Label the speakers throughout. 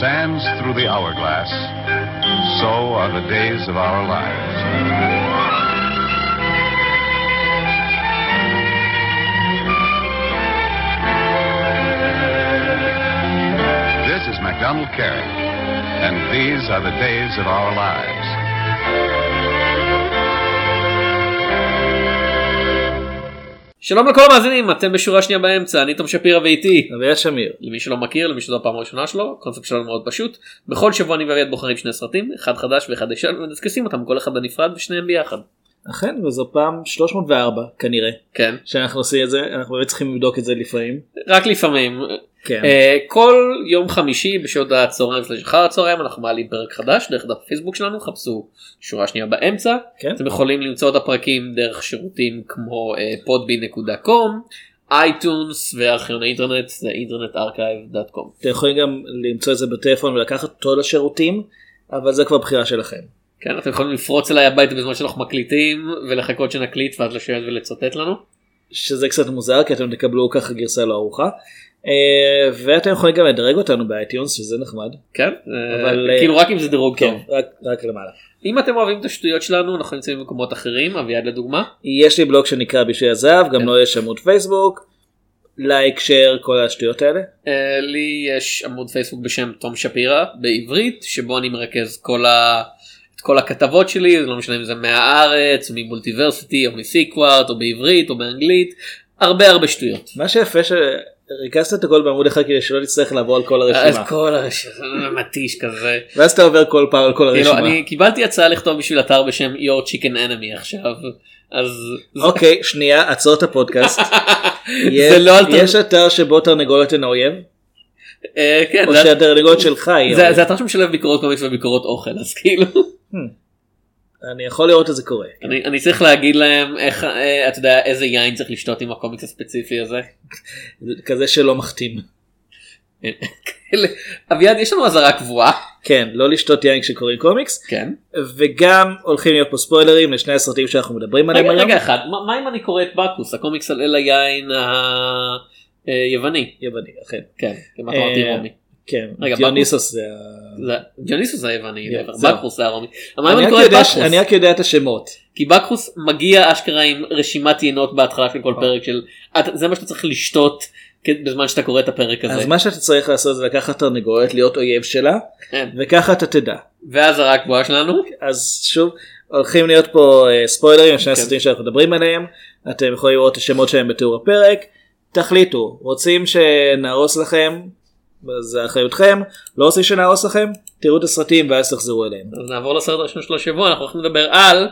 Speaker 1: sands through the hourglass, so are the days of our lives. This is MacDonald Carey, and these are the days of our lives.
Speaker 2: שלום לכל המאזינים, אתם בשורה שנייה באמצע, אני תום שפירא ואיתי.
Speaker 3: אביעד שמיר.
Speaker 2: למי שלא מכיר, למי שזו הפעם הראשונה שלו, הקונספט שלנו מאוד פשוט. בכל שבוע אני ואביעד בוחרים שני סרטים, אחד חדש ואחד ישן, ומדסקסים אותם כל אחד בנפרד ושניהם ביחד.
Speaker 3: אכן וזו פעם 304 כנראה
Speaker 2: כן,
Speaker 3: שאנחנו עושים את זה אנחנו באמת צריכים לבדוק את זה לפעמים.
Speaker 2: רק לפעמים.
Speaker 3: כן.
Speaker 2: אה, כל יום חמישי בשעות הצהריים של אחר הצהריים אנחנו מעלים פרק חדש דרך דף הפייסבוק שלנו, חפשו שורה שנייה באמצע.
Speaker 3: כן.
Speaker 2: אתם יכולים למצוא את הפרקים דרך שירותים כמו אה, podby.com, אייטונס וארכיון האינטרנט, זה internetarchive.com.
Speaker 3: אתם יכולים גם למצוא את זה בטלפון ולקחת אותו לשירותים אבל זה כבר בחירה שלכם.
Speaker 2: כן, אתם יכולים לפרוץ אליי הביתה בזמן שאנחנו מקליטים ולחכות שנקליט ואז לשבת ולצטט לנו.
Speaker 3: שזה קצת מוזר כי אתם תקבלו ככה גרסה לא ערוכה. אה, ואתם יכולים גם לדרג אותנו באייטיונס שזה נחמד.
Speaker 2: כן,
Speaker 3: אבל,
Speaker 2: אה,
Speaker 3: אה,
Speaker 2: כאילו רק אם זה דירוג טוב.
Speaker 3: רק, רק למעלה.
Speaker 2: אם אתם אוהבים את השטויות שלנו אנחנו נמצאים במקומות אחרים, אביעד לדוגמה.
Speaker 3: יש לי בלוג שנקרא בשביל הזהב גם לו יש עמוד פייסבוק. לייק שייר כל השטויות האלה.
Speaker 2: אה, לי יש עמוד פייסבוק בשם תום שפירא בעברית שבו אני מרכז כל ה... את כל הכתבות שלי, זה לא משנה אם זה מהארץ, או ממולטיברסיטי, או מסיקווארט, או בעברית, או באנגלית, הרבה הרבה שטויות.
Speaker 3: מה שיפה שריכזת את הכל בעמוד אחד כדי שלא נצטרך לעבור על כל
Speaker 2: אז
Speaker 3: הרשימה.
Speaker 2: כל הרשימה, מתיש כזה.
Speaker 3: ואז אתה עובר כל פעם על כל
Speaker 2: כאילו
Speaker 3: הרשימה.
Speaker 2: אני קיבלתי הצעה לכתוב בשביל אתר בשם your chicken enemy עכשיו אז זה-
Speaker 3: אוקיי שנייה עצור את הפודקאסט.
Speaker 2: זה לא
Speaker 3: יש-
Speaker 2: אלטר-
Speaker 3: יש אתר שבו תרנגולת הן האויב
Speaker 2: אה, כן,
Speaker 3: או
Speaker 2: זה-
Speaker 3: שהתרנגולת שלך היא
Speaker 2: זה-
Speaker 3: האויב.
Speaker 2: זה אתר שמשלב ביקורות קומיקס וביקורות אוכל אז כאילו
Speaker 3: אני יכול לראות את זה קורה.
Speaker 2: אני אני צריך להגיד להם איך אה, אתה יודע איזה יין צריך לשתות עם הקומיקס הספציפי הזה.
Speaker 3: כזה שלא מחתים.
Speaker 2: כאילו, אביעד יש לנו אזהרה קבועה
Speaker 3: כן לא לשתות יין כשקוראים קומיקס
Speaker 2: כן
Speaker 3: וגם הולכים להיות פה ספוילרים לשני הסרטים שאנחנו מדברים עליהם
Speaker 2: רגע
Speaker 3: היום.
Speaker 2: רגע אחד מה- מה אם אני קורא את בקוס הקומיקס על אל היין אה, היווני
Speaker 3: יווני אכן.
Speaker 2: כן כמעט אמרתי
Speaker 3: אה,
Speaker 2: רומי
Speaker 3: כן
Speaker 2: רגע,
Speaker 3: דיוניסוס זה ה...
Speaker 2: זה- ג'וניסוס זה היווני
Speaker 3: כן,
Speaker 2: אבל
Speaker 3: זהו.
Speaker 2: בקוס זה הרומי. אבל מה אם אני
Speaker 3: אני רק
Speaker 2: קורא את
Speaker 3: יודע-
Speaker 2: בקוס?
Speaker 3: אני רק יודע את השמות.
Speaker 2: כי בקחוס מגיע אשכרה עם רשימת יינות בהתחלה של כל
Speaker 3: אה.
Speaker 2: פרק של את- זה מה שאתה צריך לשתות כ- בזמן שאתה קורא את הפרק הזה
Speaker 3: אז מה שאתה צריך לעשות זה לקחת תרנגולת להיות אויב שלה
Speaker 2: כן.
Speaker 3: וככה אתה תדע.
Speaker 2: ואז הרעה הקבועה שלנו
Speaker 3: אז שוב הולכים להיות פה אה, ספוילרים לשני
Speaker 2: כן.
Speaker 3: הסרטים שאנחנו מדברים עליהם אתם יכולים לראות את השמות שלהם בתיאור הפרק תחליטו רוצים שנהרוס לכם אז זה אחריותכם לא רוצים שנהרוס לכם תראו את הסרטים ואז תחזרו אליהם.
Speaker 2: אז נעבור לסרט הראשון של השבוע אנחנו הולכים לדבר על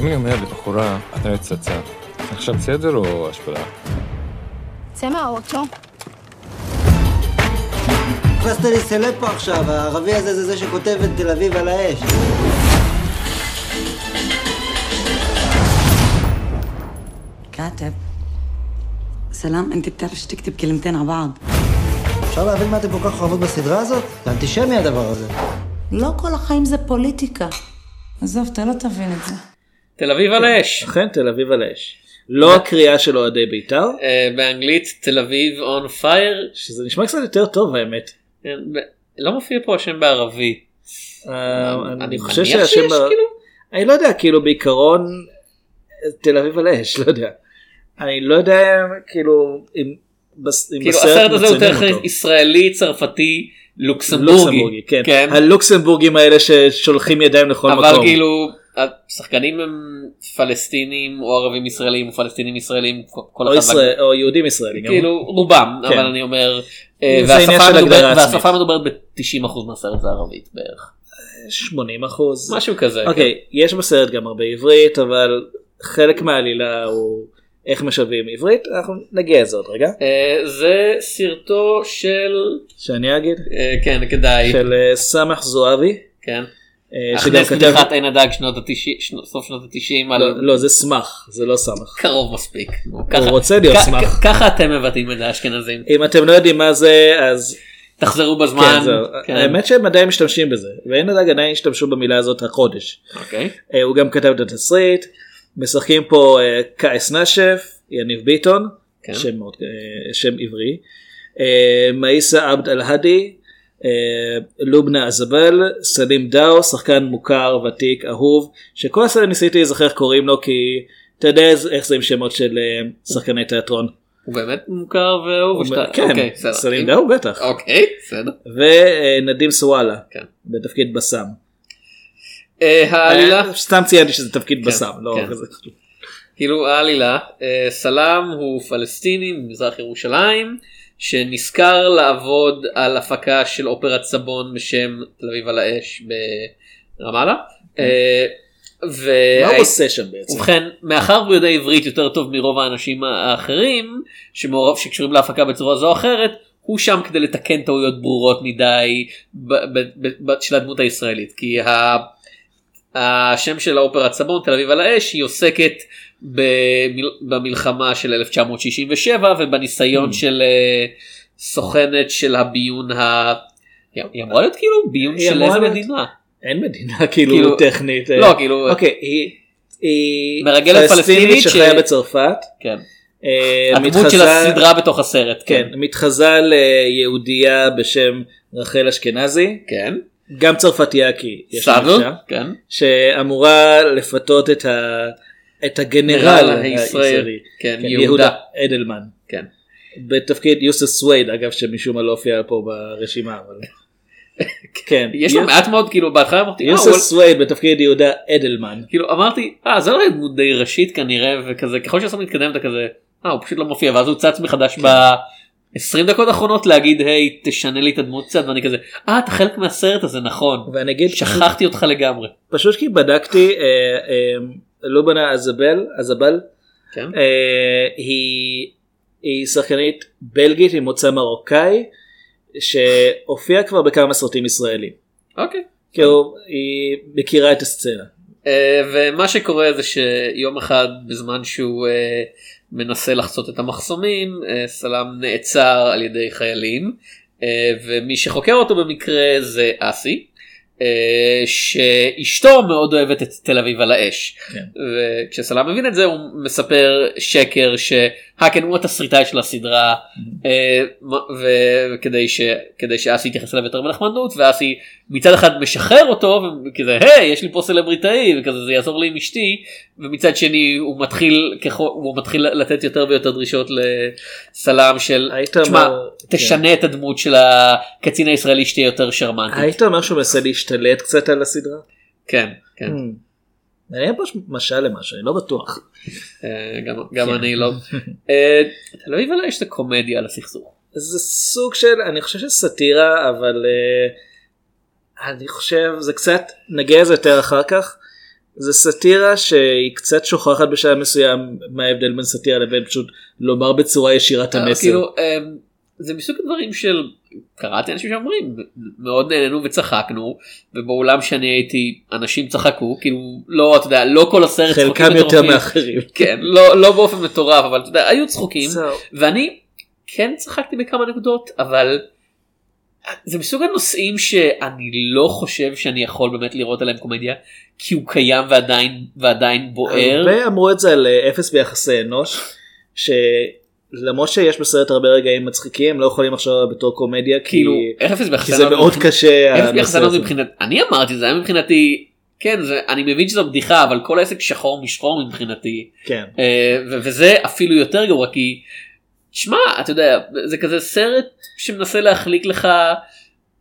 Speaker 4: אם אני אומר לבחורה, את נראית פצצה, זה עכשיו בסדר או השפלה?
Speaker 5: צא מהאוטו.
Speaker 6: נכנסת לי סלב פה עכשיו, הערבי הזה זה זה שכותב את תל אביב על האש.
Speaker 7: كاتب سلام انت بتعرفش تكتب كلمتين على بعض
Speaker 6: אפשר להבין מה אתם כל כך אוהבות בסדרה הזאת? זה אנטישמי הדבר הזה.
Speaker 7: לא כל החיים זה פוליטיקה. עזוב, אתה לא תבין את זה.
Speaker 2: תל אביב על האש
Speaker 3: אכן תל אביב על האש. לא הקריאה של אוהדי בית"ר
Speaker 2: אה, באנגלית תל אביב און פייר
Speaker 3: שזה נשמע קצת יותר טוב האמת.
Speaker 2: לא מופיע פה השם בערבי.
Speaker 3: אה,
Speaker 2: אני
Speaker 3: אני חושב
Speaker 2: מניח
Speaker 3: שהשם
Speaker 2: שיש,
Speaker 3: ה-
Speaker 2: כאילו.
Speaker 3: אני לא יודע כאילו בעיקרון תל אביב על האש לא יודע. אני לא יודע כאילו אם בס- אם
Speaker 2: כאילו
Speaker 3: בסרט
Speaker 2: הסרט הזה הוא
Speaker 3: מציינים
Speaker 2: יותר
Speaker 3: אותו.
Speaker 2: ישראלי צרפתי לוקסמבורגי
Speaker 3: לוקסמבורגי, כן. הלוקסמבורגים האלה ששולחים ידיים לכל מקום.
Speaker 2: אבל כאילו השחקנים הם פלסטינים או ערבים ישראלים או פלסטינים ישראלים כל- כל
Speaker 3: או,
Speaker 2: אחד
Speaker 3: ישראל, או יהודים ישראלים. גם.
Speaker 2: כאילו רובם
Speaker 3: כן.
Speaker 2: אבל אני אומר אה,
Speaker 3: זה עניין
Speaker 2: והשפה
Speaker 3: של
Speaker 2: המדוברת-
Speaker 3: הגדרה עצמית.
Speaker 2: והשפה המדוברת ב-90% מהסרט זה ערבית בערך
Speaker 3: 80 אחוז.
Speaker 2: משהו כזה כן.
Speaker 3: אוקיי, יש בסרט גם הרבה עברית, אבל חלק מהעלילה הוא איך משלבים עברית, אנחנו נגיע לזה עוד רגע.
Speaker 2: כן. אה, זה סרטו של
Speaker 3: שאני אגיד,
Speaker 2: אה, כן כדאי
Speaker 3: של אה, סמח זועבי,
Speaker 2: כן
Speaker 3: אה, שגם
Speaker 2: הכנס
Speaker 3: כתב...
Speaker 2: בדיחת עין הדג שנות התשעים שנ- סוף שנות התשעים על
Speaker 3: לא, לא, זה סמך, זה לא סמך.
Speaker 2: קרוב מספיק ככה-
Speaker 3: רוצה להיות
Speaker 2: כ-
Speaker 3: שמח.
Speaker 2: כ- ככה אתם מבטאים את האשכנזים
Speaker 3: אם אתם לא יודעים מה זה, אז
Speaker 2: תחזרו בזמן
Speaker 3: כן, זהו.
Speaker 2: כן.
Speaker 3: האמת שהם עדיין משתמשים בזה, ואין עדיין עדיין השתמשו במילה הזאת החודש.
Speaker 2: אוקיי.
Speaker 3: אה, הוא גם כתב את התסריט, משחקים פה אה, קייס נשף, יניב ביטון,
Speaker 2: כן.
Speaker 3: שם, מאוד, אה, שם עברי, אה, מאיסה עבד אל-האדי, אה, לובנה אזבל, סלים דאו, שחקן מוכר, ותיק, אהוב, שכל הסרט ניסיתי להיזכר איך קוראים לו כי אתה יודע איך זה עם שמות של אה, שחקני תיאטרון.
Speaker 2: הוא באמת מוכר והוא בשטר.
Speaker 3: כן,
Speaker 2: אוקיי, בסדר.
Speaker 3: סלים דאו בטח.
Speaker 2: אוקיי, בסדר.
Speaker 3: ונדים סוואלה,
Speaker 2: כן.
Speaker 3: בתפקיד בסאם.
Speaker 2: אה, העלילה,
Speaker 3: סתם ציינתי שזה תפקיד בסאם, לא
Speaker 2: כן.
Speaker 3: כזה.
Speaker 2: כאילו העלילה, אה, סלאם הוא פלסטיני ממזרח ירושלים, שנשכר לעבוד על הפקה של אופרת סבון בשם תל אביב על האש ברמאללה. אה,
Speaker 3: מה
Speaker 2: וה-
Speaker 3: כן. לא, הוא עושה שם בעצם?
Speaker 2: ובכן, מאחר והוא יודע עברית יותר טוב מרוב האנשים האחרים שמעורב, שקשורים להפקה בצורה זו או אחרת, הוא שם כדי לתקן טעויות ברורות מדי ב- ב- ב- ב- של הדמות הישראלית. כי ה... השם של האופרת סבון, תל אביב על האש, היא עוסקת במיל... במלחמה של 1967
Speaker 3: Mm.
Speaker 2: ובניסיון של אה, סוכנת של הביון ה... היא היא אמורה להיות כאילו ביון
Speaker 3: היא
Speaker 2: של
Speaker 3: אמורה
Speaker 2: איזה
Speaker 3: להיות-
Speaker 2: מדינה?
Speaker 3: אין מדינה כאילו
Speaker 2: כאילו-
Speaker 3: טכנית. אה,
Speaker 2: לא, כאילו-
Speaker 3: אוקיי, היא- היא
Speaker 2: מרגלת פלסטינית ש-
Speaker 3: שחיה בצרפת.
Speaker 2: כן.
Speaker 3: אה,
Speaker 2: הדמות
Speaker 3: מתחזה-
Speaker 2: של הסדרה בתוך הסרט.
Speaker 3: כן, מתחזה ליהודייה בשם רחל אשכנזי,
Speaker 2: כן.
Speaker 3: גם צרפתייה כי יש לה
Speaker 2: סאבל,
Speaker 3: אישה,
Speaker 2: כן.
Speaker 3: שאמורה לפתות את ה- את הגנרל
Speaker 2: הגנרל
Speaker 3: הישראלי,
Speaker 2: הישראלי. כן,
Speaker 3: כן,
Speaker 2: יהודה.
Speaker 3: יהודה אדלמן.
Speaker 2: כן.
Speaker 3: בתפקיד יוסף סווייד אגב שמשום מה לא הופיע פה ברשימה אבל כן
Speaker 2: יש לו
Speaker 3: יוס-
Speaker 2: מעט מאוד כאילו בהתחלה אמרתי אה,
Speaker 3: יוסף
Speaker 2: וואלה.
Speaker 3: סווייד בתפקיד יהודה אדלמן
Speaker 2: כאילו אמרתי אה זה לא דמות די ראשית כנראה וכזה ככל שהסרט מתקדם אתה כזה אה הוא פשוט לא מופיע ואז הוא צץ מחדש
Speaker 3: כן.
Speaker 2: ב. 20 דקות האחרונות להגיד היי תשנה לי את הדמות קצת ואני כזה אה אתה חלק מהסרט הזה נכון
Speaker 3: ואני אגיד
Speaker 2: שכחתי אותך לגמרי
Speaker 3: פשוט כי בדקתי אה, אה, לובנה אזבל אזבל
Speaker 2: כן
Speaker 3: אה, היא היא שחקנית בלגית עם מוצא מרוקאי שהופיעה כבר בכמה סרטים ישראלים
Speaker 2: אוקיי
Speaker 3: כאילו היא מכירה את הסצנה
Speaker 2: אה, ומה שקורה זה שיום אחד בזמן שהוא אה, מנסה לחצות את המחסומים אה, סלאם נעצר על ידי חיילים אה, ומי שחוקר אותו במקרה זה אסי אה, שאשתו מאוד אוהבת את תל אביב על האש
Speaker 3: כן.
Speaker 2: וכשסלאם מבין את זה הוא מספר שקר שהקן הוא התסריטאי של הסדרה אה, מ- ו- וכדי ש- כדי שאסי יתייחס אליו יותר בנחמדות ואסי מצד אחד משחרר אותו וכזה היי יש לי פה סלבריטאי וכזה זה יעזור לי עם אשתי ומצד שני הוא מתחיל ככל הוא מתחיל לתת יותר ויותר דרישות לסלאם של
Speaker 3: היית
Speaker 2: תשמע
Speaker 3: אומר- כן.
Speaker 2: תשנה את הדמות של הקצין הישראלי שתהיה יותר שרמנטית
Speaker 3: היית אומר שהוא מנסה להשתלט קצת על הסדרה?
Speaker 2: כן כן
Speaker 3: Hmm. אני פה משל למשהו אני לא בטוח
Speaker 2: אה, גם-
Speaker 3: כן.
Speaker 2: גם אני לא אה, תל אביב עליי יש את הקומדיה על הסכסוך
Speaker 3: זה סוג של אני חושב שסאטירה אבל אה, אני חושב זה קצת נגיע לזה יותר אחר כך זה סאטירה שהיא קצת שוכחת בשלב מסוים מה ההבדל בין סאטירה לבין פשוט לומר בצורה ישירה את המסר.
Speaker 2: כאילו אה, זה מסוג הדברים של קראתי אנשים שאומרים מאוד נהנינו וצחקנו ובאולם שאני הייתי אנשים צחקו כאילו לא אתה יודע לא כל הסרט
Speaker 3: חלקם
Speaker 2: צחוקים
Speaker 3: יותר
Speaker 2: מטורפים.
Speaker 3: מאחרים.
Speaker 2: כן לא לא באופן מטורף אבל אתה יודע היו צחוקים
Speaker 3: So,
Speaker 2: ואני כן צחקתי בכמה נקודות אבל זה מסוג הנושאים שאני לא חושב שאני יכול באמת לראות עליהם קומדיה כי הוא קיים ועדיין ועדיין בוער
Speaker 3: הרבה אמרו את זה על אה, אפס ביחסי אנוש שלמרות שיש בסרט הרבה רגעים מצחיקים לא יכולים לחשוב עליו בתור קומדיה כי-
Speaker 2: כאילו אפס
Speaker 3: כי זה
Speaker 2: בהחסנות
Speaker 3: מאוד קשה.
Speaker 2: אפס
Speaker 3: הנושא
Speaker 2: בהחסנות
Speaker 3: הזה.
Speaker 2: לא מבחינת אני אמרתי זה היה מבחינתי כן זה אני מבין שזו בדיחה אבל כל העסק שחור משחור מבחינתי
Speaker 3: כן.
Speaker 2: אה, ו- וזה אפילו יותר גרוע כי שמע אתה יודע זה כזה סרט שמנסה להחליק לך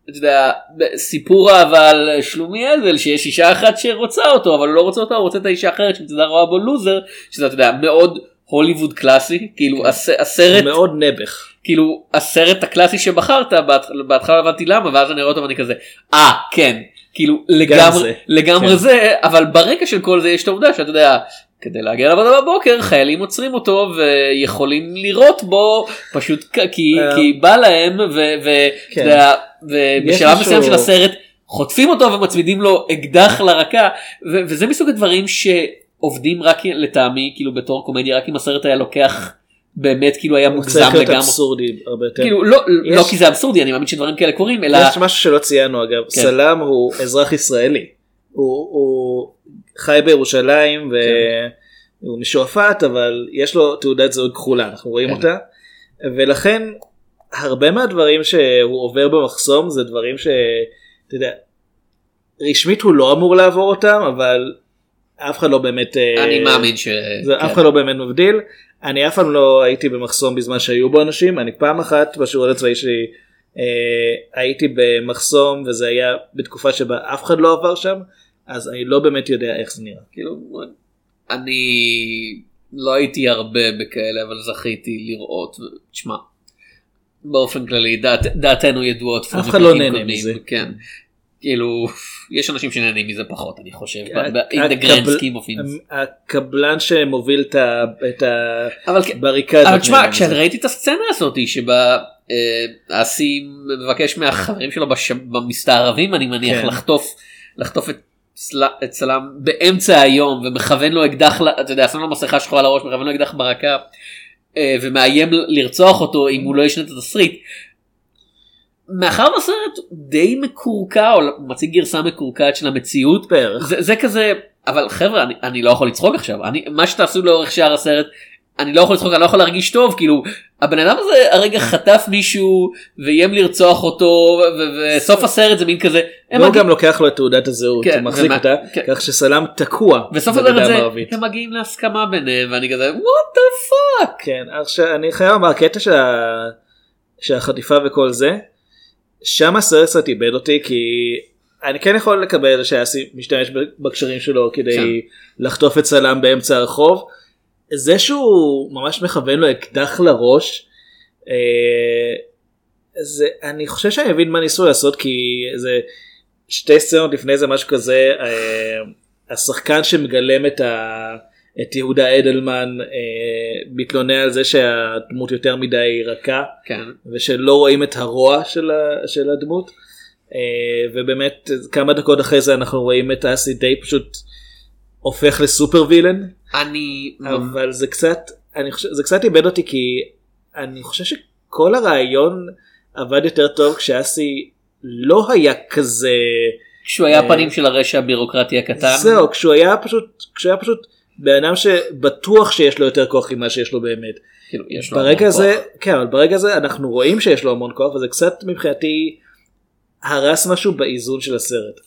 Speaker 2: אתה יודע סיפור אהבה על שלומי עזל שיש אישה אחת שרוצה אותו אבל הוא לא רוצה אותה הוא רוצה את האישה האחרת שמצדה רואה בו לוזר שזה אתה יודע מאוד הוליווד קלאסי כאילו הס- הסרט
Speaker 3: מאוד נעבך.
Speaker 2: כאילו הסרט הקלאסי שבחרת בהתח- בהתחלה לא הבנתי למה ואז אני רואה אותו ואני כזה אה כן כאילו
Speaker 3: זה.
Speaker 2: לגמרי לגמרי
Speaker 3: כן.
Speaker 2: זה אבל ברקע של כל זה יש את העובדה שאתה יודע כדי להגיע לעבודה בבוקר חיילים עוצרים אותו ויכולים לירות בו פשוט כ- כי
Speaker 3: אה.
Speaker 2: כי בא להם ו- ו-
Speaker 3: כן.
Speaker 2: אתה יודע, ובשלב
Speaker 3: משהו-
Speaker 2: מסוים של הסרט חוטפים אותו ומצמידים לו אקדח לרקה ו- וזה מסוג הדברים שעובדים רק לטעמי כאילו בתור קומדיה רק אם הסרט היה לוקח. באמת כאילו היה
Speaker 3: הוא צריך
Speaker 2: מוגזם
Speaker 3: להיות
Speaker 2: לגמרי.
Speaker 3: אבסורדי הרבה יותר.
Speaker 2: כאילו לא
Speaker 3: כן. יש-
Speaker 2: לא כי זה אבסורדי אני מאמין שדברים כאלה קורים אלא
Speaker 3: יש משהו שלא ציינו אגב,
Speaker 2: כן.
Speaker 3: סלאם הוא אזרח ישראלי. הוא- הוא חי בירושלים
Speaker 2: כן.
Speaker 3: והוא משועפאט אבל יש לו תעודת זהות כחולה אנחנו רואים
Speaker 2: כן.
Speaker 3: אותה. ולכן הרבה מהדברים שהוא עובר במחסום זה דברים שאתה יודע, רשמית הוא לא אמור לעבור אותם, אבל אף אחד לא באמת... אה,
Speaker 2: אני מאמין ש...
Speaker 3: זה
Speaker 2: כן.
Speaker 3: אף אחד לא באמת מבדיל. אני אף פעם לא הייתי במחסום בזמן שהיו בו אנשים, אני פעם אחת בשיעור הצבאי שלי אה, הייתי במחסום וזה היה בתקופה שבה אף אחד לא עבר שם, אז אני לא באמת יודע איך זה נראה.
Speaker 2: כאילו, אני לא הייתי הרבה בכאלה, אבל זכיתי לראות. תשמע, באופן כללי, דעת, דעתנו ידועות. פה
Speaker 3: אף אחד לא
Speaker 2: מפרקים
Speaker 3: נהנה
Speaker 2: קודמים,
Speaker 3: מזה.
Speaker 2: כן. כאילו, יש אנשים שנהנים מזה פחות, אני חושב,
Speaker 3: כן,
Speaker 2: ב- ב- in the grand
Speaker 3: הקבל-
Speaker 2: scheme of things.
Speaker 3: אמ- הקבלן שמוביל את ה- את
Speaker 2: אבל כן-
Speaker 3: הבריקדות.
Speaker 2: אבל תשמע,
Speaker 3: נהנה
Speaker 2: כשאני
Speaker 3: מזה.
Speaker 2: ראיתי את הסצנה הזאת שבה אה, אסי מבקש מהחברים שלו בש- במסתערבים, אני מניח,
Speaker 3: כן.
Speaker 2: לחטוף לחטוף את צל- את צלם באמצע היום ומכוון לו אקדח, ל- אתה יודע, שם לו מסכה שחורה לראש, מכוון לו אקדח ברקה אה, ומאיים ל- לרצוח אותו אם הוא לא ישנה את התסריט. מאחר והסרט די מקורקע או מציג גרסה מקורקעת של המציאות
Speaker 3: בערך.
Speaker 2: זה, זה כזה אבל חברה אני, אני לא יכול לצחוק עכשיו אני מה שתעשו לאורך שאר הסרט אני לא יכול לצחוק אני לא יכול להרגיש טוב כאילו הבן אדם הזה
Speaker 3: כן.
Speaker 2: הרגע חטף מישהו ואיים לרצוח אותו ו- ו- וסוף הסרט זה מין כזה הם
Speaker 3: הוא
Speaker 2: מגיעים-
Speaker 3: כן. גם לוקח לו את תעודת הזהות,
Speaker 2: כן,
Speaker 3: הוא מחזיק
Speaker 2: ומה-
Speaker 3: אותה,
Speaker 2: כן.
Speaker 3: כך שסלם תקוע
Speaker 2: וסוף
Speaker 3: בגדה
Speaker 2: הסרט זה
Speaker 3: המערבית.
Speaker 2: הם מגיעים להסכמה ביניהם ואני כזה what the fuck
Speaker 3: כן, עכשיו אני חייב לומר, הקטע של, ה... של החטיפה וכל זה, שם הסרט קצת איבד אותי, כי אני כן יכול לקבל שאסי משתמש בקשרים שלו כדי
Speaker 2: כן.
Speaker 3: לחטוף את סלם באמצע הרחוב. זה שהוא ממש מכוון לו אקדח לראש, אה, זה, אני חושב שאני מבין מה ניסו לעשות, כי זה שתי סצנות לפני זה משהו כזה, אה, השחקן שמגלם את ה... את יהודה אדלמן אה, מתלונן על זה שהדמות יותר מדי רכה
Speaker 2: כן
Speaker 3: ושלא רואים את הרוע של, ה, של הדמות אה, ובאמת כמה דקות אחרי זה אנחנו רואים את אסי די פשוט הופך לסופר וילן
Speaker 2: אני
Speaker 3: אבל זה קצת אני חושב זה קצת איבד אותי כי אני חושב שכל הרעיון עבד יותר טוב כשאסי לא היה כזה
Speaker 2: כשהוא היה
Speaker 3: אה,
Speaker 2: פנים של הרשע הבירוקרטי הקטן
Speaker 3: זהו, כשהוא היה פשוט, כשהוא היה פשוט בן אדם שבטוח שיש לו יותר כוח ממה שיש לו באמת.
Speaker 2: כאילו, יש לו
Speaker 3: ברגע
Speaker 2: המון
Speaker 3: הזה,
Speaker 2: כוח.
Speaker 3: כן, אבל ברגע הזה אנחנו רואים שיש לו המון כוח, וזה קצת מבחינתי הרס משהו באיזון של הסרט.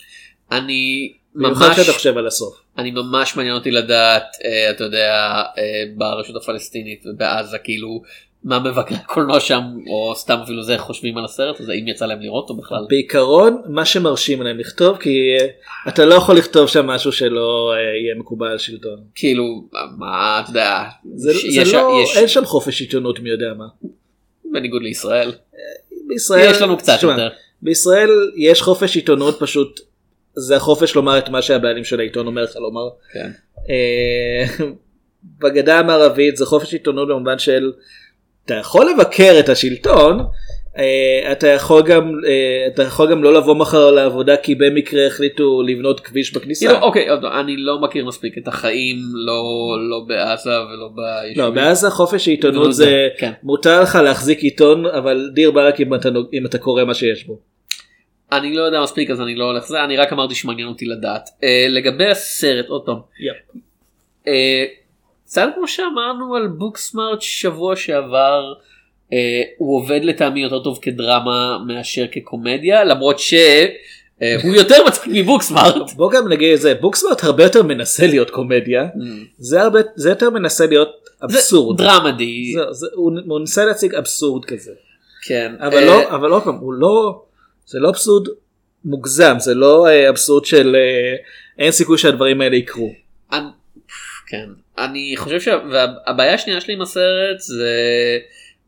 Speaker 2: אני
Speaker 3: במיוחד
Speaker 2: ממש
Speaker 3: כשאתה חושב על הסוף.
Speaker 2: אני ממש מעניין אותי לדעת אה, אתה יודע אה, ברשות הפלסטינית ובעזה כאילו מה מבקרי הקולנוע שם או סתם אפילו זה חושבים על הסרט הזה אם יצא להם לראות אותו בכלל.
Speaker 3: בעיקרון, מה שמרשים להם לכתוב, כי אה, אתה לא יכול לכתוב שם משהו שלא אה, יהיה מקובל על שלטון.
Speaker 2: כאילו מה אתה יודע
Speaker 3: זה,
Speaker 2: יש-
Speaker 3: זה
Speaker 2: יש-
Speaker 3: לא,
Speaker 2: יש-
Speaker 3: אין שם חופש עיתונות מי יודע מה.
Speaker 2: בניגוד לישראל
Speaker 3: בישראל,
Speaker 2: יש לנו קצת
Speaker 3: תשמע,
Speaker 2: יותר.
Speaker 3: בישראל יש חופש עיתונות פשוט זה החופש לומר את מה שהבעלים של העיתון אומר לך לומר.
Speaker 2: כן.
Speaker 3: אה, בגדה המערבית זה חופש עיתונות במובן של אתה יכול לבקר את השלטון אה, אתה יכול גם אה, אתה יכול גם לא לבוא מחר לעבודה כי במקרה החליטו לבנות כביש
Speaker 2: כאילו,
Speaker 3: בכניסה.
Speaker 2: אוקיי עוד לא, אני לא מכיר מספיק את החיים לא לא בעזה ולא
Speaker 3: לא,
Speaker 2: ביישובים.
Speaker 3: מאז החופש העיתונות
Speaker 2: עיתונות
Speaker 3: זה
Speaker 2: זה, כן.
Speaker 3: מותר לך להחזיק עיתון אבל דיר באלק אם אתה נוג- אם אתה קורא מה שיש בו.
Speaker 2: אני לא יודע מספיק אז אני לא הולך זה אני רק אמרתי שמעניין אותי לדעת אה, לגבי הסרט עוד פעם אה, קצת כמו שאמרנו על בוקסמארט שבוע שעבר אה, הוא עובד לטעמי יותר טוב כדרמה מאשר כקומדיה למרות שהוא יותר מצחיק מבוקסמארט.
Speaker 3: בוא גם נגיד את זה בוקסמארט הרבה יותר מנסה להיות קומדיה זה הרבה זה יותר מנסה להיות אבסורד.
Speaker 2: זה דרמדי
Speaker 3: זה, זה, הוא, הוא ניסה להציג אבסורד כזה
Speaker 2: כן
Speaker 3: אבל לא אבל עוד פעם הוא לא זה לא אבסורד מוגזם זה לא אה, אבסורד של אה, אין סיכוי שהדברים האלה יקרו.
Speaker 2: אני, כן, אני חושב שהבעיה השנייה שלי עם הסרט זה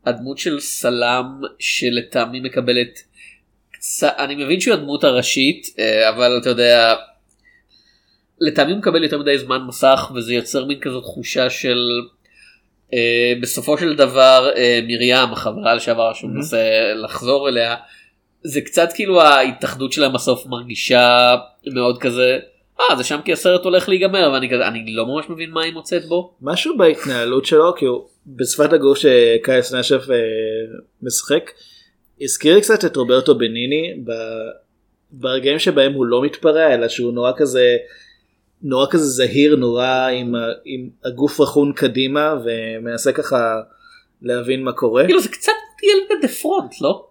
Speaker 2: הדמות של סלאם שלטעמי מקבלת קצת, אני מבין שהוא הדמות הראשית אה, אבל אתה יודע לטעמי הוא מקבל יותר מדי זמן מסך וזה יוצר מין כזאת תחושה של אה, בסופו של דבר אה, מרים החברה לשעבר שהוא
Speaker 3: Mhm.
Speaker 2: מנסה לחזור אליה זה קצת כאילו ההתאחדות שלהם בסוף מרגישה מאוד כזה אה זה שם כי הסרט הולך להיגמר ואני כזה אני לא ממש מבין מה היא מוצאת בו
Speaker 3: משהו בהתנהלות שלו כי הוא בשפת הגוף שקייס נשף אה, משחק הזכיר לי קצת את רוברטו בניני ב... ברגעים שבהם הוא לא מתפרע אלא שהוא נורא כזה נורא כזה זהיר נורא עם, ה- עם הגוף רכון קדימה ומנסה ככה להבין מה קורה.
Speaker 2: כאילו זה קצת אותי וודי אלן בדה פרונט לא?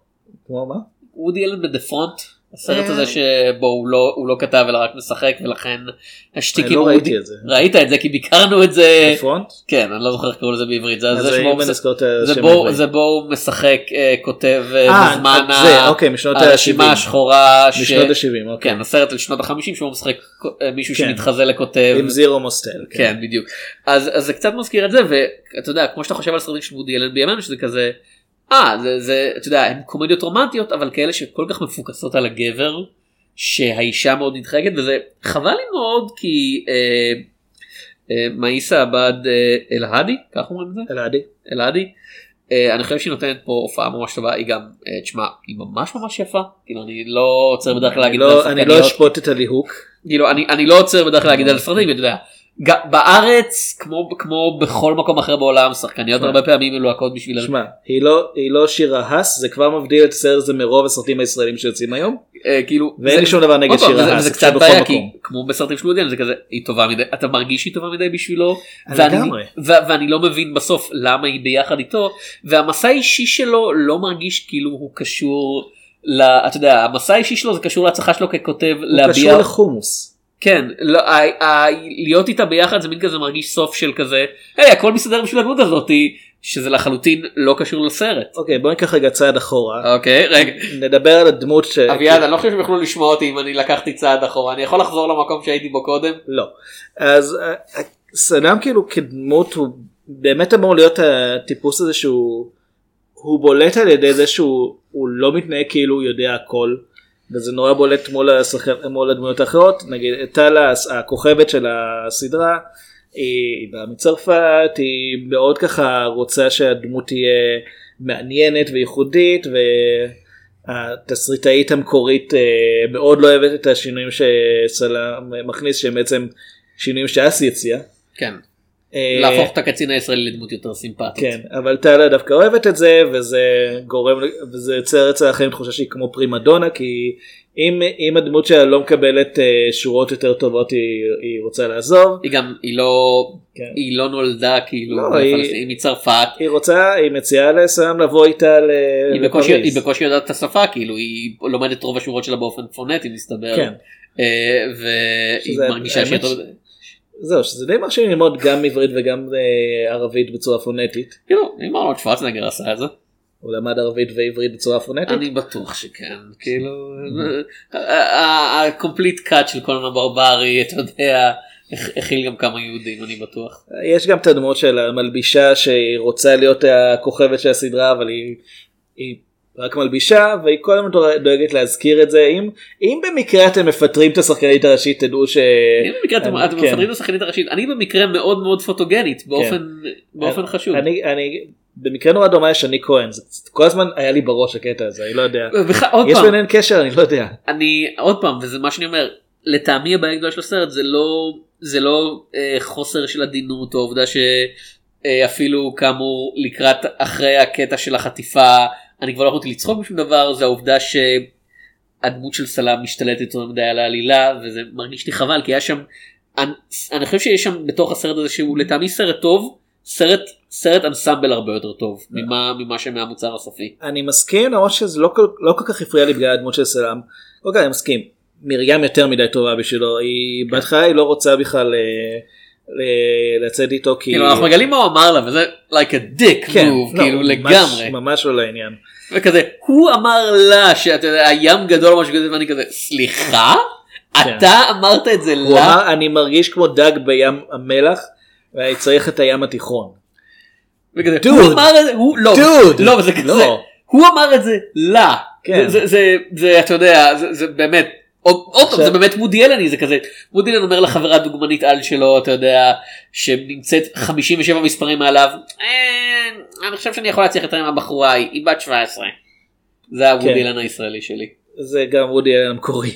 Speaker 3: כמו מה?
Speaker 2: וודי אלן בדה פרונט הסרט
Speaker 3: אה.
Speaker 2: הזה שבו הוא לא הוא לא כתב אלא רק משחק ולכן השטיקים
Speaker 3: אני לא
Speaker 2: וודי-
Speaker 3: ראיתי את זה.
Speaker 2: ראית את זה כי ביקרנו את זה
Speaker 3: בפרונט?
Speaker 2: כן אני לא זוכר איך קראו לזה בעברית זה
Speaker 3: אז
Speaker 2: זה שבו
Speaker 3: אם
Speaker 2: הוא מש-
Speaker 3: נזכור את השם
Speaker 2: זה בו-
Speaker 3: העברי.
Speaker 2: זה בו הוא משחק אה, כותב אה,
Speaker 3: אה,
Speaker 2: בזמן
Speaker 3: זה,
Speaker 2: ה-
Speaker 3: אוקיי, משנות
Speaker 2: הרשימה
Speaker 3: ה-שבעים.
Speaker 2: השחורה ש-
Speaker 3: משנות ה-70, אוקיי.
Speaker 2: כן הסרט על שנות החמישים שהוא משחק אה, מישהו
Speaker 3: כן.
Speaker 2: שמתחזה לכותב
Speaker 3: עם זירו מוסטל.
Speaker 2: כן בדיוק אז אז זה קצת מזכיר את זה ואתה יודע כמו שאתה חושב על סרטים של וודי אלן בימינו שזה כזה. אה זה זה אתה יודע הם קומדיות רומנטיות אבל כאלה שכל כך מפוקסות על הגבר שהאישה מאוד נדחקת וזה חבל לי מאוד כי אה, אה, מאיסה עבד אה, אלהדי כך אומרים את זה
Speaker 3: אלעדי.
Speaker 2: אלעדי. אה, אני חושב שהיא נותנת פה הופעה ממש טובה היא גם אה, תשמע היא ממש ממש יפה כאילו אני לא עוצר בדרך כלל
Speaker 3: אני
Speaker 2: להגיד
Speaker 3: לא-
Speaker 2: על
Speaker 3: אני לא
Speaker 2: שחקניות.
Speaker 3: אשפוט את הליהוק.
Speaker 2: כאילו אני אני לא עוצר בדרך כלל להגיד על סרטים אתה יודע. ג- בארץ כמו כמו בכל מקום אחר בעולם שחקניות הרבה פעמים מלוהקות בשביל
Speaker 3: שמע, היא לא- היא לא שירה האס, זה כבר מבדיל את הסרט הזה מרוב הסרטים הישראלים שיוצאים היום.
Speaker 2: אה, כאילו
Speaker 3: ואין
Speaker 2: זה-
Speaker 3: לי שום דבר נגד
Speaker 2: עוד פעם,
Speaker 3: שירה
Speaker 2: וזה-
Speaker 3: האס,
Speaker 2: וזה
Speaker 3: זה
Speaker 2: קצת
Speaker 3: בכל
Speaker 2: בעיה כי
Speaker 3: מקום.
Speaker 2: כמו בסרטים של מודיעין זה כזה היא טובה מדי אתה מרגיש שהיא טובה מדי בשבילו ואני-
Speaker 3: לגמרי.
Speaker 2: ו- ואני לא מבין בסוף למה היא ביחד איתו והמסע האישי שלו לא מרגיש כאילו הוא קשור. ל- אתה יודע המסע האישי שלו זה קשור להצלחה שלו ככותב
Speaker 3: הוא קשור
Speaker 2: להביע
Speaker 3: לחומוס.
Speaker 2: כן, לא, ה, ה, להיות איתה ביחד זה מין כזה מרגיש סוף של כזה, היי הכל מסתדר בשביל הדמות הזאתי, שזה לחלוטין לא קשור לסרט.
Speaker 3: אוקיי, בוא ניקח רגע צעד אחורה.
Speaker 2: אוקיי, רגע.
Speaker 3: נדבר על הדמות ש...
Speaker 2: אביעד, אני לא חושב שהם יוכלו לשמוע אותי אם אני לקחתי צעד אחורה, אני יכול לחזור למקום שהייתי בו קודם?
Speaker 3: לא. אז אה, אה, סדאם כאילו כדמות הוא באמת אמור להיות הטיפוס הזה שהוא הוא בולט על ידי זה שהוא הוא לא מתנהג כאילו הוא יודע הכל וזה נורא בולט מול, השחק... מול הדמויות האחרות נגיד טל הס- הכוכבת של הסדרה היא היא באה מצרפת היא מאוד ככה רוצה שהדמות תהיה מעניינת וייחודית והתסריטאית המקורית אה, מאוד לא אוהבת את השינויים שסלאם מכניס שהם בעצם שינויים שאסי הציע.
Speaker 2: כן,
Speaker 3: אה,
Speaker 2: להפוך את הקצין הישראלי לדמות יותר סימפטית.
Speaker 3: כן אבל טלה דווקא אוהבת את זה וזה גורם וזה יוצר אצל החיים תחושה שהיא כמו פרימדונה כי אם אם הדמות שלה לא מקבלת אה, שורות יותר טובות היא, היא רוצה לעזוב
Speaker 2: היא גם, היא לא,
Speaker 3: כן.
Speaker 2: היא לא נולדה כאילו,
Speaker 3: לא,
Speaker 2: מהפלסטין,
Speaker 3: היא-
Speaker 2: היא כן, מצרפת,
Speaker 3: היא רוצה היא מציעה לסם לבוא איתה ל...
Speaker 2: היא בקושי,
Speaker 3: לפריז.
Speaker 2: היא בקושי יודעת את השפה כאילו, היא לומדת רוב השורות שלה באופן פונטי מסתבר,
Speaker 3: כן.
Speaker 2: אה, והיא
Speaker 3: שזה-
Speaker 2: מרגישה שהיא...
Speaker 3: האמת
Speaker 2: יותר-
Speaker 3: זהו שזה די מרשים ללמוד גם עברית וגם אה, ערבית בצורה פונטית
Speaker 2: כאילו, אם ארנולד שוורצנגר עשה את זה,
Speaker 3: הוא למד ערבית ועברית בצורה פונטית
Speaker 2: אני בטוח שכן, כאילו, ה-complete cut של קולון הברברי, אתה יודע, הכ- הכיל גם כמה יהודים, אני בטוח.
Speaker 3: יש גם את הדמות של המלבישה שהיא רוצה להיות הכוכבת של הסדרה אבל היא, היא רק מלבישה והיא כל הזמן דואגת להזכיר את זה אם אם במקרה אתם מפטרים את השחקנית הראשית תדעו ש...
Speaker 2: אם במקרה אתם
Speaker 3: אני-
Speaker 2: אתם
Speaker 3: כן.
Speaker 2: מפטרים את השחקנית הראשית, אני במקרה מאוד מאוד פוטוגנית, באופן באופן חשוב.
Speaker 3: אני, אני במקרה נורא דומה לשני כהן זה כל הזמן היה לי בראש הקטע הזה אני לא יודע
Speaker 2: ובכ- אה, עוד
Speaker 3: יש
Speaker 2: פעם,
Speaker 3: ביניהן קשר אני לא יודע
Speaker 2: אני עוד פעם וזה מה שאני אומר לטעמי הבעיה הגדולה של הסרט זה לא זה לא אה, חוסר של עדינות או העובדה שאפילו כאמור לקראת אחרי הקטע של החטיפה אני כבר לא יכולתי לצחוק בשום דבר זה העובדה שהדמות של סלאם משתלטת יותר מדי על העלילה וזה מרגיש לי חבל כי היה שם אני, אני חושב שיש שם בתוך הסרט הזה שהוא לטעמי סרט טוב סרט סרט אנסמבל הרבה יותר טוב ממה ממה שמהמוצר הסופי.
Speaker 3: אני מסכים למרות שזה לא כל, לא כל כך הפריע לי בגלל הדמות של סלאם. אוקיי אני מסכים. מרים יותר מדי טובה בשבילו היא בהתחלה היא לא רוצה בכלל אה, ל- לצאת איתו כי
Speaker 2: כאילו אנחנו מגלים מה הוא אמר לה וזה like a dick
Speaker 3: כן,
Speaker 2: move
Speaker 3: לא,
Speaker 2: כאילו
Speaker 3: ממש-
Speaker 2: לגמרי
Speaker 3: ממש לא לעניין.
Speaker 2: וכזה הוא אמר לה שאתה יודע הים גדול או משהו כזה ואני כזה סליחה
Speaker 3: כן.
Speaker 2: אתה אמרת את זה
Speaker 3: הוא
Speaker 2: לה
Speaker 3: אמר אני מרגיש כמו דג בים המלח ואני צריך את הים התיכון.
Speaker 2: וכזה
Speaker 3: "Dude,
Speaker 2: הוא אמר את זה הוא לא
Speaker 3: dude,
Speaker 2: לא וזה כזה
Speaker 3: לא."
Speaker 2: הוא אמר את זה לה
Speaker 3: כן.
Speaker 2: זה- זה זה אתה יודע זה- זה באמת. עוד עוד פעם
Speaker 3: עכשיו-
Speaker 2: זה באמת מודי אלני זה כזה מודי אלן אומר לחברה דוגמנית על שלו אתה יודע שנמצאת 57 מספרים מעליו "אה, אני חושב שאני יכול להצליח יותר עם הבחורה ההיא, היא בת 17. זה
Speaker 3: כן.
Speaker 2: המודי אלן הישראלי שלי.
Speaker 3: זה גם וודי אלן המקורי.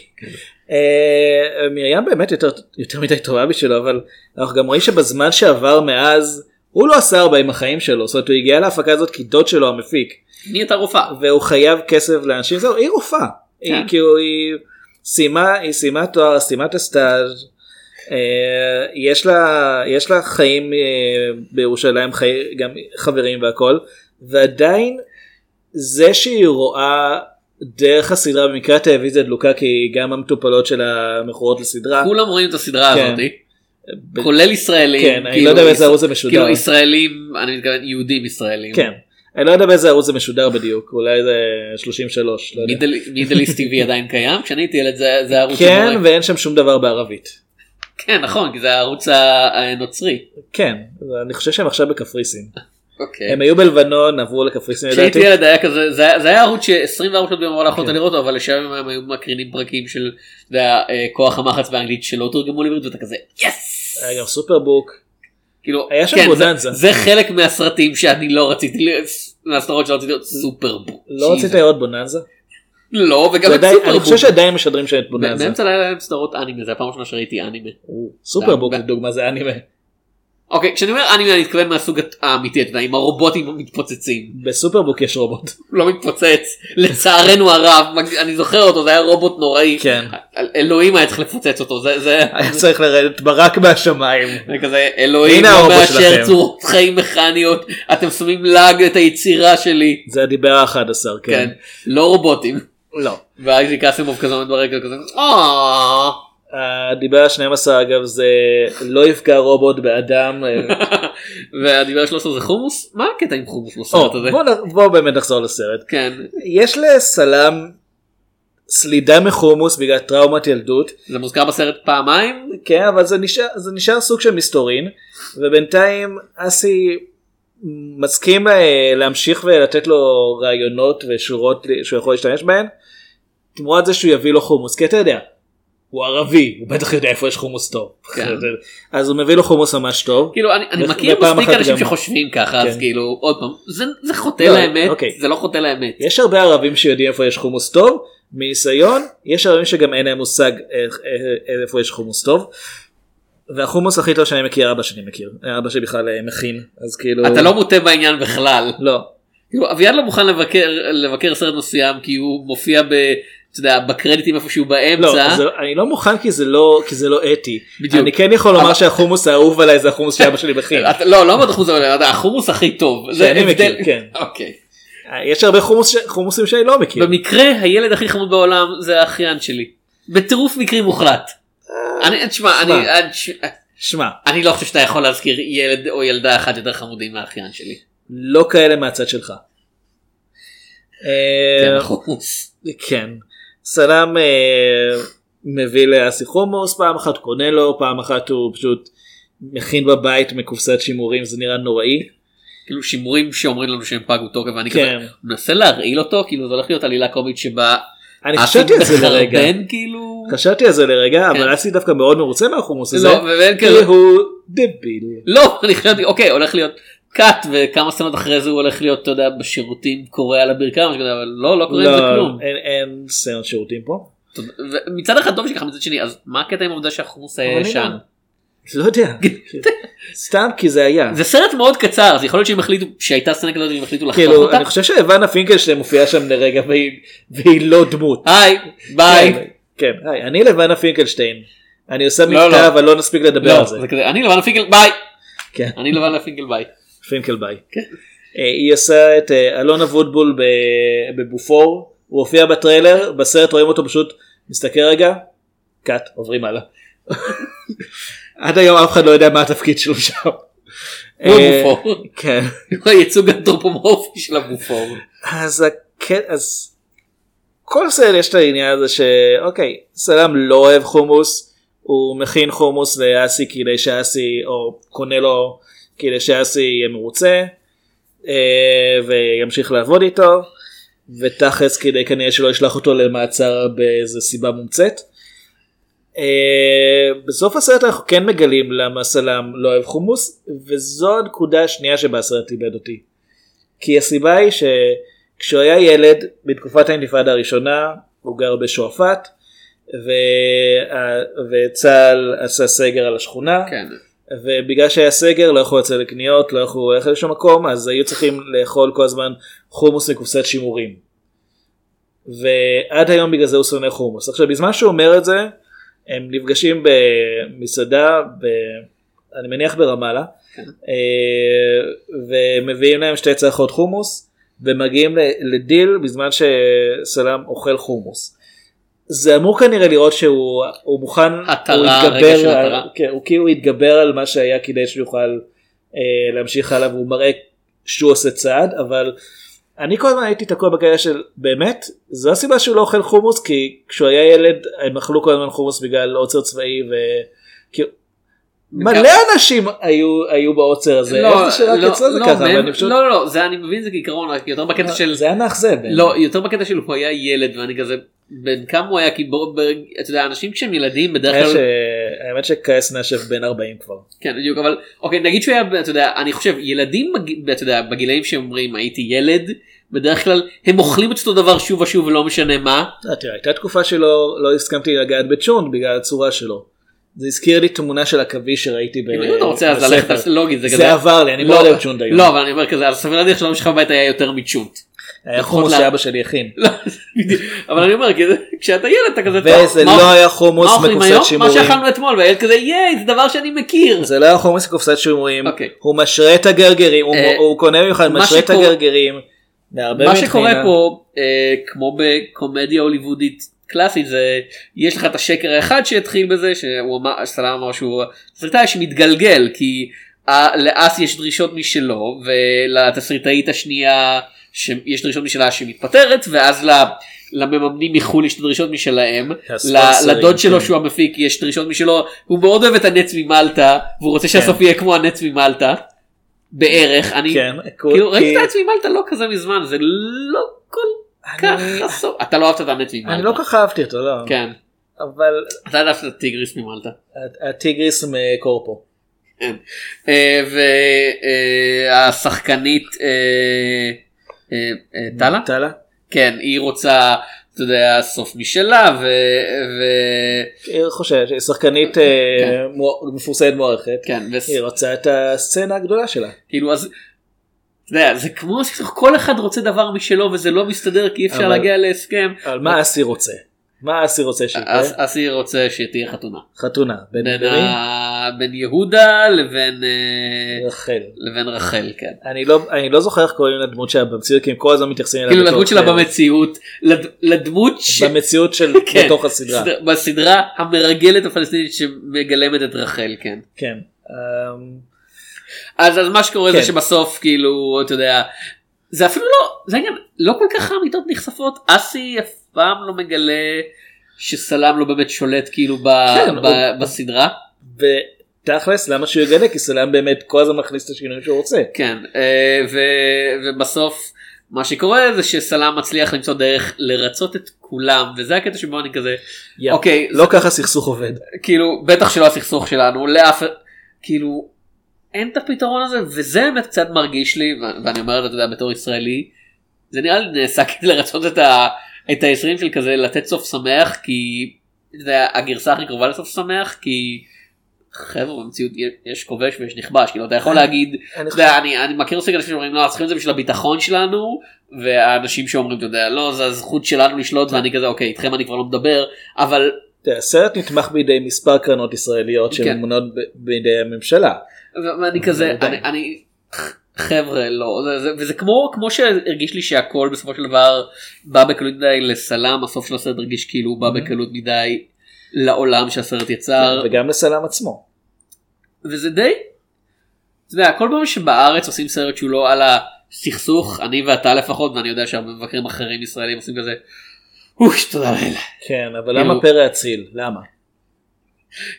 Speaker 3: אה, מרים באמת יותר, יותר מדי טובה בשבילו אבל אנחנו גם רואים שבזמן שעבר מאז הוא לא עשה הרבה עם החיים שלו זאת אומרת הוא הגיע להפקה הזאת כי דוד שלו המפיק
Speaker 2: מי אתה רופאה?
Speaker 3: והוא חייב כסף לאנשים זהו היא רופאה
Speaker 2: כן.
Speaker 3: היא כאילו היא סיימה היא סיימה תואר סיימה את הסטאז' אה, יש לה יש לה חיים אה, בירושלים חי, גם חברים והכל ועדיין זה שהיא רואה דרך הסדרה במקרה הטלוויזיה דלוקה כי גם המטופלות שלה מכורות לסדרה.
Speaker 2: כולם רואים את הסדרה
Speaker 3: כן.
Speaker 2: הזאתי. כולל ישראלים.
Speaker 3: כן, אני
Speaker 2: כאילו,
Speaker 3: לא יודע באיזה
Speaker 2: יש-
Speaker 3: ערוץ זה משודר.
Speaker 2: כאילו ישראלים, אני מתכוון יהודים ישראלים.
Speaker 3: כן. אני לא יודע באיזה ערוץ זה משודר בדיוק אולי זה 33. לא יודע.
Speaker 2: מידליסט TV עדיין קיים? כשאני הייתי ילד זה זה הערוץ
Speaker 3: כן
Speaker 2: המורק.
Speaker 3: ואין שם שום דבר בערבית.
Speaker 2: כן, נכון, כי זה הערוץ ה- הנוצרי.
Speaker 3: כן אני חושב שהם עכשיו בקפריסין.
Speaker 2: אוקיי.
Speaker 3: הם היו בלבנון עברו לקפריסין
Speaker 2: כשהייתי
Speaker 3: לדעתי. כן.
Speaker 2: ילד היה כזה, זה היה- זה היה ערוץ ש24 שעות ביום לא יכולת לראות אותו, אבל לשם הם היו מקרינים פרקים של אתה יודע, אה, כוח המחץ באנגלית שלא תורגמו לעברית ואתה כזה יס!
Speaker 3: היה גם סופרבוק.
Speaker 2: כאילו,
Speaker 3: היה שם
Speaker 2: כן, זה-
Speaker 3: בוננזה.
Speaker 2: זה חלק מהסרטים שאני לא רציתי, ל- מהסדרות שלא רציתי להיות סופרבוק.
Speaker 3: לא רצית לראות בוננזה?
Speaker 2: לא, וגם
Speaker 3: זה
Speaker 2: את
Speaker 3: עדיין- אני
Speaker 2: סופרבוק.
Speaker 3: חושב שעדיין משדרים שם את בוננזה.
Speaker 2: באמצע הלילה היה סדרות אנימה, זה הפעם הראשונה שראיתי אנימה.
Speaker 3: סופרבוק
Speaker 2: ב-
Speaker 3: לדוגמה זה אנימה.
Speaker 2: אוקיי, כשאני אומר אנימה אני מתכוון מהסוג האמיתי, אתה יודע, עם הרובוטים מתפוצצים.
Speaker 3: בסופרבוק יש רובוט.
Speaker 2: לא מתפוצץ, לצערנו הרב, מג- אני זוכר אותו, זה היה רובוט נוראי.
Speaker 3: כן.
Speaker 2: אל- אלוהים היה צריך לפוצץ אותו, זה, זה,
Speaker 3: היה צריך לרדת ברק מהשמיים.
Speaker 2: זה כזה, אלוהים
Speaker 3: הנה
Speaker 2: לא
Speaker 3: הרובוט
Speaker 2: מאשר
Speaker 3: שלכם."
Speaker 2: צורות חיים מכניות, אתם שמים לאג את היצירה שלי.
Speaker 3: זה הדיבר האחד עשר
Speaker 2: כן.
Speaker 3: כן.
Speaker 2: לא רובוטים.
Speaker 3: לא.
Speaker 2: ואייזי קסימוב כזה עומד ברקע כזה, "אה."
Speaker 3: הדיבר השנים עשר אגב זה לא יפגע רובוט באדם. אה,
Speaker 2: והדיבר 13 זה חומוס? מה הקטע עם חומוס בסרט הזה?
Speaker 3: או, בוא נ- בוא באמת נחזור לסרט.
Speaker 2: כן,
Speaker 3: יש לסלאם סלידה מחומוס בגלל טראומת ילדות.
Speaker 2: זה מוזכר בסרט פעמיים?
Speaker 3: כן אבל זה נשאר, זה נשאר סוג של מסתורין ובינתיים אסי מסכים אה, להמשיך ולתת לו רעיונות ושורות ל- שהוא יכול להשתמש בהן תמורת זה שהוא יביא לו חומוס כי אתה יודע הוא ערבי הוא בטח יודע איפה יש חומוס טוב
Speaker 2: כן.
Speaker 3: אז הוא מביא לו חומוס ממש טוב
Speaker 2: כאילו אני, אני
Speaker 3: ו-
Speaker 2: מכיר
Speaker 3: ופעם
Speaker 2: מספיק
Speaker 3: אחת
Speaker 2: אנשים
Speaker 3: גם-
Speaker 2: שחושבים ככה אז
Speaker 3: כן.
Speaker 2: כאילו עוד פעם זה, זה חוטא
Speaker 3: לא,
Speaker 2: לאמת
Speaker 3: אוקיי.
Speaker 2: זה לא חוטא לאמת
Speaker 3: יש הרבה ערבים שיודעים איפה יש חומוס טוב מניסיון יש ערבים שגם אין להם מושג איך- איך- איפה יש חומוס טוב. והחומוס הכי טוב שאני מכיר אבא שלי מכיר אבא שלי בכלל אה, מכין אז כאילו
Speaker 2: אתה לא מוטה בעניין בכלל
Speaker 3: לא
Speaker 2: כאילו, אביעד לא מוכן לבקר לבקר סרט מסוים כי הוא מופיע ב, אתה יודע, בקרדיטים איפשהו
Speaker 3: לא,
Speaker 2: באמצע
Speaker 3: זה, אני לא מוכן כי זה לא, כי זה לא אתי.
Speaker 2: בדיוק.
Speaker 3: אני כן יכול לומר
Speaker 2: אבל-
Speaker 3: שהחומוס האהוב עליי זה החומוס שאבא שלי מכין.
Speaker 2: אתה, לא לא אמרת חומוס אבל אתה יודע, החומוס הכי טוב זה
Speaker 3: שאני
Speaker 2: הבדל-
Speaker 3: מכיר, כן.
Speaker 2: אוקיי.
Speaker 3: יש הרבה חומוס, ש- חומוסים שאני לא מכיר.
Speaker 2: במקרה הילד הכי חמוד בעולם זה האחיין שלי בטירוף מקרים מוחלט. אני תשמע אני,
Speaker 3: אה, שמע.
Speaker 2: אני- ש-
Speaker 3: שמע,
Speaker 2: אני לא חושב שאתה יכול להזכיר ילד או ילדה אחת יותר חמודים מהאחיין שלי.
Speaker 3: לא כאלה מהצד שלך. אה,
Speaker 2: כן, חומוס.
Speaker 3: כן. סלאם אה, מביא לאסי חומוס, פעם אחת קונה לו, פעם אחת הוא פשוט מכין בבית מקופסת שימורים, זה נראה נוראי.
Speaker 2: כאילו שימורים שאומרים לנו שהם פגו תוקף ואני כזה
Speaker 3: כן.
Speaker 2: מנסה להרעיל אותו כאילו זה הולך להיות עלילה קומית שבה
Speaker 3: אני
Speaker 2: אסי
Speaker 3: חשבתי על זה לרגע.
Speaker 2: מחרבן, כאילו
Speaker 3: חשבתי על זה לרגע,
Speaker 2: כן.
Speaker 3: אבל אסי דווקא מאוד מרוצה מהחומוס הזה.
Speaker 2: לא ואין
Speaker 3: כי
Speaker 2: כזה
Speaker 3: הוא דביל.
Speaker 2: לא אני חשבתי אוקיי הולך להיות קאט וכמה סצנות אחרי זה הוא הולך להיות אתה יודע בשירותים קורע על הברכיים משהו כזה, אבל לא לא קורה עם זה
Speaker 3: לא,
Speaker 2: כלום.
Speaker 3: אין, אין סצנות שירותים פה.
Speaker 2: ו- מצד אחד טוב שככה מצד שני אז מה הקטע עם העובדה שהחומוס היה
Speaker 3: אבל אני
Speaker 2: ישן
Speaker 3: גם- לא יודע. סתם כי זה היה.
Speaker 2: זה לא סרט מאוד קצר אז יכול להיות שהם החליטו שהייתה סצנה כזאת והם החליטו לחתוך
Speaker 3: כאילו,
Speaker 2: אותה.
Speaker 3: אני חושב שהבנה פינקלשטיין מופיעה שם לרגע והיא, והיא לא דמות.
Speaker 2: היי ביי.
Speaker 3: כן, כן, היי, אני לבנה פינקלשטיין. אני עושה
Speaker 2: לא,
Speaker 3: מבטא
Speaker 2: לא.
Speaker 3: אבל לא נספיק לדבר
Speaker 2: לא,
Speaker 3: על זה.
Speaker 2: זה כזה, אני לבנה פינקל ביי.
Speaker 3: כן,
Speaker 2: אני לבנה פינקל ביי.
Speaker 3: פינקל ביי.
Speaker 2: כן.
Speaker 3: אה, היא עושה את אה, אלון אבוטבול ב- בבופור, הוא הופיע בטריילר, בסרט רואים אותו פשוט מסתכל רגע, קאט, עוברים הלאה. עד היום אף אחד לא יודע מה התפקיד שלו שם.
Speaker 2: הוא
Speaker 3: אה,
Speaker 2: הבופור.
Speaker 3: כן.
Speaker 2: הייצוג האנתרופומורפי של הבופור.
Speaker 3: אז הקט... אז כל סרט יש את העניין הזה שאוקיי, סלאם לא אוהב חומוס, הוא מכין חומוס לאסי כדי שאסי, או קונה לו כדי שאסי יהיה מרוצה, אה, וימשיך לעבוד איתו, ותכלס כדי כנראה שלא ישלח אותו למעצר באיזה סיבה מומצאת. אה, בסוף הסרט אנחנו כן מגלים למה סלאם לא אוהב חומוס, וזו הנקודה השנייה שבה הסרט איבד אותי. כי הסיבה היא שכשהוא היה ילד בתקופת האינתיפאדה הראשונה הוא גר בשועפאט וה... וצה"ל עשה סגר על השכונה
Speaker 2: כן.
Speaker 3: ובגלל שהיה סגר לא יכלו לצאת לקניות לא יכלו ללכת לשום מקום אז היו צריכים לאכול כל הזמן חומוס מקופסת שימורים. ועד היום בגלל זה הוא שונא חומוס. עכשיו בזמן שהוא אומר את זה הם נפגשים במסעדה ב... אני מניח ברמאללה אה, ומביאים להם שתי צלחות חומוס ומגיעים ל- לדיל בזמן שסלאם אוכל חומוס. זה אמור כנראה לראות שהוא הוא מוכן, הוא
Speaker 2: התרה, רגע של
Speaker 3: התגבר, על,
Speaker 2: התרה.
Speaker 3: כן, הוא כאילו התגבר על מה שהיה כדי שהוא יוכל אה, להמשיך הלאה והוא מראה שהוא עושה צעד אבל אני כל הזמן הייתי תקוע בקטע של באמת זו הסיבה שהוא לא אוכל חומוס כי כשהוא היה ילד הם אכלו כל הזמן חומוס בגלל עוצר צבאי וכאילו מלא אנשים היו היו בעוצר הזה
Speaker 2: לא,
Speaker 3: איך זה שרק
Speaker 2: לא,
Speaker 3: אצלו זה
Speaker 2: לא,
Speaker 3: ככה אבל
Speaker 2: מהם-
Speaker 3: אני פשוט
Speaker 2: לא, לא, לא, זה אני מבין זה כעיקרון, רק יותר בקטע של...
Speaker 3: זה היה מאכזב.
Speaker 2: לא, יותר בקטע של הוא היה ילד ואני כזה, בן כמה הוא היה, כי בוא, ב- אתה יודע, אנשים כשהם ילדים בדרך
Speaker 3: האמת
Speaker 2: כלל...
Speaker 3: אה, ש- האמת שכעס נשף בן 40 כבר. לא
Speaker 2: כן בדיוק אבל אוקיי נגיד שהוא היה אתה יודע אני חושב ילדים בג- אתה יודע בגילאים שאומרים הייתי ילד בדרך כלל הם אוכלים את אותו דבר שוב ושוב ולא משנה מה
Speaker 3: אה, תראה, הייתה תקופה שלא לא הסכמתי לגעת בצ'ונט בגלל הצורה שלו. זה הזכיר לי תמונה של עכביש שראיתי ב-
Speaker 2: אם אתה רוצה אז ללכת
Speaker 3: בספר.
Speaker 2: אז לוגית זה כזה
Speaker 3: אה, זה עבר לי, אני
Speaker 2: לא,
Speaker 3: מאוד אוהב צ'ונט היום.
Speaker 2: לא אבל אני אומר כזה אז סביר להניח שלא שלך בבית היה יותר מצ'ונט.
Speaker 3: היה
Speaker 2: לפחות
Speaker 3: חומוס
Speaker 2: לה-
Speaker 3: שאבא שלי הכין.
Speaker 2: לא, בדיוק. אבל אני אומר כזה, כשאתה ילד אתה כזה "טוב,
Speaker 3: וזה
Speaker 2: מה-
Speaker 3: לא היה
Speaker 2: מה
Speaker 3: חומוס
Speaker 2: אוכלים
Speaker 3: מקופסת
Speaker 2: היום מה
Speaker 3: שימורים.
Speaker 2: שאכלנו אתמול והילד כזה ייי זה דבר שאני מכיר.
Speaker 3: זה לא היה חומוס מקופסת שימורים.
Speaker 2: אוקיי.
Speaker 3: הוא משרה את הגרגרים, הוא-
Speaker 2: אה,
Speaker 3: הוא קונה במיוחד,
Speaker 2: מה
Speaker 3: משרה את
Speaker 2: שקורה-
Speaker 3: הגרגרים. מהרבה
Speaker 2: מה
Speaker 3: מטחינה.
Speaker 2: שקורה פה אה, כמו בקומדיה הוליוודית קלאסית זה יש לך את השקר האחד שהתחיל בזה שהוא אמר סלאם אמר שהוא סרטאי שמתגלגל כי אה, לאס יש דרישות משלו ולתסריטאית השנייה שיש דרישות משלה שמתפטרת ואז ל... למממנים מחו"ל יש דרישות משלהם, ל-
Speaker 3: הספונסרים,
Speaker 2: לדוד שלו
Speaker 3: כן.
Speaker 2: שהוא המפיק יש דרישות משלו, הוא מאוד אוהב את הנץ ממלטה והוא
Speaker 3: כן.
Speaker 2: רוצה שהסוף יהיה כמו הנץ ממלטה, בערך, אני
Speaker 3: כן,
Speaker 2: כאילו
Speaker 3: כי-
Speaker 2: ראיתי את עצמי מלטה לא כזה מזמן זה לא כל כך
Speaker 3: אני-
Speaker 2: חסום אתה לא אהבת את האמת ממלטה.
Speaker 3: אני לא כל כך אהבתי אותו, לא.
Speaker 2: כן.
Speaker 3: אבל
Speaker 2: אתה אהבת את הטיגריס ממלטה.
Speaker 3: הטיגריס מקורפו.
Speaker 2: אה, והשחקנית אה, טלה?
Speaker 3: טלה?
Speaker 2: כן היא רוצה אתה יודע סוף משלה ו- ו-
Speaker 3: היא חושבת, היא שחקנית אה, מוע- מפורסמת מוערכת.
Speaker 2: כן, וס-
Speaker 3: היא רוצה את הסצנה הגדולה שלה.
Speaker 2: כאילו אז. אתה יודע, זה כמו שכל אחד רוצה דבר משלו וזה לא מסתדר כי אי אפשר
Speaker 3: אבל-
Speaker 2: להגיע להסכם
Speaker 3: אבל מה אסי רוצה? מה אסי רוצה שיקרה?
Speaker 2: אוקיי. אז אסי רוצה שתהיה חתונה
Speaker 3: חתונה. בן
Speaker 2: בין
Speaker 3: ברי?
Speaker 2: ה- בין יהודה לבין אה,
Speaker 3: רחל.
Speaker 2: לבין רחל כן.
Speaker 3: אני לא, אני לא זוכר איך קוראים לדמות שלה במציאות כי הם כל הזמן מתייחסים אליה
Speaker 2: כאילו
Speaker 3: בתור
Speaker 2: לדמות שלה
Speaker 3: אחרת.
Speaker 2: במציאות לד- לדמות ש-
Speaker 3: במציאות של
Speaker 2: כן,
Speaker 3: בתוך הסדרה
Speaker 2: סדר- בסדרה המרגלת הפלסטינית שמגלמת את רחל כן
Speaker 3: כן. אמ,
Speaker 2: אז אז מה שקורה זה
Speaker 3: כן.
Speaker 2: שבסוף כאילו אתה יודע זה אפילו לא זה גם לא כל כך האמיתות נחשפות אסי אף פעם לא מגלה שסלאם לא באמת שולט כאילו ב-
Speaker 3: כן,
Speaker 2: ב-
Speaker 3: הוא-
Speaker 2: בסדרה
Speaker 3: ותכלס למה שהוא יגלה כי סלאם באמת כל הזמן מכניס את השינויים שהוא רוצה.
Speaker 2: כן, אה, ו- ובסוף מה שקורה זה שסלאם מצליח למצוא דרך לרצות את כולם וזה הקטע שבו אני כזה
Speaker 3: יא,
Speaker 2: אוקיי
Speaker 3: לא ככה סכסוך עובד.
Speaker 2: כאילו בטח שלא הסכסוך שלנו לאף כאילו אין את הפתרון הזה וזה באמת קצת מרגיש לי ו- ואני אומר את זה אתה יודע בתור ישראלי זה נראה לי נעשה כדי לרצות את ה... את ה-20 של כזה לתת סוף שמח כי זה הגרסה הכי קרובה לסוף שמח כי חבר'ה במציאות יש כובש ויש נכבש כאילו אתה יכול להגיד
Speaker 3: אני
Speaker 2: אתה יודע, אני, אני מכיר סגל אנשים שאומרים לא צריכים את זה בשביל הביטחון שלנו והאנשים שאומרים אתה יודע לא זה הזכות שלנו לשלוט ואני כזה אוקיי איתכם אני כבר לא מדבר אבל
Speaker 3: תראה, הסרט נתמך בידי מספר קרנות ישראליות
Speaker 2: כן.
Speaker 3: שממונות ב- בידי הממשלה.
Speaker 2: ו- ואני כזה
Speaker 3: די.
Speaker 2: אני, אני ח- חבר'ה לא זה, זה, וזה כמו כמו שהרגיש לי שהכל בסופו של דבר בא בקלות מדי לסלם הסוף של הסרט הרגיש כאילו הוא בא בקלות מדי לעולם שהסרט יצר
Speaker 3: וגם לסלאם עצמו.
Speaker 2: וזה די. אתה יודע, כל פעם שבארץ עושים סרט שהוא לא על הסכסוך, אני ואתה לפחות, ואני יודע שהרבה מבקרים אחרים ישראלים עושים כזה, אוש, תודה לאל.
Speaker 3: כן, אבל
Speaker 2: כאילו-
Speaker 3: למה פרא אציל? למה?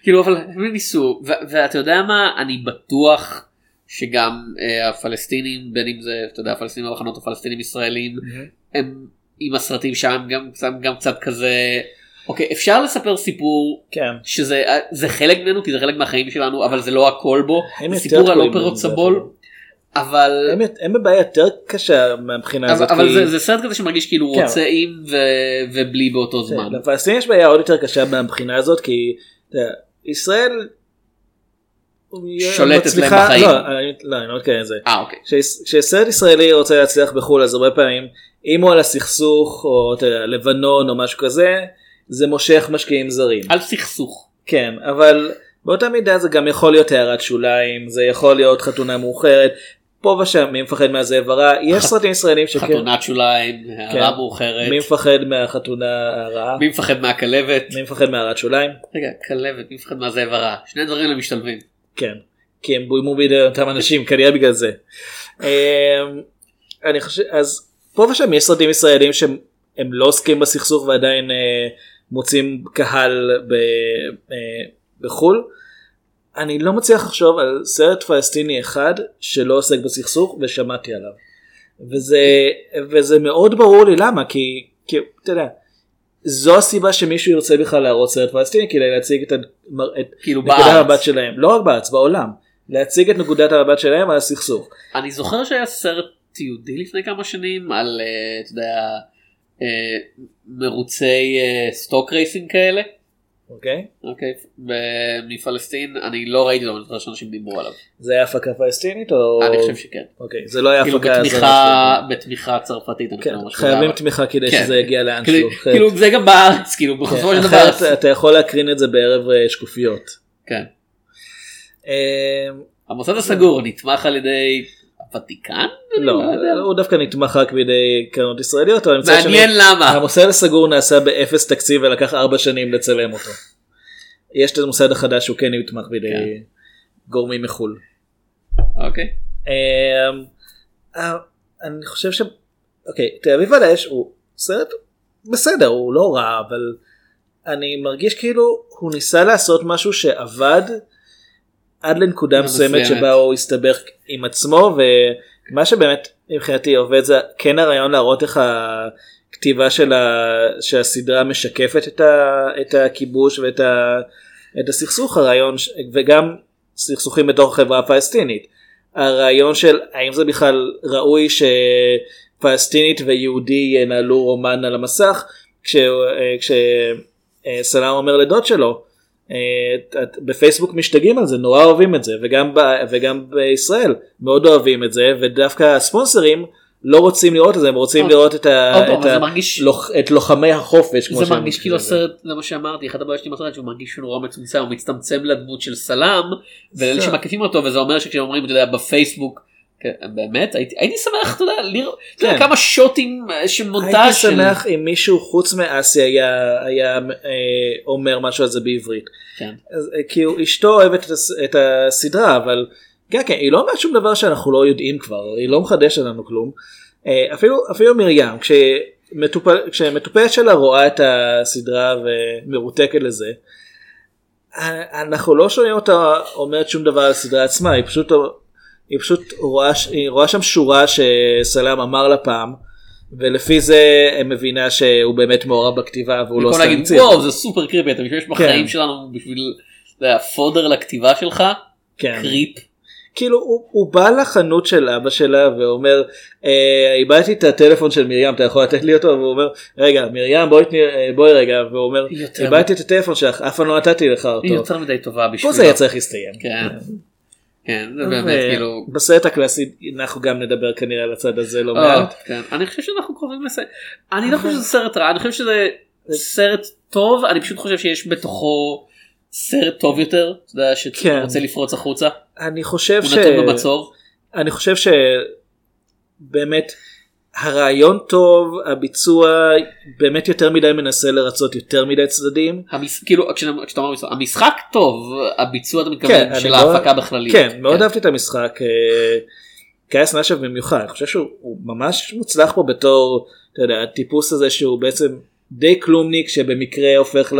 Speaker 2: כאילו, אבל הם ניסו, ו- ואתה יודע מה, אני בטוח שגם אה, הפלסטינים, בין אם זה, אתה יודע, הפלסטינים במחנות הפלסטינים ישראלים, הם עם הסרטים שם, הם גם, גם, גם קצת כזה, אוקיי, אפשר לספר סיפור.
Speaker 3: כן.
Speaker 2: שזה אה, זה חלק ממנו כי זה חלק מהחיים שלנו אבל זה לא הכל בו
Speaker 3: הם
Speaker 2: זה
Speaker 3: יותר
Speaker 2: סיפור על
Speaker 3: גרועים
Speaker 2: אופרות
Speaker 3: מזה
Speaker 2: סבול
Speaker 3: אפילו.
Speaker 2: אבל
Speaker 3: הם, הם בבעיה יותר קשה מהבחינה
Speaker 2: אבל,
Speaker 3: הזאת.
Speaker 2: אבל
Speaker 3: כי-
Speaker 2: זה, זה סרט כזה שמרגיש כאילו הוא
Speaker 3: אה, כן.
Speaker 2: רוצה עם ו, ובלי באותו
Speaker 3: כן,
Speaker 2: זמן.
Speaker 3: לפלסטינים יש בעיה עוד יותר קשה מהבחינה הזאת כי אתה יודע, ישראל
Speaker 2: שולטת
Speaker 3: מצליחה-
Speaker 2: להם בחיים.
Speaker 3: לא, אני לא, אני לא מתכוון לזה.
Speaker 2: אה אוקיי.
Speaker 3: כש- כשסרט ישראלי רוצה להצליח בחו"ל אז הרבה פעמים אם הוא על הסכסוך או אתה יודע, לבנון או משהו כזה זה מושך משקיעים זרים.
Speaker 2: על סכסוך.
Speaker 3: כן, אבל באותה מידה זה גם יכול להיות הערת שוליים, זה יכול להיות חתונה מאוחרת. פה ושם מי מפחד מהזאב הרע יש סרטים ישראלים שכן כן.
Speaker 2: חתונת שוליים, הערה מאוחרת,
Speaker 3: מי מפחד מהחתונה הרעה
Speaker 2: מי מפחד מהכלבת,
Speaker 3: מי מפחד מהרעת שוליים
Speaker 2: רגע, כלבת, מי מפחד מהזאב הרע, שני הדברים האלה משתלבים.
Speaker 3: כן כי הם בוימו בידי אותם אנשים כנראה בגלל זה. אמ, אני חושב אז פה ושם יש סרטים ישראלים שהם הם לא עוסקים בסכסוך ועדיין אה, מוצאים קהל ב, אה, בחו"ל. אני לא מצליח לחשוב על סרט פלסטיני אחד שלא עוסק בסכסוך ושמעתי עליו. וזה וזה מאוד ברור לי למה כי כי אתה יודע. זו הסיבה שמישהו ירצה בכלל להראות סרט פלסטיני כדי להציג את, הד- את
Speaker 2: כאילו
Speaker 3: נקודת
Speaker 2: בארץ.
Speaker 3: המבט שלהם לא רק בארץ בעולם להציג את נקודת המבט שלהם על הסכסוך
Speaker 2: אני זוכר שהיה סרט תיעודי לפני כמה שנים על, אה, אתה יודע, אה, מרוצי אה, סטוק רייסינג כאלה,
Speaker 3: אוקיי
Speaker 2: אוקיי, ב- מפלסטין, אני לא ראיתי אותו, אבל אני זוכר שאנשים דיברו עליו,
Speaker 3: זה היה הפקה פלסטינית או
Speaker 2: אני חושב שכן.
Speaker 3: אוקיי זה לא היה
Speaker 2: כאילו
Speaker 3: הפקה
Speaker 2: בתמיכה, בתמיכה צרפתית, אני
Speaker 3: כן,
Speaker 2: חושב, ממש
Speaker 3: חייבים
Speaker 2: תודה.
Speaker 3: תמיכה כדי
Speaker 2: כן.
Speaker 3: שזה יגיע לאנשהו
Speaker 2: כאילו-
Speaker 3: אחרת-
Speaker 2: כאילו זה גם בארץ, כאילו בסופו
Speaker 3: כן,
Speaker 2: של דבר,
Speaker 3: אחרת אתה יכול להקרין את זה בערב אה, שקופיות.
Speaker 2: כן.
Speaker 3: אה,
Speaker 2: המוסד הסגור נתמך על ידי הוותיקן?
Speaker 3: לא, הוא דווקא נתמך רק בידי קרנות ישראליות, אבל מצד שני,
Speaker 2: מעניין למה.
Speaker 3: המוסד הסגור נעשה באפס תקציב ולקח ארבע שנים לצלם אותו. יש את המוסד החדש שהוא כן נתמך בידי
Speaker 2: כן.
Speaker 3: גורמים מחו"ל. אה,
Speaker 2: אוקיי.
Speaker 3: אמ, אה, אני חושב ש... אוקיי, תל אביב על האש הוא סרט בסדר, הוא לא רע, אבל אני מרגיש כאילו הוא ניסה לעשות משהו שעבד עד לנקודה מסוימת
Speaker 2: מסוימת.
Speaker 3: שבה הוא הסתבך עם עצמו, ומה שבאמת מבחינתי עובד זה כן הרעיון להראות איך הכתיבה של, ה... של הסדרה משקפת את, ה... את הכיבוש ואת ה... את הסכסוך הרעיון ש- וגם סכסוכים בתוך החברה הפלסטינית. הרעיון של האם זה בכלל ראוי שפלסטינית ויהודי ינהלו רומן על המסך אה, כשסלאם אומר לדוד שלו אה, את- את- בפייסבוק משתגעים על זה נורא אוהבים את זה וגם, ב, וגם בישראל מאוד אוהבים את זה ודווקא הספונסרים לא רוצים לראות את זה הם רוצים
Speaker 2: עוד-
Speaker 3: לראות את, ה,
Speaker 2: עוד פעם,
Speaker 3: אה, את,
Speaker 2: זה
Speaker 3: ה,
Speaker 2: מרגיש-
Speaker 3: לוח, את לוחמי החופש. כמו
Speaker 2: זה
Speaker 3: שהם
Speaker 2: מרגיש
Speaker 3: קוראים
Speaker 2: כאילו
Speaker 3: לזה.
Speaker 2: הסרט, זה מה שאמרתי, אחת הבעיות שלי עם הסרט שהוא מרגיש שהוא נורא מצומצם, הוא מצטמצם לדמות של סלאם, ואלה
Speaker 3: כן.
Speaker 2: שמקיפים אותו, וזה אומר שכשאומרים, אתה יודע, בפייסבוק, כן, באמת, הייתי הייתי שמח, אתה יודע, לראות, אתה יודע,
Speaker 3: כן.
Speaker 2: כמה שוטים אה, של מונטאז'
Speaker 3: הייתי
Speaker 2: של-
Speaker 3: שמח אם מישהו חוץ מאסיה היה, היה אה, אומר משהו על זה בעברית.
Speaker 2: כן.
Speaker 3: אז, אה, כי הוא- אשתו אוהבת את, הס- את הסדרה אבל כן כן היא לא אומרת שום דבר שאנחנו לא יודעים כבר היא לא מחדשת לנו כלום. אה, אפילו אפילו מרים כשמטופל, כשמטופלת שלה רואה את הסדרה ומרותקת לזה. אה, אנחנו לא שומעים אותה אומרת שום דבר על הסדרה עצמה היא פשוט היא פשוט רואה, ש- היא רואה שם שורה שסלאם אמר לה פעם ולפי זה היא מבינה שהוא באמת מעורב בכתיבה והוא לא
Speaker 2: במקום
Speaker 3: סתם כן.
Speaker 2: להגיד
Speaker 3: המציא את זה.
Speaker 2: וואו זה סופר קריפי אתה משתמש בחיים שלנו בשביל אתה יודע, פודר לכתיבה שלך
Speaker 3: כן.
Speaker 2: קריפ
Speaker 3: כאילו הוא, הוא בא לחנות של אבא שלה ואומר "אה, איבדתי את הטלפון של מרים אתה יכול לתת לי אותו והוא אומר רגע מרים בואי, תני- אה, בואי רגע והוא אומר
Speaker 2: יותר-
Speaker 3: איבדתי את הטלפון שלך אף פעם לא נתתי לך
Speaker 2: היא
Speaker 3: אותו.
Speaker 2: יותר מדי טובה בשבילו.
Speaker 3: פה זה היה צריך להסתיים.
Speaker 2: כן. כן זה באמת
Speaker 3: ו-
Speaker 2: כאילו.
Speaker 3: בסרט הקלאסי אנחנו גם נדבר כנראה על הצד הזה לא
Speaker 2: אה,
Speaker 3: מעט.
Speaker 2: כן. אני חושב שאנחנו קרובים לסרט. אני לא חושב שזה סרט רע אני חושב שזה סרט טוב אני פשוט חושב שיש בתוכו סרט טוב יותר אתה יודע
Speaker 3: כן.
Speaker 2: שרוצה לפרוץ החוצה
Speaker 3: אני חושב
Speaker 2: הוא
Speaker 3: ש...
Speaker 2: נתון במצור.
Speaker 3: אני חושב שבאמת הרעיון טוב הביצוע באמת יותר מדי מנסה לרצות יותר מדי צדדים.
Speaker 2: המש- כאילו כשאתה כשאתה אומר משחק, המשחק טוב הביצוע אתה
Speaker 3: כן,
Speaker 2: מתכוון
Speaker 3: אני
Speaker 2: של
Speaker 3: מאוד-
Speaker 2: ההפקה בכלליות.
Speaker 3: כן מאוד אהבתי את המשחק אה, קייס נשב במיוחד אני חושב שהוא הוא ממש מוצלח פה בתור אתה יודע הטיפוס הזה שהוא בעצם די כלומניק שבמקרה הופך ל...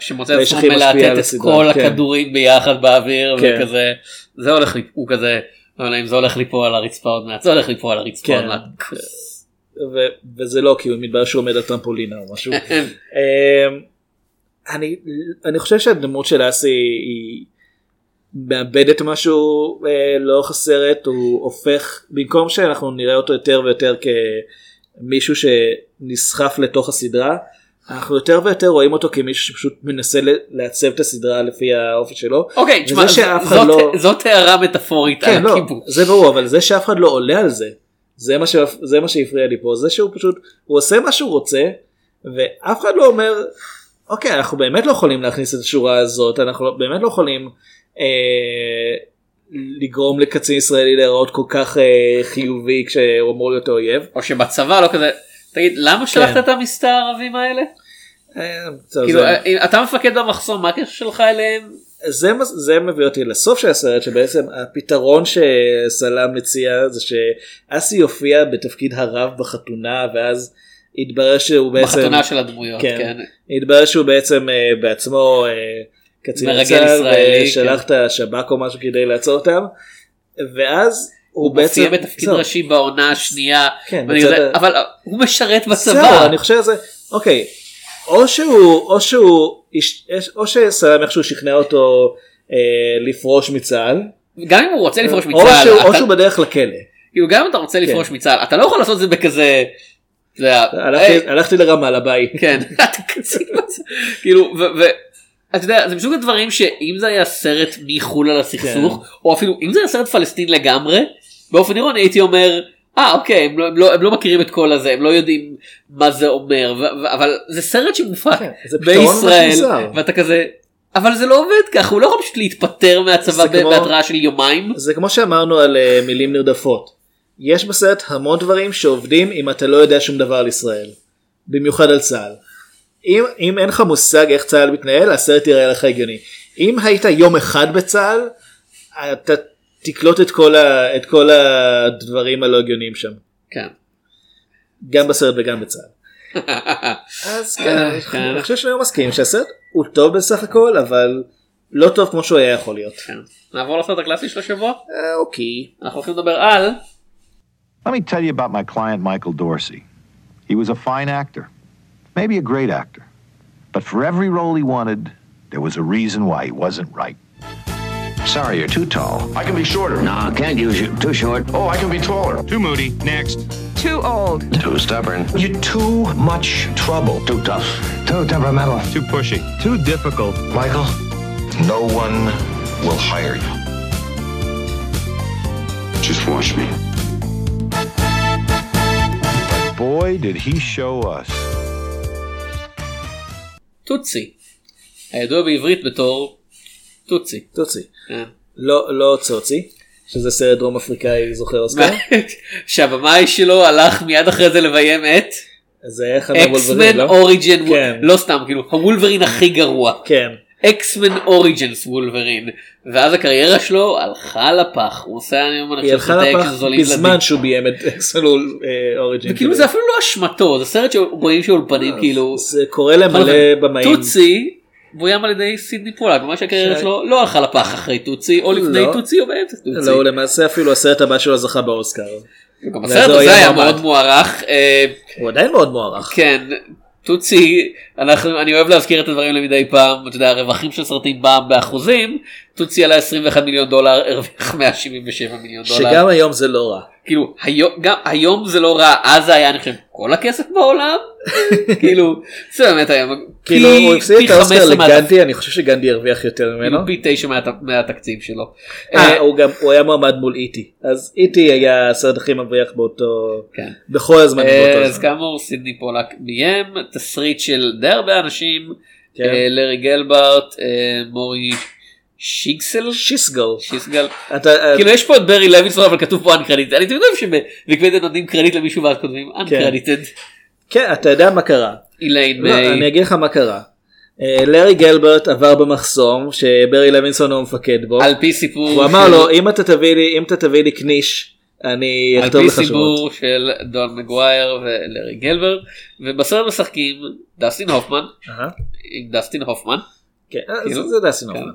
Speaker 2: שמוצא את
Speaker 3: האיש
Speaker 2: עצמו
Speaker 3: הכי משפיע על
Speaker 2: מלהטט את
Speaker 3: הסדרה,
Speaker 2: כל
Speaker 3: כן.
Speaker 2: הכדורים ביחד באוויר
Speaker 3: כן.
Speaker 2: וכזה זה הולך לי הוא כזה לא יודע אם זה הולך ליפול על הרצפה עוד מעט זה הולך ליפול על הרצפה
Speaker 3: כן.
Speaker 2: עוד מעט.
Speaker 3: ו- וזה לא כי הוא מתברר שהוא עומד על טרמפולינה או משהו. אמ, אני, אני חושב שהדמות של אסי היא מאבדת משהו אה, לאורך הסרט הוא הופך במקום שאנחנו נראה אותו יותר ויותר כמישהו שנסחף לתוך הסדרה אנחנו יותר ויותר רואים אותו כמישהו שפשוט מנסה ל- לעצב את הסדרה לפי האופי שלו.
Speaker 2: אוקיי
Speaker 3: וזה
Speaker 2: תשמע
Speaker 3: שאף
Speaker 2: ז-
Speaker 3: אחד
Speaker 2: זאת-
Speaker 3: לא-
Speaker 2: זאת הערה מטאפורית
Speaker 3: כן
Speaker 2: על
Speaker 3: לא
Speaker 2: הכיבוש.
Speaker 3: זה ברור אבל זה שאף אחד לא עולה על זה זה מה, ש... זה מה שהפריע לי פה זה שהוא פשוט הוא עושה מה שהוא רוצה ואף אחד לא אומר אוקיי אנחנו באמת לא יכולים להכניס את השורה הזאת אנחנו לא- באמת לא יכולים אה, לגרום לקצין ישראלי להיראות כל כך אה, חיובי כשהוא אמור להיות האויב.
Speaker 2: או שבצבא לא כזה, תגיד
Speaker 3: כן.
Speaker 2: למה שלחת את המסתער הערבים האלה?
Speaker 3: אה, טוב,
Speaker 2: כאילו
Speaker 3: זה-
Speaker 2: אה, אתה מפקד במחסום מה הקשר שלך אליהם?
Speaker 3: זה, מס- זה מביא אותי לסוף של הסרט שבעצם הפתרון שסלאם מציע זה שאסי יופיע בתפקיד הרב בחתונה ואז התברר שהוא בעצם
Speaker 2: בחתונה של הדמויות,
Speaker 3: כן.
Speaker 2: כן.
Speaker 3: התברר שהוא בעצם אה, בעצמו אה, קצין
Speaker 2: מרגל
Speaker 3: צה"ל
Speaker 2: ישראלי, כן.
Speaker 3: ושלח את השב"כ או משהו כדי לעצור אותם ואז הוא,
Speaker 2: הוא
Speaker 3: בעצם
Speaker 2: מופיע בתפקיד
Speaker 3: זהו.
Speaker 2: ראשי בעונה השנייה,
Speaker 3: כן,
Speaker 2: ואני
Speaker 3: בצד
Speaker 2: כזה,
Speaker 3: ה-
Speaker 2: אבל אה, הוא משרת
Speaker 3: זהו,
Speaker 2: בצבא.
Speaker 3: אני חושב שזה, אוקיי, או שהוא, או שהוא, יש- או שסלאם איכשהו שכנע אותו אה, לפרוש מצה"ל,
Speaker 2: גם אם הוא רוצה לפרוש
Speaker 3: אה, או שהוא-
Speaker 2: מצה"ל,
Speaker 3: או
Speaker 2: אתה-
Speaker 3: שהוא בדרך לכלא.
Speaker 2: כאילו גם אם אתה רוצה לפרוש
Speaker 3: כן.
Speaker 2: מצה"ל, אתה לא יכול לעשות את זה בכזה, אתה יודע,
Speaker 3: אה,
Speaker 2: היי,
Speaker 3: הלכתי- הלכתי לרמאללה ביי.
Speaker 2: כן, אתה קצין בצבא, כאילו, ו- ו... אתה יודע, זה מסוג הדברים שאם זה היה סרט מחול על
Speaker 3: כן.
Speaker 2: הסכסוך, או אפילו אם זה היה סרט פלסטין לגמרי, באופן אירוני הייתי אומר, אה אוקיי, הם לא, הם, לא, הם לא מכירים את כל הזה, הם לא יודעים מה זה אומר, ו- ו- אבל זה סרט שמופק
Speaker 3: כן, זה פתרון ממש
Speaker 2: בישראל,
Speaker 3: מוזר.
Speaker 2: ואתה כזה, אבל זה לא עובד ככה, הוא לא יכול פשוט להתפטר מהצבא
Speaker 3: זה
Speaker 2: ב-
Speaker 3: כמו-
Speaker 2: בהתראה של יומיים.
Speaker 3: זה כמו שאמרנו על אה, מילים נרדפות. יש בסרט המון דברים שעובדים אם אתה לא יודע שום דבר על ישראל. במיוחד על צה"ל. אם, אם אין לך מושג איך צה"ל מתנהל, הסרט יראה לך הגיוני. אם היית יום אחד בצה"ל, אתה תקלוט את כל, ה, את כל הדברים הלא הגיוניים שם.
Speaker 2: כן.
Speaker 3: גם בסרט וגם בצה"ל. אז כן,
Speaker 2: אה,
Speaker 3: אני
Speaker 2: כן.
Speaker 3: חושב- אני חושב שהיום מסכימים שהסרט הוא טוב בסך הכל, אבל לא טוב כמו שהוא היה יכול להיות.
Speaker 2: כן. נעבור לסרט הקלאסי של השבוע,
Speaker 3: אה, אוקיי.
Speaker 2: אנחנו הולכים לדבר על
Speaker 8: Let me tell you about my client, Michael Dorsey. He was a fine actor, maybe a great actor. But for every role he wanted, there was a reason why he wasn't right. Sorry, you're too tall. I can be shorter. No, I can't use you. Too short. Oh, I can be taller. Too moody. Next.
Speaker 9: Too old.
Speaker 8: Too stubborn. You're too much trouble. Too tough. Too temperamental. Too pushy. Too difficult. Michael, no one will hire you. Just watch me. Boy, did he show us.
Speaker 2: טוצי, הידוע בעברית בתור טוצי.
Speaker 3: תוציא.
Speaker 2: כן.
Speaker 3: לא, לא צוצי, שזה סרט דרום אפריקאי זוכר אוסקר,
Speaker 2: שהבמאי שלו הלך מיד אחרי זה לביים את
Speaker 3: זה היה אחד מהוולברין,
Speaker 2: אקסמן
Speaker 3: לא?
Speaker 2: אוריג'ן
Speaker 3: כן.
Speaker 2: לא סתם כאילו הוולברין הכי גרוע
Speaker 3: כן.
Speaker 2: אקסמן אוריג'נס וולברין ואז הקריירה שלו הלכה לפח הוא עושה אני אומר, אני
Speaker 3: היא
Speaker 2: חושב
Speaker 3: הלכה
Speaker 2: שזה טייק
Speaker 3: לפח
Speaker 2: שזולים
Speaker 3: בזמן שהוא ביים את אה, אקסלול אוריג'ין.
Speaker 2: וכאילו זה אפילו לא אשמתו זה סרט שרואים שאולפנים כאילו
Speaker 3: אה, זה קורה
Speaker 2: אה,
Speaker 3: למלא אה, במאים.
Speaker 2: טוצי בוים על ידי סידני פולק ממש הקריירה
Speaker 3: ש-
Speaker 2: שלו לא הלכה לפח אחרי טוצי או לפני
Speaker 3: לא.
Speaker 2: טוצי או באמצע
Speaker 3: לא, הוא
Speaker 2: טוצי.
Speaker 3: למעשה אפילו הסרט הבא שלו זכה באוסקר.
Speaker 2: גם
Speaker 3: ואז
Speaker 2: הסרט
Speaker 3: הוא
Speaker 2: הזה
Speaker 3: היה
Speaker 2: היה
Speaker 3: מועמד.
Speaker 2: מאוד מוערך. אה,
Speaker 3: הוא עדיין מאוד מוערך.
Speaker 2: כן, טוצי, אנחנו, אני אוהב להזכיר את הדברים האלה מדי פעם, אתה יודע, הרווחים של סרטים בעם באחוזים, טוצי עלה 21 מיליון דולר, הרוויח 177 מיליון דולר.
Speaker 3: שגם היום זה לא רע.
Speaker 2: כאילו, היום, גם, היום זה לא רע, אז זה היה, אני חושב, כל הכסף בעולם? כאילו, זה באמת היה,
Speaker 3: כאילו
Speaker 2: פי-
Speaker 3: הוא הפסיד
Speaker 2: פי
Speaker 3: את האוסקר
Speaker 2: 15 מהת-
Speaker 3: לגנדי, אני חושב שגנדי הרוויח יותר ממנו.
Speaker 2: כאילו, פי תשע מהת- מהתקציב שלו.
Speaker 3: אה,
Speaker 2: אה,
Speaker 3: הוא גם, הוא היה מועמד מול איטי. אז איטי היה הסרט הכי מבריח באותו,
Speaker 2: כן.
Speaker 3: בכל הזמן
Speaker 2: אה,
Speaker 3: באותו
Speaker 2: אז
Speaker 3: הזמן.
Speaker 2: כאמור סידני פולק ביים תסריט של די הרבה אנשים
Speaker 3: כן.
Speaker 2: אה, לארי גלברט אה, מורי שיגסל
Speaker 3: שיסגל.
Speaker 2: שיסגל
Speaker 3: אתה- אה,
Speaker 2: כאילו יש פה את ברי לוינסון אבל כתוב פה אנקרדיטד אני תמיד אוהב שבוויקיפדיה נותנים קרדיט למישהו ואז כותבים אנקרדיטד
Speaker 3: כן, אתה יודע מה קרה.
Speaker 2: איליין
Speaker 3: לא, אני
Speaker 2: מיי
Speaker 3: אגיד לך מה קרה. אה, לארי גלברט עבר במחסום שברי לוינסון הוא המפקד בו.
Speaker 2: על פי סיפור
Speaker 3: הוא אמר
Speaker 2: של-
Speaker 3: לו אם אתה תביא לי אם אתה תביא לי קניש אני
Speaker 2: על
Speaker 3: אכתוב
Speaker 2: פי
Speaker 3: לך שמות.
Speaker 2: סיפור של דון מגווייר ולארי גלברט ובסרט משחקים דסטין הופמן
Speaker 3: אהה.
Speaker 2: עם דסטין הופמן
Speaker 3: כן, אה,
Speaker 2: כאילו?
Speaker 3: זה- זה דסי נורמן.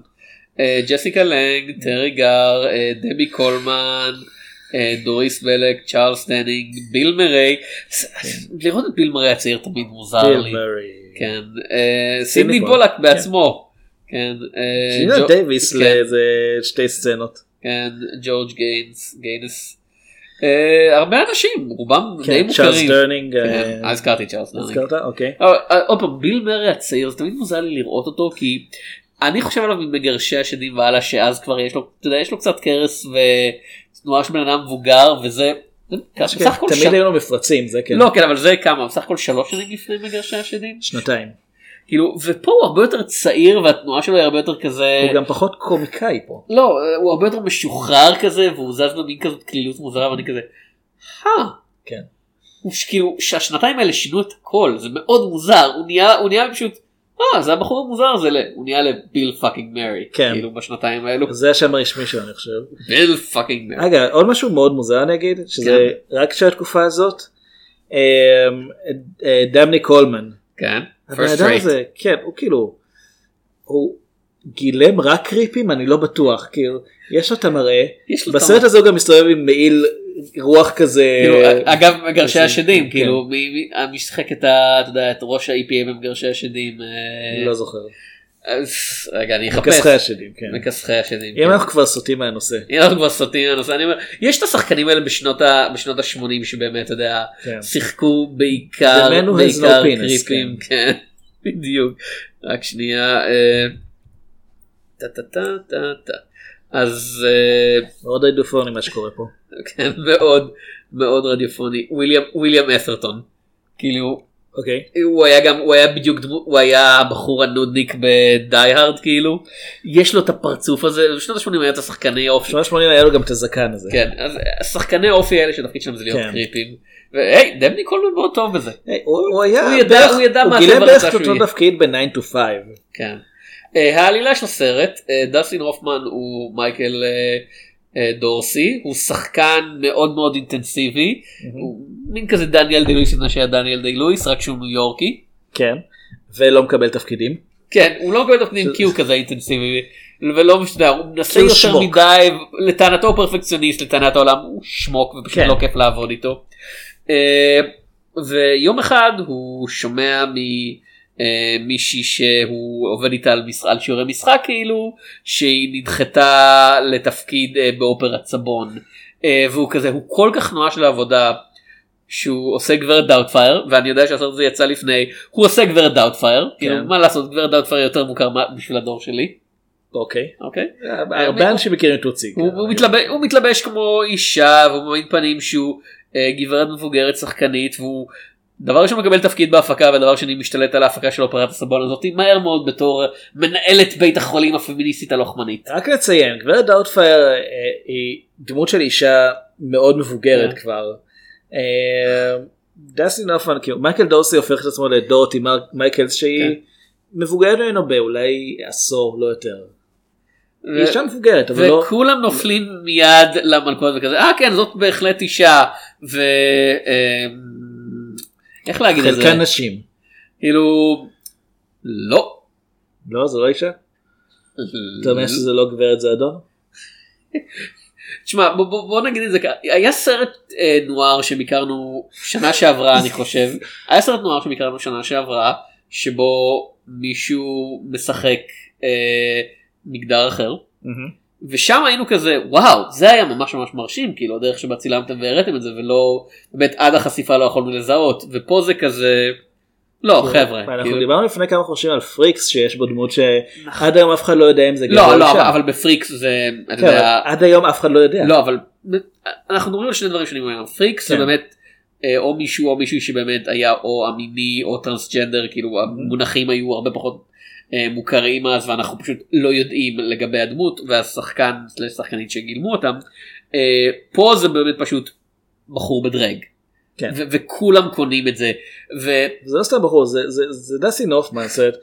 Speaker 2: אה, ג'סיקה לנג, טרי גר, אה, דבי קולמן, אה, דוריס בלק, צ'ארלס דנינג, ביל מריי. ס- לראות את ביל מריי הצעיר תמיד מוזר לי.
Speaker 3: כן. ביל נכון. מרי.
Speaker 2: כן. אה, סידני
Speaker 3: פולק.
Speaker 2: בולק בעצמו. כן. אה,
Speaker 3: שינה
Speaker 2: ג'ו-
Speaker 3: דייוויס
Speaker 2: כן,
Speaker 3: לאיזה שתי סצנות.
Speaker 2: כן, ג'ורג' גיינס, גיינס. אה, הרבה אנשים, רובם די
Speaker 3: כן, צ'ארלס
Speaker 2: מוכרים.
Speaker 3: דרנינג.
Speaker 2: כן,
Speaker 3: אה,
Speaker 2: אז הזכרתי את צ'ארלס דרנינג.
Speaker 3: הזכרת? אוקיי.
Speaker 2: אבל, אה, עוד פעם ביל מרי הצעיר זה תמיד מוזר לי לראות אותו כי אני חושב עליו ממגרשי השדים והלאה שאז כבר יש לו אתה יודע יש לו קצת קרס ותנועה של בן אדם מבוגר וזה זה
Speaker 3: כן,
Speaker 2: בסך הכל לא,
Speaker 3: תמיד
Speaker 2: שנה-
Speaker 3: היו לו מפרצים זה כן.
Speaker 2: לא כן אבל זה כמה בסך הכל שלוש שנים לפני מגרשי השדים
Speaker 3: שנתיים.
Speaker 2: כאילו ופה הוא הרבה יותר צעיר והתנועה שלו היא הרבה יותר כזה
Speaker 3: הוא גם פחות קומיקאי פה.
Speaker 2: לא הוא הרבה יותר משוחרר כזה והוא זז במין כזאת קלילות מוזרה ואני כזה. "הא,
Speaker 3: כן.
Speaker 2: הוא ש- כאילו שהשנתיים האלה שינו את הכל זה מאוד מוזר הוא נהיה הוא נהיה פשוט אה זה הבחור המוזר הזה ל-" הוא נהיה לביל פאקינג מרי
Speaker 3: כן.
Speaker 2: כאילו בשנתיים האלו
Speaker 3: זה השם הרשמי שלו אני חושב.
Speaker 2: ביל פאקינג מרי.
Speaker 3: רגע עוד משהו מאוד מוזר אני אגיד שזה
Speaker 2: כן.
Speaker 3: רק של התקופה הזאת. אמ, אה, דמני קולמן.
Speaker 2: כן.
Speaker 3: הבן
Speaker 2: First
Speaker 3: אדם
Speaker 2: rate.
Speaker 3: הזה כן הוא כאילו. הוא גילם רק קריפים אני לא בטוח כאילו יש לו את המראה
Speaker 2: יש לו את
Speaker 3: בסרט
Speaker 2: המ-
Speaker 3: הזה הוא גם מסתובב עם מעיל רוח כזה.
Speaker 2: כאילו, אגב מגרשי
Speaker 3: אה, זה-
Speaker 2: השדים
Speaker 3: כן.
Speaker 2: כאילו מי- מי- המשחק את ה... אתה יודע את ראש ה-EPA במגרשי השדים. אה,
Speaker 3: לא זוכר.
Speaker 2: אז רגע אני אחפש.
Speaker 3: מכסחי השדים כן.
Speaker 2: מכסחי השדים.
Speaker 3: אם
Speaker 2: כן.
Speaker 3: אנחנו כבר סוטים מהנושא.
Speaker 2: אם אנחנו כבר סוטים על הנושא, אני אומר, יש את השחקנים האלה בשנות ה- בשנות ה-80 שבאמת, אתה יודע,
Speaker 3: כן.
Speaker 2: שיחקו בעיקר,
Speaker 3: The man who has
Speaker 2: בעיקר
Speaker 3: no penis,
Speaker 2: קריפים, כן, בדיוק. רק שנייה, אה, טה טה טה טה טה. אז אה,
Speaker 3: מאוד רדיופוני מה שקורה פה.
Speaker 2: כן, מאוד מאוד רדיופוני. וויליאם- וויליאם את'רטון. כאילו,
Speaker 3: אוקיי.
Speaker 2: הוא היה גם, הוא היה בדיוק דמות, הוא היה הבחור הנודניק בדי-הארד כאילו. יש לו את הפרצוף הזה, בשנות ה-80 היה את השחקני אופי.
Speaker 3: 380 היה לו גם את הזקן הזה.
Speaker 2: כן, אז השחקני אופי האלה שהתפקיד שלהם זה להיות
Speaker 3: כן.
Speaker 2: קריפים. והי, דמני קולמן מאוד טוב בזה.
Speaker 3: היי, הוא הוא היה,
Speaker 2: הוא ידע-
Speaker 3: בערך-
Speaker 2: הוא ידע מה
Speaker 3: גילם
Speaker 2: הטבע
Speaker 3: בערך
Speaker 2: הרצה
Speaker 3: את
Speaker 2: שהוא
Speaker 3: אותו
Speaker 2: יהיה.
Speaker 3: תפקיד ב-9 to 5.
Speaker 2: כן. אה, העלילה של הסרט, אה, דסטין הופמן הוא מייקל אה, אה, דורסי, הוא שחקן מאוד מאוד אינטנסיבי, הוא מין כזה דניאל די לואיס לפני שהיה דניאל די לואיס, רק שהוא ניו יורקי.
Speaker 3: כן. ולא מקבל תפקידים.
Speaker 2: כן, הוא לא מקבל תפקידים כי הוא כזה אינטנסיבי, ולא משנה, הוא מנסה
Speaker 3: כי הוא
Speaker 2: יותר
Speaker 3: שמוק.
Speaker 2: מדי, לטענתו הוא פרפקציוניסט, לטענת העולם הוא שמוק ופשוט
Speaker 3: כן.
Speaker 2: לא כיף לעבוד איתו. אה, ויום אחד הוא שומע ממישהי שהוא עובד איתה על, מש... על שיעורי משחק כאילו, שהיא נדחתה לתפקיד אה, באופרת סבון, אה, והוא כזה, הוא כל כך נואש לעבודה. שהוא עושה גברת דאוטפייר ואני יודע שהסרט הזה יצא לפני הוא עושה גברת דאוטפייר כאילו מה לעשות גברת דאוטפייר יותר מוכר מה- בשביל הדור שלי
Speaker 3: אוקיי.
Speaker 2: אוקיי
Speaker 3: הרבה אנשים מכירים את טוצי.
Speaker 2: הוא, הוא, מתלבש, הוא מתלבש כמו אישה והוא מעמיד פנים שהוא אה, גברת מבוגרת שחקנית והוא דבר ראשון מקבל תפקיד בהפקה ודבר שני משתלט על ההפקה של אופרת הסבון הזאת מהר מאוד בתור מנהלת בית החולים הפמיניסטית הלוחמנית.
Speaker 3: רק לציין, גברת דאוטפייר אה, היא דמות של אישה מאוד מבוגרת
Speaker 2: כן.
Speaker 3: כבר. אה, דסטין הופמן, כאילו, מייקל דורסי הופך את עצמו לדורותי מר- מייקלס
Speaker 2: כן.
Speaker 3: שהיא מבוגרת ממנו באולי עשור, לא יותר. היא אישה מבוגרת, אבל לא...
Speaker 2: וכולם נופלים מיד למלכודת וכזה אה כן זאת בהחלט אישה ו... אה, איך להגיד את זה?
Speaker 3: חלקן נשים.
Speaker 2: כאילו לא.
Speaker 3: לא, זו לא אישה? אתה אומר שזה לא גברת זה אדון?
Speaker 2: תשמע בוא, בוא, בוא נגיד את זה ככה היה סרט אה, נוער שביקרנו שנה שעברה אני חושב היה סרט נוער שביקרנו שנה שעברה שבו מישהו משחק אה, מגדר אחר ושם היינו כזה וואו זה היה ממש ממש מרשים כאילו הדרך שבה צילמתם והראיתם את זה ולא באמת עד החשיפה לא יכולנו לזהות ופה זה כזה לא חבר'ה
Speaker 3: אנחנו
Speaker 2: כאילו, נכון.
Speaker 3: דיברנו לפני כמה חודשים על פריקס שיש בו דמות שעד היום אף אחד לא יודע אם זה גבר או
Speaker 2: לא לא אבל-
Speaker 3: אישה.
Speaker 2: אבל בפריקס זה אתה
Speaker 3: כן, אבל
Speaker 2: יודע
Speaker 3: עד היום אף אחד לא יודע.
Speaker 2: לא אבל אנחנו מדברים על שני דברים שונים היום פריקס זה
Speaker 3: כן.
Speaker 2: באמת אה, או מישהו או מישהי שבאמת היה או המיני או טרנסג'נדר
Speaker 3: Mhm.
Speaker 2: כאילו המונחים היו הרבה פחות אה, מוכרים אז ואנחנו פשוט לא יודעים לגבי הדמות והשחקן סלש שחקנית שגילמו אותם אה, פה זה באמת פשוט בחור בדרג.
Speaker 3: כן.
Speaker 2: ו- וכולם קונים את זה ו-
Speaker 3: זה לא סתם בחור, זה- זה- זה דסטין הופמן, זאת אומרת,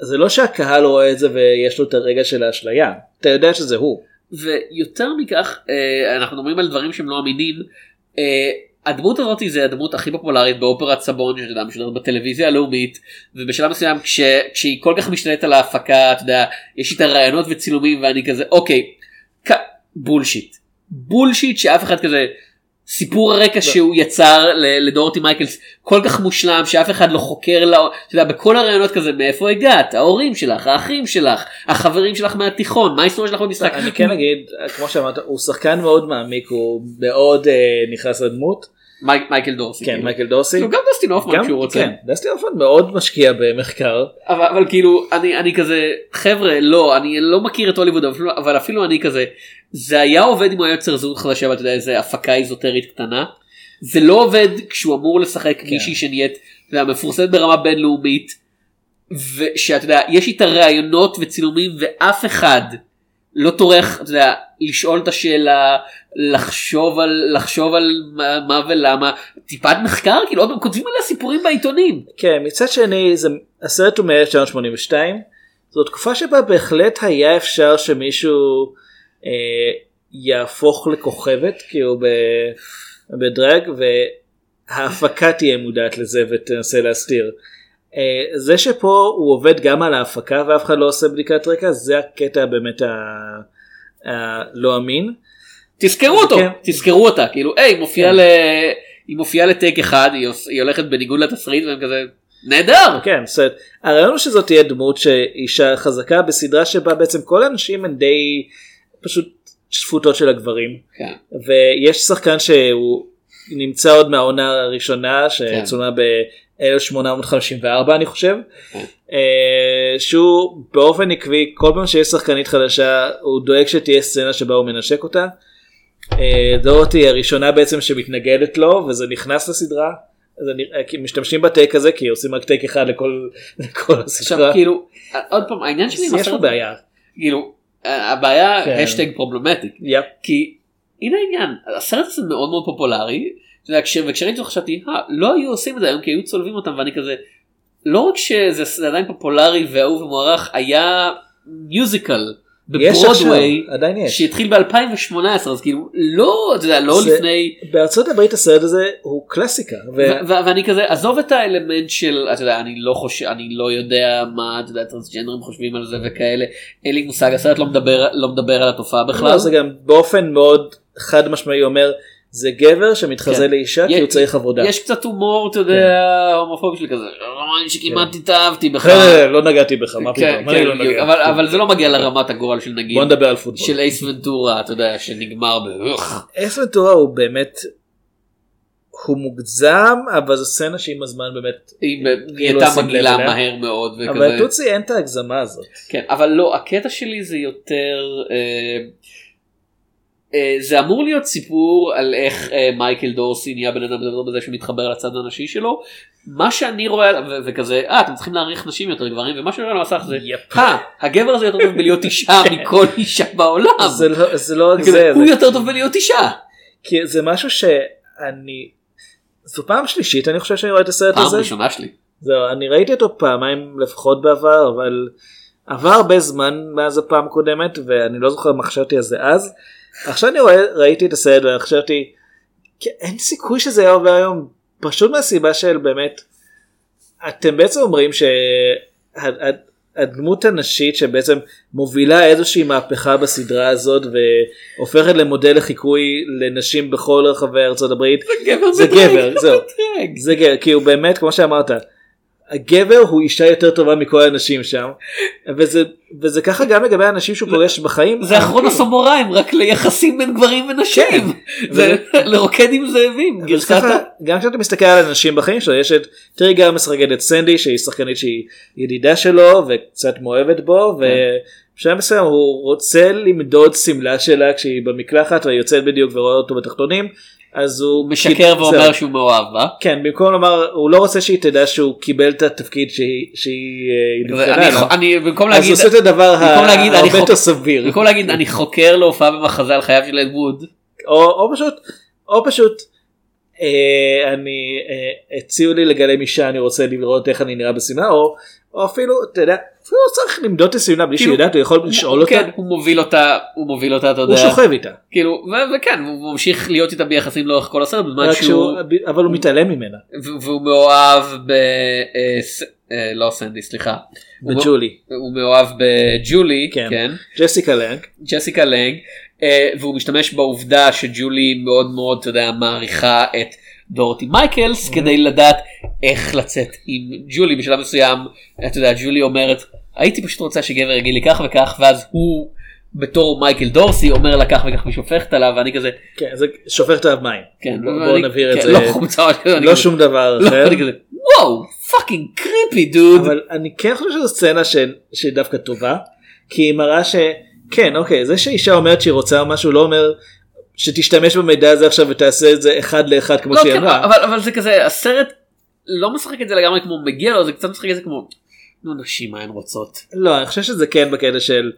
Speaker 3: זה לא שהקהל רואה את זה ויש לו את הרגע של האשליה, אתה יודע שזה הוא.
Speaker 2: ויותר מכך אה, אנחנו מדברים על דברים שהם לא אמינים. אה, הדמות הזאת זה הדמות הכי פופולרית באופרת סבון שאתה יודע משודרת בטלוויזיה הלאומית ובשלב מסוים כש, כשהיא כל כך משתלטת על ההפקה אתה יודע יש איתה רעיונות וצילומים ואני כזה אוקיי כ- בולשיט בולשיט שאף אחד כזה סיפור הרקע שהוא יצר ל- לדורטי מייקלס כל כך מושלם שאף אחד לא חוקר לה, אתה יודע, בכל הרעיונות כזה מאיפה הגעת ההורים שלך האחים שלך החברים שלך מהתיכון מה ההיסטוריה שלך במשחק
Speaker 3: אני כן אגיד, כמו שאמרת, הוא שחקן מאוד מעמיק, הוא מאוד אה, נכנס לדמות,
Speaker 2: מי- מייקל דורסי.
Speaker 3: כן,
Speaker 2: כן, כאילו.
Speaker 3: מייקל דורסי.
Speaker 2: כאילו, גם דסטין הופמן
Speaker 3: גם-
Speaker 2: כשהוא רוצה.
Speaker 3: כן, דסטין הופמן מאוד משקיע במחקר.
Speaker 2: אבל, אבל כאילו אני אני כזה חבר'ה לא אני לא מכיר את הוליווד אבל, אפילו- אבל אפילו אני כזה זה היה עובד אם הוא היה יוצר זהות חדשה ואתה יודע איזה הפקה איזוטרית קטנה. זה לא עובד כשהוא אמור לשחק מישהי שנהיית אתה יודע, מפורסמת ברמה בינלאומית. ושאתה יודע, יש איתה ראיונות וצילומים ואף אחד לא טורח, אתה יודע, לשאול את השאלה, לחשוב על, לחשוב על מה, מה ולמה, טיפת מחקר, כאילו, עוד פעם, כותבים עליה סיפורים בעיתונים.
Speaker 3: כן, מצד שני, זה, הסרט הוא מ-1982, זו תקופה שבה בהחלט היה אפשר שמישהו אה, יהפוך לכוכבת, כי הוא ב, בדרג, וההפקה תהיה מודעת לזה ותנסה להסתיר. אה, זה שפה הוא עובד גם על ההפקה ואף אחד לא עושה בדיקת רקע, זה הקטע באמת ה- הלא אמין.
Speaker 2: תזכרו אותו,
Speaker 3: כן.
Speaker 2: תזכרו אותה, כאילו, היי, היא מופיעה ל... היא מופיעה לטייק אחד, היא, עוש- היא הולכת בניגוד לתסריט, והם כזה, נהדר!
Speaker 3: כן, זאת אומרת, הרעיון הוא שזאת תהיה דמות שאישה חזקה בסדרה שבה בעצם כל הנשים הן די פשוט שפוטות של הגברים.
Speaker 2: כן.
Speaker 3: ויש שחקן שהוא נמצא עוד מהעונה הראשונה שצולמה
Speaker 2: כן.
Speaker 3: ב-1854 אני חושב אה, שהוא באופן עקבי כל פעם שיש שחקנית חדשה הוא דואג שתהיה סצנה שבה הוא מנשק אותה. אה, דורותי היא הראשונה בעצם שמתנגדת לו וזה נכנס לסדרה. זה נראה, כי משתמשים בטייק הזה כי עושים רק טייק אחד לכל, לכל
Speaker 2: עכשיו
Speaker 3: הסדרה.
Speaker 2: כאילו עוד פעם העניין שלי עם
Speaker 3: יש פה
Speaker 2: הסרט
Speaker 3: בעיה.
Speaker 2: כאילו הבעיה
Speaker 3: כן.
Speaker 2: השטג פרובלמטי
Speaker 3: יפ.
Speaker 2: כי הנה העניין הסרט הזה מאוד מאוד פופולרי אתה יודע, כש- וכשראיתי אותו חשבתי "אה, לא היו עושים את זה היום כי היו צולבים אותם ואני כזה לא רק שזה זה עדיין פופולרי ואהוב ומוערך היה מיוזיקל
Speaker 3: יש עכשיו,
Speaker 2: בברודוויי
Speaker 3: עדיין יש.
Speaker 2: שהתחיל ב2018 אז כאילו לא אתה יודע לא
Speaker 3: זה-
Speaker 2: לפני
Speaker 3: בארצות הברית הסרט הזה הוא קלאסיקה. ו...
Speaker 2: ו- ו- ואני כזה עזוב את האלמנט של אתה יודע אני לא חושב אני לא יודע מה אתה יודע טרנסג'נדרים חושבים על זה וכאלה אין לי מושג הסרט לא מדבר לא מדבר על התופעה בכלל.
Speaker 3: בכלל לא, זה גם באופן מאוד חד משמעי אומר זה גבר שמתחזה
Speaker 2: כן.
Speaker 3: לאישה כי
Speaker 2: יש-
Speaker 3: הוא צריך עבודה.
Speaker 2: יש קצת הומור אתה יודע הומופובי שלי כזה "רומן שכמעט התאהבתי בך.
Speaker 3: כן. לא, לא, לא, לא נגעתי בך מה
Speaker 2: כן,
Speaker 3: פתאום. אני
Speaker 2: כן,
Speaker 3: לא
Speaker 2: בדיוק.
Speaker 3: נוגע.
Speaker 2: אבל- אבל זה לא מגיע לרמת הגורל של נגיד
Speaker 3: בוא נדבר על פוטבול.
Speaker 2: של אייס ונטורה אתה יודע שנגמר ב...
Speaker 3: אס ונטורה הוא באמת הוא מוגזם אבל זו סצנה שעם הזמן באמת
Speaker 2: היא
Speaker 3: כאילו
Speaker 2: הייתה
Speaker 3: לשים לב
Speaker 2: מגעילה
Speaker 3: אליה.
Speaker 2: מהר מאוד
Speaker 3: אבל
Speaker 2: וכזה.
Speaker 3: לטוצי אין את ההגזמה הזאת.
Speaker 2: כן, אבל לא, הקטע שלי זה יותר... אה, אה, זה אמור להיות סיפור על איך אה, מייקל דורסי נהיה בן אדם מדבר בזה שמתחבר לצד הנשי שלו. מה שאני רואה, ו- וכזה, אה, אתם צריכים להעריך נשים יותר גברים, ומה שאני רואה על המסך זה,
Speaker 3: יפ.
Speaker 2: אה, הגבר הזה יותר טוב בלהיות אישה מכל אישה בעולם.
Speaker 3: זה לא- זה לא רק
Speaker 2: כזה,
Speaker 3: זה.
Speaker 2: הוא
Speaker 3: זה-
Speaker 2: יותר טוב בלהיות אישה.
Speaker 3: כי זה משהו שאני זו פעם שלישית אני חושב שאני רואה את הסרט
Speaker 2: פעם
Speaker 3: הזה.
Speaker 2: ראשונה שלי.
Speaker 3: זהו, אני ראיתי אותו פעמיים לפחות בעבר, אבל עבר הרבה זמן מאז הפעם הקודמת, ואני לא זוכר מה חשבתי על זה אז. עכשיו אני רואה, ראיתי את הסרט וחשבתי, "כן, אין סיכוי שזה היה עובר היום, פשוט מהסיבה של באמת, אתם בעצם אומרים שהדמות הנשית שבעצם מובילה איזושהי מהפכה בסדרה הזאת והופכת למודל לחיקוי לנשים בכל רחבי ארצות הברית,
Speaker 2: גבר
Speaker 3: זה
Speaker 2: בדרג,
Speaker 3: גבר,
Speaker 2: לא
Speaker 3: זהו.
Speaker 2: בדרג.
Speaker 3: זה גבר, כי הוא באמת, כמו שאמרת, הגבר הוא אישה יותר טובה מכל האנשים שם, וזה, וזה ככה גם לגבי האנשים שהוא פוגש בחיים. אה,
Speaker 2: זה אחרון הסמוראים, רק ליחסים בין גברים ונשים. זה לרוקד עם זאבים,
Speaker 3: כן, אבל
Speaker 2: גרסת
Speaker 3: ככה, כאילו, גם כשאתה מסתכל על אנשים בחיים שלו, יש את טרי גרמס רגד את סנדי, שהיא שחקנית שהיא ידידה שלו, וקצת מאוהבת בו,
Speaker 2: כן.
Speaker 3: ובשלב מסוים הוא רוצה למדוד שמלה שלה כשהיא במקלחת, והיא יוצאת בדיוק ורואה אותו בתחתונים, אז הוא
Speaker 2: הוא משקר ואומר
Speaker 3: זהו.
Speaker 2: שהוא מאוהב בה.
Speaker 3: כן, במקום לומר, הוא לא רוצה שהיא תדע שהוא קיבל את התפקיד שהיא שהיא, אה, נבחרה
Speaker 2: אני-
Speaker 3: אליו.
Speaker 2: אני במקום
Speaker 3: אז הוא
Speaker 2: להגיד
Speaker 3: עושה את הדבר
Speaker 2: במקום להגיד, אני
Speaker 3: ה- הרבה
Speaker 2: חוק-
Speaker 3: יותר סביר.
Speaker 2: במקום להגיד אני חוקר להופעה במחזה על חייו של אד ווד.
Speaker 3: או או פשוט, או פשוט, אה, אני, אה, הציעו לי לגלם אישה, אני רוצה לראות איך אני נראה בשמלה, או או אפילו, אתה יודע, אפילו לא צריך למדוד את השמלה בלי שהיא
Speaker 2: כאילו,
Speaker 3: יודעת, הוא יכול לשאול אותה,
Speaker 2: כן, הוא מוביל אותה הוא מוביל אותה אתה
Speaker 3: הוא
Speaker 2: יודע.
Speaker 3: שוכב איתה,
Speaker 2: כאילו ו- וכן הוא ממשיך להיות איתה ביחסים לאורך כל הסרט בזמן
Speaker 3: רק
Speaker 2: שהוא
Speaker 3: שהוא- אבל הוא מתעלם ממנה,
Speaker 2: ו- והוא מאוהב ב... אה, ס- אה, לא סנדי סליחה. הוא מאו-
Speaker 3: בג'ולי,
Speaker 2: הוא מאוהב בג'ולי
Speaker 3: כן.
Speaker 2: כן.
Speaker 3: ג'סיקה לנק,
Speaker 2: ג'סיקה לנג, אה, והוא משתמש בעובדה שג'ולי מאוד מאוד, אתה יודע, מעריכה את דורטי מייקלס,
Speaker 3: Mm-hmm.
Speaker 2: כדי לדעת איך לצאת עם ג'ולי בשלב מסוים, אתה יודע, ג'ולי אומרת, הייתי פשוט רוצה שגבר יגיד לי כך וכך, ואז הוא בתור מייקל דורסי אומר לה כך וכך ושופכת עליו, ואני כזה,
Speaker 3: כן, זה שופך את המים,
Speaker 2: כן,
Speaker 3: בואו
Speaker 2: ואני-
Speaker 3: נבהיר
Speaker 2: כן,
Speaker 3: את זה,
Speaker 2: לא חומצה, אני
Speaker 3: לא
Speaker 2: כזה-
Speaker 3: שום דבר
Speaker 2: לא,
Speaker 3: אחר,
Speaker 2: אני כזה, וואו, פאקינג קריפי דוד,
Speaker 3: אבל אני כן חושב שזו סצנה ש... שהיא דווקא טובה, כי היא מראה שכן, אוקיי, זה שאישה אומרת שהיא רוצה משהו לא אומר שתשתמש במידע הזה עכשיו ותעשה את זה אחד לאחד כמו
Speaker 2: לא,
Speaker 3: שהיא
Speaker 2: כן,
Speaker 3: אמרה.
Speaker 2: אבל, אבל זה כזה הסרט לא משחק את זה לגמרי כמו מגיע לו זה קצת משחק את זה כמו נו נשים מה הן רוצות.
Speaker 3: לא, אני חושב שזה כן בקטע של,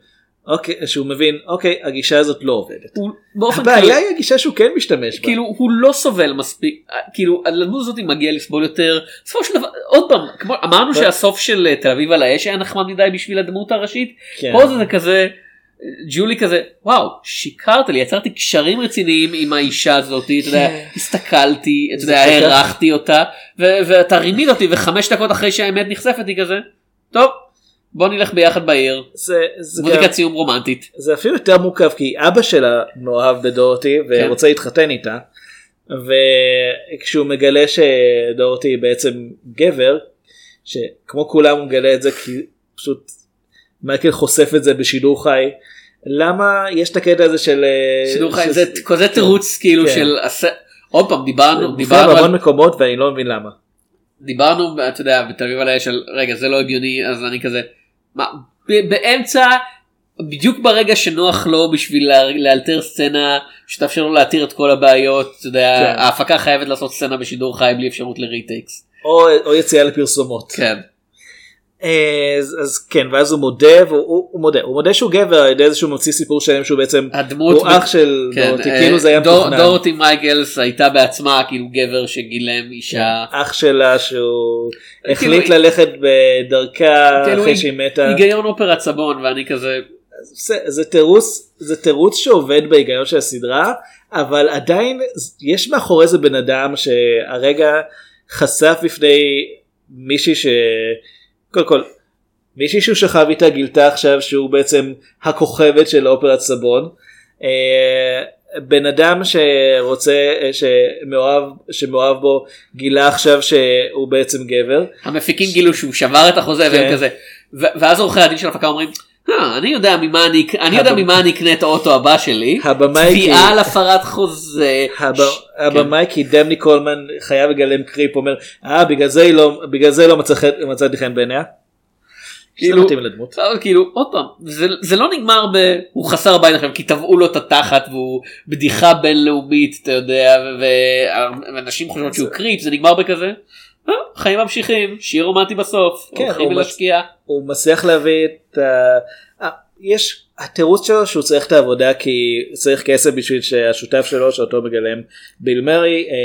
Speaker 3: אוקיי, שהוא מבין, אוקיי, הגישה הזאת לא עובדת.
Speaker 2: הוא באופן כללי,
Speaker 3: הבעיה היא הגישה שהוא כן משתמש בה.
Speaker 2: כאילו הוא לא סובל מספיק, אה, כאילו הדמות הזאת מגיע לסבול יותר, בסופו של דבר, עוד פעם, כמו, אמרנו שהסוף של אה, תל אביב על האש היה נחמד מדי בשביל הדמות הראשית,
Speaker 3: כן.
Speaker 2: פה זה כזה, אה, ג'ולי כזה, וואו, שיקרת לי, יצרתי קשרים רציניים עם האישה הזאת, אתה יודע,
Speaker 7: כן.
Speaker 2: הסתכלתי, אתה
Speaker 3: זה
Speaker 2: יודע,
Speaker 3: כל כך-
Speaker 2: הערכתי אותה, ו- ואתה רימית אותי, וחמש דקות אחרי שהאמת נחשפת היא כזה, טוב, בוא נלך ביחד בעיר,
Speaker 3: זה, זה, גם,
Speaker 2: מוזיקת סיום רומנטית.
Speaker 3: זה אפילו יותר מורכב כי אבא שלה מאוהב בדורתי
Speaker 2: כן.
Speaker 3: ורוצה להתחתן איתה. וכשהוא מגלה שדורתי היא בעצם גבר, שכמו כולם הוא מגלה את זה כי פשוט מייקל חושף את זה בשידור חי. למה יש את הקטע הזה של... אה,
Speaker 2: שידור חי
Speaker 3: של-
Speaker 2: זה כזה תירוץ כאילו
Speaker 3: כן. אה,
Speaker 2: של עשה- עוד פעם דיברנו
Speaker 3: זה מופיע
Speaker 2: דיברנו
Speaker 3: בהמון
Speaker 2: על-
Speaker 3: מקומות ואני לא מבין למה.
Speaker 2: דיברנו אתה יודע בתל אביב על האש של רגע זה לא הגיוני אז אני כזה מה ב- באמצע בדיוק ברגע שנוח לו בשביל לה- לאלתר סצנה שתאפשר לו להתיר את כל הבעיות אתה יודע
Speaker 3: כן.
Speaker 2: ההפקה חייבת לעשות סצנה בשידור חי בלי אפשרות לריטקס.
Speaker 3: או, או יציאה לפרסומות.
Speaker 2: כן.
Speaker 3: אז, אז כן, ואז הוא מודה, והוא הוא, הוא מודה, הוא מודה שהוא גבר על ידי זה שהוא ממציא סיפור שלם שהוא בעצם,
Speaker 2: הדמות
Speaker 3: הוא אח של
Speaker 2: כן,
Speaker 3: דורתי,
Speaker 2: אה,
Speaker 3: כאילו זה היה
Speaker 2: דור-
Speaker 3: מתוכנן.
Speaker 2: דורתי מייקלס הייתה בעצמה כאילו גבר שגילם אישה.
Speaker 3: אח שלה שהוא החליט
Speaker 2: כאילו,
Speaker 3: ללכת בדרכה
Speaker 2: כאילו,
Speaker 3: אחרי
Speaker 2: היא-
Speaker 3: שהיא מתה.
Speaker 2: היגיון אופרת סבון ואני כזה
Speaker 3: זה- זה תירוץ, זה תירוץ שעובד בהיגיון של הסדרה, אבל עדיין יש מאחורי זה בן אדם שהרגע חשף בפני מישהי ש... קודם כל, מישהי שהוא שכב איתה גילתה עכשיו שהוא בעצם הכוכבת של אופרת סבון. אה, בן אדם שרוצה, אה, שמאוהב, שמאוהב בו, גילה עכשיו שהוא בעצם גבר.
Speaker 2: המפיקים גילו שהוא שבר את החוזה והם
Speaker 3: כן.
Speaker 2: כזה ו- ואז עורכי הדין של ההפקה אומרים "אה, אני יודע ממה אני אק- אני יודע
Speaker 3: הבמ-
Speaker 2: ממה אני אקנה את האוטו הבא שלי
Speaker 3: הבמאי כאילו-
Speaker 2: תביעה על הפרת חוזה
Speaker 3: הב-
Speaker 2: ש- כן.
Speaker 3: הבמאי כי דמני קולמן חייב לגלם קריפ אומר אה בגלל זה היא לא בגלל זה לא מצא חן- מצאתי חן בעיניה.
Speaker 2: כאילו-
Speaker 3: שזה מתאים לדמות.
Speaker 2: אבל כאילו עוד פעם זה, זה לא נגמר ב... הוא חסר בית עכשיו כי טבעו לו את התחת והוא בדיחה בינלאומית אתה יודע ו- ו- ואנשים חושבות שהוא קריפ זה נגמר בכזה. "אה, חיים ממשיכים שיר רומנטי בסוף
Speaker 3: כן,
Speaker 2: הולכים
Speaker 3: הוא מצ-
Speaker 2: ולהשקיע.
Speaker 3: הוא מצליח להביא את ה... אה, יש התירוץ שלו שהוא צריך את העבודה כי הוא צריך כסף בשביל שהשותף שלו שאותו מגלם ביל מרי אה,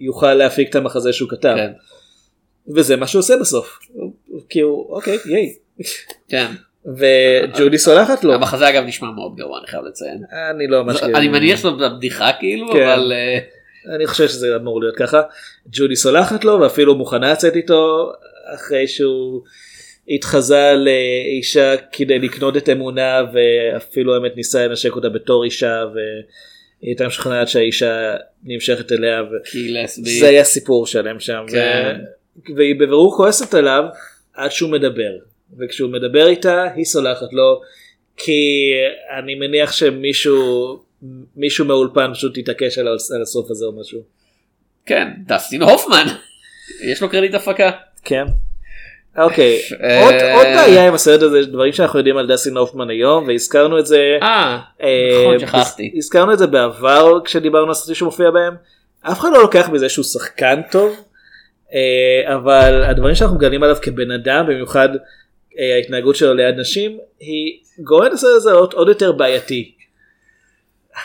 Speaker 3: יוכל להפיק את המחזה שהוא כתב.
Speaker 2: כן,
Speaker 3: וזה מה שהוא עושה בסוף. הוא- הוא כאילו אוקיי ייי.
Speaker 2: כן.
Speaker 3: וג'ודי סולחת לו.
Speaker 2: המחזה אגב נשמע מאוד גרוע אני חייב לציין.
Speaker 3: אני לא ממש...
Speaker 2: אני מניח שזאת בדיחה כאילו
Speaker 3: כן.
Speaker 2: אבל אה,
Speaker 3: אני חושב שזה אמור להיות ככה. ג'ודי סולחת לו ואפילו מוכנה לצאת איתו אחרי שהוא התחזה לאישה כדי לקנות את אמונה ואפילו האמת ניסה לנשק אותה בתור אישה והיא הייתה משוכנעת שהאישה נמשכת אליה
Speaker 2: כי לסבי
Speaker 3: וזה היה סיפור שלם שם.
Speaker 2: כן.
Speaker 3: ו... והיא בבירור כועסת עליו עד שהוא מדבר וכשהוא מדבר איתה היא סולחת לו כי אני מניח שמישהו מישהו מהאולפן פשוט התעקש על ה- על הסוף הזה או משהו.
Speaker 2: כן דסטין הופמן יש לו קרדיט הפקה
Speaker 3: כן. אוקיי,
Speaker 2: אה,
Speaker 3: עוד עוד בעיה עם הסרט הזה, דברים שאנחנו יודעים על דסין הופמן היום, והזכרנו את זה,
Speaker 2: אה
Speaker 3: אה,
Speaker 2: נכון, שכחתי.
Speaker 3: הז- הזכרנו את זה בעבר כשדיברנו על סרטים שהוא מופיע בהם, אף אחד לא לוקח מזה שהוא שחקן טוב, אה, אבל הדברים שאנחנו מגלים עליו כבן אדם, במיוחד אה, ההתנהגות שלו ליד נשים, היא גורמת לסרט הזה להיות עוד יותר בעייתי.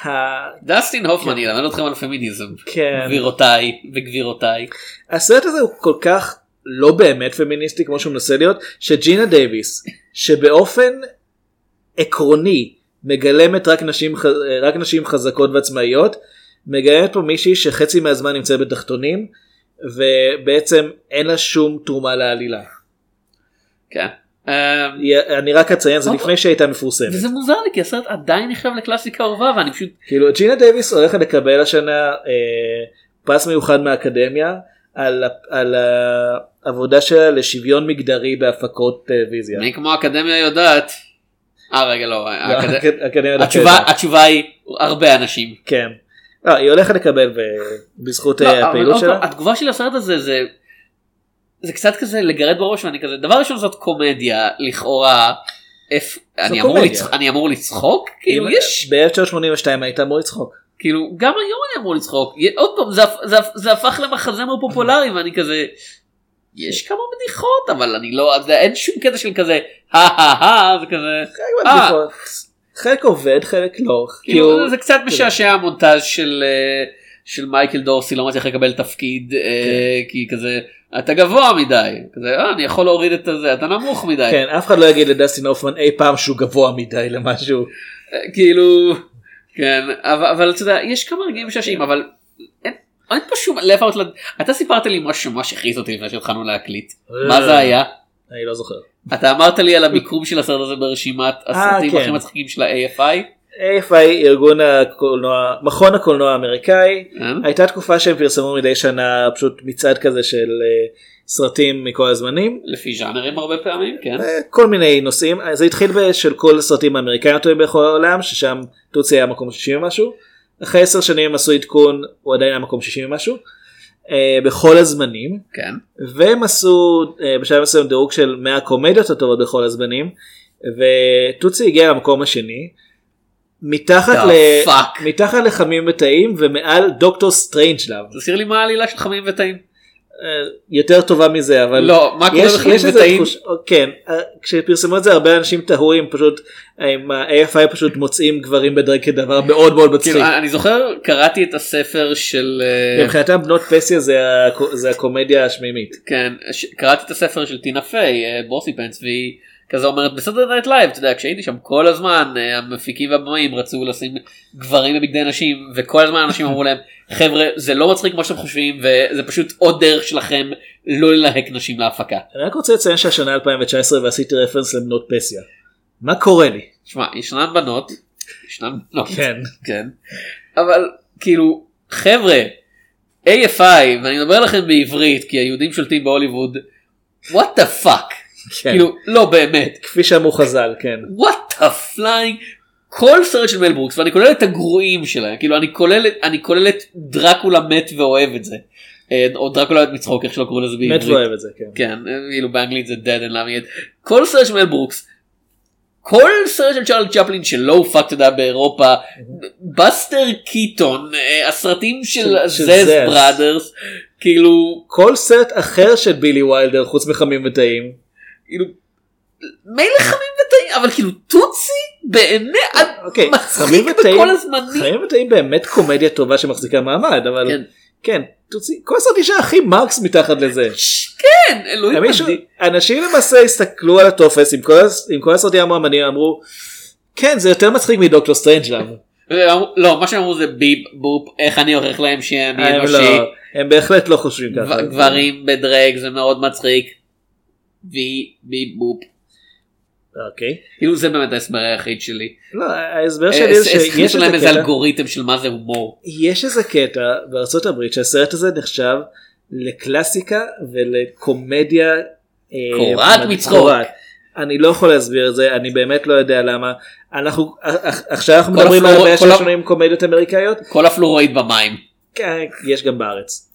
Speaker 3: ה-
Speaker 2: דסטין הופמן ילמד אתכם על פמיניזם
Speaker 3: כן.
Speaker 2: גבירותיי וגבירותיי
Speaker 3: הסרט הזה הוא כל כך לא באמת פמיניסטי כמו שהוא מנסה להיות שג'ינה דייוויס שבאופן עקרוני מגלמת רק נשים ח- רק נשים חזקות ועצמאיות מגלמת פה מישהי שחצי מהזמן נמצאת בתחתונים ובעצם אין לה שום תרומה לעלילה.
Speaker 2: כן. אה,
Speaker 3: היא- אני רק אציין זה
Speaker 2: אוקיי.
Speaker 3: לפני שהייתה מפורסמת.
Speaker 2: וזה מוזר לי כי הסרט עדיין נחשב לקלאסיקה אהובה ואני פשוט
Speaker 3: כאילו ג'ינה דייוויס הולכת לקבל השנה אה, פרס מיוחד מהאקדמיה על, ה- על העבודה שלה לשוויון מגדרי בהפקות טלוויזיה.
Speaker 2: אני כמו האקדמיה יודעת. אה רגע לא האקד-
Speaker 3: האקד- האקדמיה
Speaker 2: התשובה
Speaker 3: לקבל.
Speaker 2: התשובה היא הרבה אנשים.
Speaker 3: כן. לא, היא הולכת לקבל ו- בזכות
Speaker 2: לא,
Speaker 3: אה,
Speaker 2: אבל
Speaker 3: הפעילות
Speaker 2: עוד
Speaker 3: שלה.
Speaker 2: פעם, התגובה שלי לסרט הזה זה זה קצת כזה לגרד בראש ואני כזה דבר ראשון זאת קומדיה לכאורה. איפ- אני אמור
Speaker 3: קומדיה.
Speaker 2: לצח- אני אמור לצחוק כאילו
Speaker 3: אם-
Speaker 2: יש
Speaker 3: ב-1982 היית אמור לצחוק.
Speaker 2: כאילו גם היום אני אמור לצחוק י- עוד פעם זה הפ- זה הפ- זה הפך למחזמר פופולרי ואני כזה יש כמה בדיחות אבל אני לא אתה יודע, אין שום קטע של כזה הא הא הא זה כזה
Speaker 3: חלק
Speaker 2: "אה".
Speaker 3: מהבדיחות. חלק עובד חלק לא.
Speaker 2: כאילו זה קצת משעשע המונטאז' של אה, של מייקל דורסי לא מצליח לקבל תפקיד אה,
Speaker 3: כן.
Speaker 2: כי כזה אתה גבוה מדי כזה "אה, אני יכול להוריד את הזה אתה נמוך מדי
Speaker 3: כן אף אחד לא יגיד לדסטין הופמן אי פעם שהוא גבוה מדי למשהו.
Speaker 2: אה, כאילו כן אבל אבל אתה יודע יש כמה רגעים משעשעים אבל אין אין פה שום לב out loud. אתה סיפרת לי משהו ממש הכריז אותי לפני שהתחלנו להקליט
Speaker 3: אה.
Speaker 2: מה זה היה.
Speaker 3: אני לא זוכר.
Speaker 2: אתה אמרת לי על המיקום של הסרט הזה ברשימת הסרטים
Speaker 3: כן.
Speaker 2: הכי מצחיקים של ה-AFI.
Speaker 3: AFI ארגון הקולנוע מכון הקולנוע האמריקאי
Speaker 2: כן.
Speaker 3: הייתה תקופה שהם פרסמו מדי שנה פשוט מצעד כזה של אה, סרטים מכל הזמנים.
Speaker 2: לפי ז'אנרים הרבה פעמים כן
Speaker 3: אה, כל מיני נושאים אה, זה התחיל בשל כל הסרטים האמריקאים הטובים בכל העולם ששם טוצי היה מקום 60 ומשהו. אחרי 10 שנים הם עשו עדכון הוא עדיין היה מקום 60 ומשהו. אה, בכל הזמנים
Speaker 2: כן
Speaker 3: והם עשו אה, בשלב מסוים דירוג של 100 הקומדיות הטובות בכל הזמנים וטוצי הגיע למקום השני מתחת,
Speaker 2: The
Speaker 3: ל...
Speaker 2: fuck?
Speaker 3: מתחת לחמים וטעים ומעל דוקטור סטרנג'לאב
Speaker 2: תזכיר לי מה העלילה של חמים וטעים.
Speaker 3: אה, יותר טובה מזה אבל
Speaker 2: לא, מה קורה
Speaker 3: יש-
Speaker 2: בחמים
Speaker 3: יש איזה
Speaker 2: וטעים?
Speaker 3: תחוש- אה, כן אה, כשפרסמו את זה הרבה אנשים תהו אם פשוט אם ה-AFI פשוט מוצאים גברים בדרג כדבר מאוד מאוד מצחיק.
Speaker 2: כאילו, אני זוכר קראתי את הספר של אה,
Speaker 3: מבחינתם בנות פסיה זה, הקו- זה הקומדיה השמימית.
Speaker 2: כן ש- קראתי את הספר של טינה פיי אה, בוסי פנס והיא כזה אומרת בסדר נייט לייב אתה יודע כשהייתי שם כל הזמן אה, המפיקים והבמאים רצו לשים גברים בבגדי נשים וכל הזמן אנשים אמרו להם חבר'ה זה לא מצחיק כמו שאתם חושבים וזה פשוט עוד דרך שלכם לא ללהק נשים להפקה.
Speaker 3: אני רק רוצה לציין שהשנה 2019 ועשיתי רפרנס לבנות פסיה. מה קורה לי?
Speaker 2: תשמע ישנן בנות ישנן בנות
Speaker 3: כן.
Speaker 2: כן אבל כאילו חבר'ה AFI ואני מדבר לכם בעברית כי היהודים שולטים בהוליווד what the fuck
Speaker 3: כן.
Speaker 2: כאילו לא באמת
Speaker 3: כפי שאמרו חז"ל, כן.
Speaker 2: what the flying כל סרט של מל ברוקס ואני כולל את הגרועים שלהם כאילו אני כולל אני כולל את דרקולה מת ואוהב את זה אה, או דרקולה מת מצחוק איך שלא קוראים לזה בעברית.
Speaker 3: מת ואוהב את זה, כן.
Speaker 2: כן, כאילו באנגלית זה dead and loving it. כל סרט של מל ברוקס, כל סרט של צ'רל צ'פלין שלא הופק אתה יודע באירופה, בסטר קיטון, אה, הסרטים של
Speaker 3: של- של
Speaker 2: זז
Speaker 3: זז.
Speaker 2: בראדרס, כאילו,
Speaker 3: כל סרט אחר של בילי ויילדר, חוץ מחמים וטעים.
Speaker 2: כאילו, מילא חמים וטעים, אבל כאילו טוצי באמת,
Speaker 3: אוקיי,
Speaker 2: מצחיק בכל הזמנים.
Speaker 3: חמים וטעים באמת קומדיה טובה שמחזיקה מעמד, אבל...
Speaker 2: כן.
Speaker 3: כן. תוציא, כל הסרטים של הכי מרקס מתחת לזה.
Speaker 2: ש- כן, אלוהים
Speaker 3: מישהו-
Speaker 2: מדהים.
Speaker 3: אנשים למעשה הסתכלו על הטופס עם כל הס- עם כל הסרטים המועמדים, אמרו, כן, זה יותר מצחיק מדוקטור סטרנג'לאב.
Speaker 2: ואמרו- לא, מה שהם אמרו זה ביפ בופ, איך אני הוכיח להם שאני
Speaker 3: הם
Speaker 2: אנושי.
Speaker 3: לא- הם בהחלט לא חושבים ככה.
Speaker 2: גב- גברים בדרג זה מאוד מצחיק. וי בי בופ.
Speaker 3: אוקיי.
Speaker 2: כאילו זה באמת ההסבר היחיד שלי.
Speaker 3: לא,
Speaker 2: אה,
Speaker 3: ההסבר שלי זה שיש
Speaker 2: הכניסו להם איזה
Speaker 3: איזה קטע,
Speaker 2: אלגוריתם של מה זה הומור.
Speaker 3: יש איזה קטע בארצות הברית שהסרט הזה נחשב לקלאסיקה ולקומדיה אה,
Speaker 2: קורעת מצחוק.
Speaker 3: קורעת. אני לא יכול להסביר את זה, אני באמת לא יודע למה. אנחנו אח- עכשיו אנחנו
Speaker 2: כל
Speaker 3: מדברים על
Speaker 2: הפלואור-
Speaker 3: הבעיה
Speaker 2: כל ה-
Speaker 3: שיש לנו עם קומדיות אמריקאיות,
Speaker 2: כל הפלורואיד במים.
Speaker 3: כן, יש גם בארץ.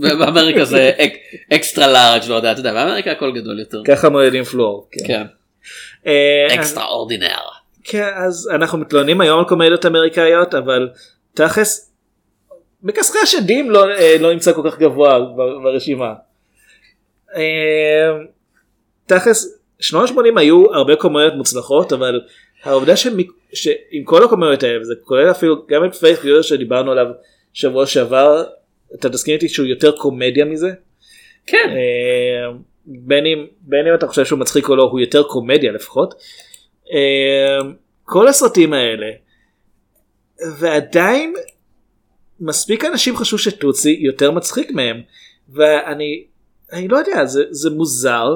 Speaker 2: באמריקה זה אק- אקסטרה לארג' לא יודע, אתה יודע, באמריקה הכל גדול יותר.
Speaker 3: ככה מודדים פלואור. כן.
Speaker 2: כן.
Speaker 3: אה, אז-
Speaker 2: אקסטרה אורדינר.
Speaker 3: כן, אז אנחנו מתלוננים היום על קומדיות אמריקאיות, אבל תכלס, מכסחי השדים לא, אה, לא נמצא כל כך גבוה ב- ברשימה. אה, תכלס, שנות ה-80 היו הרבה קומדיות מוצלחות, אבל העובדה שמי- שעם כל הקומדיות האלה, וזה כולל אפילו גם את פייס גיורר שדיברנו עליו שבוע שעבר, אתה תסכים איתי שהוא יותר קומדיה מזה?
Speaker 2: כן.
Speaker 3: אה, בין אם בין אם אתה חושב שהוא מצחיק או לא הוא יותר קומדיה לפחות. אה, כל הסרטים האלה ועדיין מספיק אנשים חשבו שטוצי יותר מצחיק מהם ואני אני לא יודע זה, זה מוזר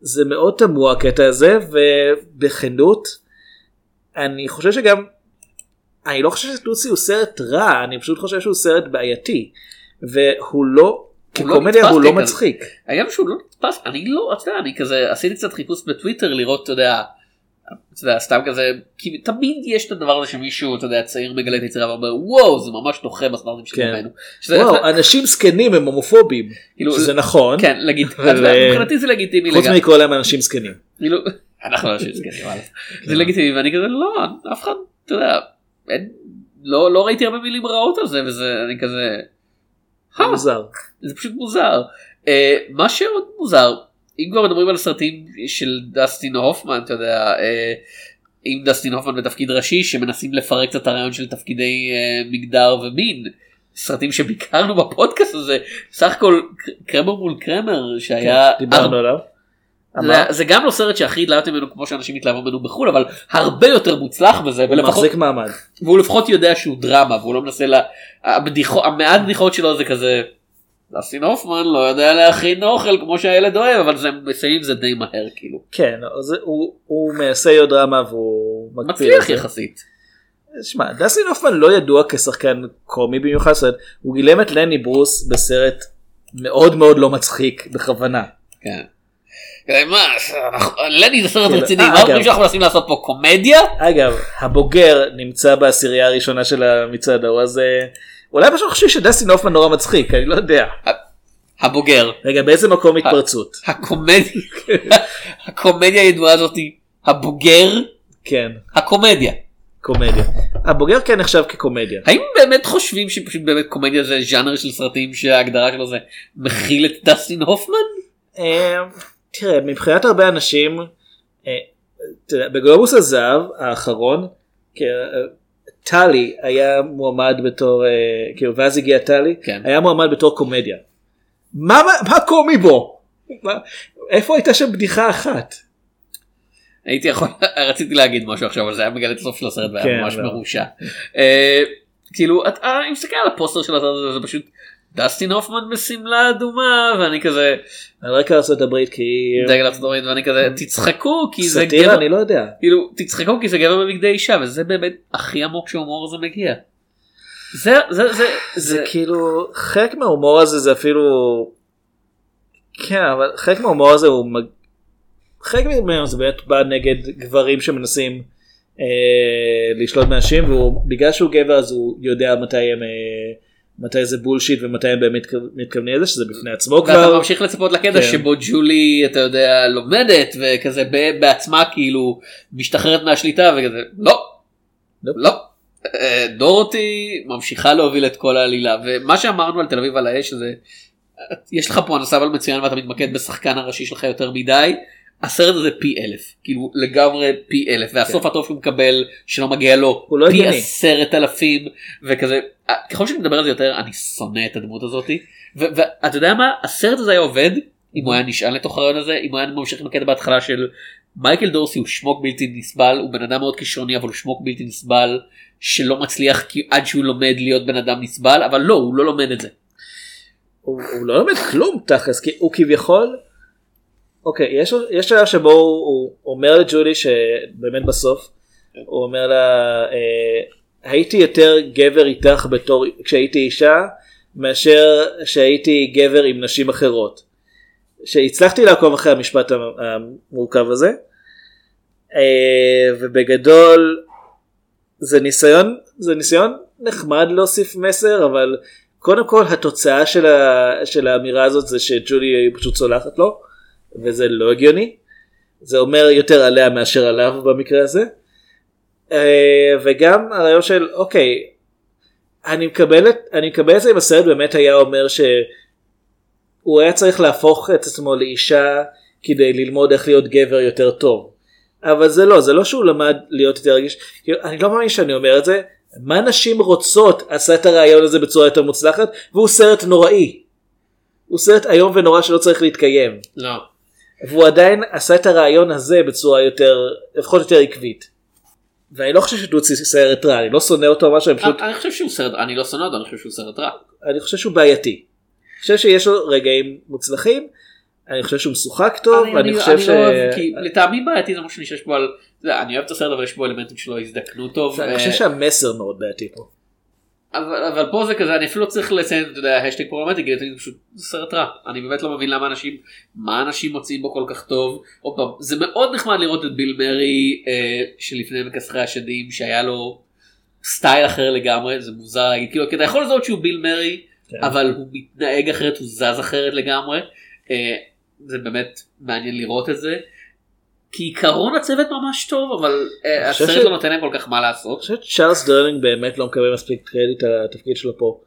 Speaker 3: זה מאוד תמוה הקטע הזה ובכנות אני חושב שגם אני לא חושב שטוצי הוא סרט רע אני פשוט חושב שהוא סרט בעייתי והוא לא
Speaker 2: הוא לא
Speaker 3: כקומדיה הוא לא
Speaker 2: נתפס לי כזה.
Speaker 3: מצחיק.
Speaker 2: היה משהו לא נתפס, אני לא, אתה יודע, אני כזה עשיתי קצת חיפוש בטוויטר לראות, אתה יודע, אתה יודע, סתם כזה, כי תמיד יש את הדבר הזה שמישהו, אתה יודע, צעיר מגלה את היצירה ואומר, וואו, זה ממש דוחה בסטנדרטים
Speaker 3: כן.
Speaker 2: שלנו.
Speaker 3: וואו, אנשים זקנים הם הומופובים,
Speaker 2: כאילו,
Speaker 3: שזה נכון,
Speaker 2: כן, להגיד,
Speaker 3: אבל,
Speaker 2: אתה יודע,
Speaker 3: אה,
Speaker 2: מבחינתי זה לגיטימי
Speaker 3: חוץ
Speaker 2: לגמרי.
Speaker 3: מלקרוא להם אנשים זקנים.
Speaker 2: כאילו, אנחנו לא אנשים זקנים, וואלה. זה לגיטימי, ואני כזה, לא, אף אחד, אתה יודע, אין- לא לא ראיתי הרבה מילים רעות על זה, וזה, אני כזה,
Speaker 3: מוזר.
Speaker 2: זה פשוט מוזר. אה, מה שעוד מוזר, אם כבר מדברים על סרטים של דסטין הופמן, אתה יודע, אה, עם דסטין הופמן בתפקיד ראשי, שמנסים לפרק את הרעיון של תפקידי אה, מגדר ומין. סרטים שביקרנו בפודקאסט הזה, סך הכל ק- קרמר מול קרמר שהיה
Speaker 3: כן, דיברנו עליו.
Speaker 2: זה,
Speaker 3: אמר,
Speaker 2: זה גם לא סרט שהכי התלהבתי ממנו כמו שאנשים התלהבו ממנו בחו"ל אבל הרבה יותר מוצלח בזה
Speaker 3: הוא
Speaker 2: ולפחות,
Speaker 3: מחזיק מעמד.
Speaker 2: והוא לפחות יודע שהוא דרמה והוא לא מנסה ל... הבדיחות, המעט בדיחות שלו זה כזה. אסין הופמן לא יודע להכין אוכל כמו שהילד אוהב אבל זה מסיימים זה די מהר כאילו.
Speaker 3: כן, זה- הוא- הוא מעשה יודרמה והוא מקפיד.
Speaker 2: מצליח
Speaker 3: על זה.
Speaker 2: יחסית.
Speaker 3: שמע, דסטין הופמן לא ידוע כשחקן קומי במיוחד, זאת אומרת, הוא גילם את לני ברוס בסרט מאוד מאוד לא מצחיק בכוונה.
Speaker 2: כן. אה, מה, אנחנו- לני זה סרט
Speaker 3: כן,
Speaker 2: רציני,
Speaker 3: אה,
Speaker 2: מה אומרים
Speaker 3: אגב.
Speaker 2: שאנחנו מנסים לעשות פה קומדיה?
Speaker 3: אגב, הבוגר נמצא בעשירייה הראשונה של המצעד ההוא, אז אה, אולי פשוט חושבים שדסטין הופמן נורא מצחיק, אני לא יודע.
Speaker 2: הבוגר.
Speaker 3: רגע, באיזה מקום התפרצות?
Speaker 2: הקומדיה, הקומדיה הידועה הזאת היא הבוגר,
Speaker 3: כן,
Speaker 2: הקומדיה.
Speaker 3: קומדיה. הבוגר כן נחשב כקומדיה.
Speaker 2: האם באמת חושבים שפשוט באמת קומדיה זה ז'אנר של סרטים שההגדרה שלו זה מכיל את דסטין הופמן?
Speaker 3: אה, תראה, מבחינת הרבה אנשים, אה, תראה, בגלובוס הזהב האחרון, כ- אה, טלי היה מועמד בתור, אה, כאילו, ואז הגיע טלי,
Speaker 2: כן.
Speaker 3: היה מועמד בתור קומדיה. מה, מה- מה קומי בו? מה- איפה הייתה שם בדיחה אחת?
Speaker 2: הייתי יכול, רציתי להגיד משהו עכשיו, אבל זה היה בגלל את הסוף של הסרט והיה
Speaker 3: כן,
Speaker 2: ממש
Speaker 3: לא.
Speaker 2: מרושע. אה, כאילו, את- אה, אני מסתכל על הפוסטר של הסרט הזה, זה פשוט דסטין הופמן בשמלה אדומה, ואני כזה,
Speaker 3: על רקע ארה"ב כי...
Speaker 2: דגל ארצות הברית, ואני כזה, תצחקו כי זה
Speaker 3: כן. סאטירה,
Speaker 2: גבר,
Speaker 3: אני לא יודע.
Speaker 2: כאילו, תצחקו כי זה גבר בבגדי אישה, וזה באמת הכי עמוק שההומור הזה מגיע. זה, זה, זה,
Speaker 3: זה כאילו חלק מההומור הזה זה אפילו כן אבל חלק מההומור הזה הוא מג... חלק ממנו זה באמת בא נגד גברים שמנסים אה, לשלוט באנשים והוא בגלל שהוא גבר אז הוא יודע מתי הם אה, מתי זה בולשיט ומתי הם באמת מתכו- מתכוונים לזה שזה בפני עצמו
Speaker 2: ואתה
Speaker 3: כבר
Speaker 2: ממשיך לצפות לקטע
Speaker 3: כן.
Speaker 2: שבו ג'ולי אתה יודע לומדת וכזה ב- בעצמה כאילו משתחררת מהשליטה וכזה לא
Speaker 3: נופ.
Speaker 2: לא. אה, דורותי ממשיכה להוביל את כל העלילה ומה שאמרנו על תל אביב על האש זה יש לך פה אנסבל מצוין ואתה מתמקד בשחקן הראשי שלך יותר מדי. הסרט הזה פי אלף כאילו לגמרי פי אלף והסוף הטוב שהוא מקבל שלא מגיע לו
Speaker 3: כן. הוא לא
Speaker 2: פי
Speaker 3: הגיוני.
Speaker 2: עשרת אלפים וכזה אה, ככל שאני מדבר על זה יותר אני שונא את הדמות הזאתי ואתה יודע מה הסרט הזה היה עובד אם הוא היה נשען לתוך הרעיון הזה אם הוא היה ממשיך עם הקטע בהתחלה של מייקל דורסי הוא שמוק בלתי נסבל הוא בן אדם מאוד כישרוני אבל הוא שמוק בלתי נסבל שלא מצליח כי עד שהוא לומד להיות בן אדם נסבל אבל לא הוא לא לומד את זה.
Speaker 3: הוא, הוא לא לומד כלום תכלס כי הוא כביכול. אוקיי יש יש שלב שבו הוא, הוא אומר לג'ולי שבאמת בסוף הוא אומר לה אה, הייתי יותר גבר איתך בתור כשהייתי אישה מאשר שהייתי גבר עם נשים אחרות. שהצלחתי לעקוב אחרי המשפט המ- המורכב הזה אה, ובגדול זה ניסיון זה ניסיון נחמד להוסיף מסר אבל קודם כל התוצאה של, ה, של האמירה הזאת זה שג'ולי היא פשוט סולחת לו וזה לא הגיוני. זה אומר יותר עליה מאשר עליו במקרה הזה. אה, וגם הרעיון של אוקיי אני מקבל את אני מקבל את זה אם הסרט באמת היה אומר שהוא היה צריך להפוך את עצמו לאישה כדי ללמוד איך להיות גבר יותר טוב. אבל זה לא זה לא שהוא למד להיות יותר רגיש כאילו, אני לא מאמין שאני אומר את זה מה נשים רוצות עשה את הרעיון הזה בצורה יותר מוצלחת והוא סרט נוראי. הוא סרט איום ונורא שלא צריך להתקיים
Speaker 2: לא.
Speaker 3: והוא עדיין עשה את הרעיון הזה בצורה יותר לפחות יותר עקבית. ואני לא חושב שדוצי סרט רע אני לא שונא אותו או משהו אני פשוט
Speaker 2: אני חושב שהוא סרט אני לא שונא אותו אני חושב שהוא סרט רע.
Speaker 3: אני חושב שהוא בעייתי. אני חושב שיש לו רגעים מוצלחים. אני חושב שהוא משוחק טוב
Speaker 2: אני-
Speaker 3: ואני
Speaker 2: אני-
Speaker 3: חושב
Speaker 2: אני
Speaker 3: ש...
Speaker 2: לא אוהב, כי לטעמי בעייתי זה משהו שיש בו על אתה יודע, אני אוהב את הסרט אבל יש בו אלמנטים שלא הזדקנו טוב.
Speaker 3: אני
Speaker 2: אה,
Speaker 3: חושב שהמסר מאוד בעייתי פה.
Speaker 2: אבל, אבל פה זה כזה אני אפילו לא צריך לציין אתה יודע השטג פרובלמטי כי זה פשוט סרט רע אני באמת לא מבין למה אנשים מה אנשים מוצאים בו כל כך טוב עוד פעם זה מאוד נחמד לראות את ביל מרי אה, שלפני מכסחי השדים שהיה לו סטייל אחר לגמרי זה מוזר להגיד כאילו כי אתה יכול לזהות שהוא ביל מרי
Speaker 3: כן.
Speaker 2: אבל הוא מתנהג אחרת הוא זז אחרת לגמרי אה, זה באמת מעניין לראות את זה. כי עיקרון הצוות ממש טוב אבל אה,
Speaker 3: אני חושב
Speaker 2: הסרט
Speaker 3: ש-
Speaker 2: לא נותן להם כל כך מה לעשות.
Speaker 3: אני חושב שצ'ארלס דרלינג באמת לא מקבל מספיק קרדיט על התפקיד שלו פה. הוא-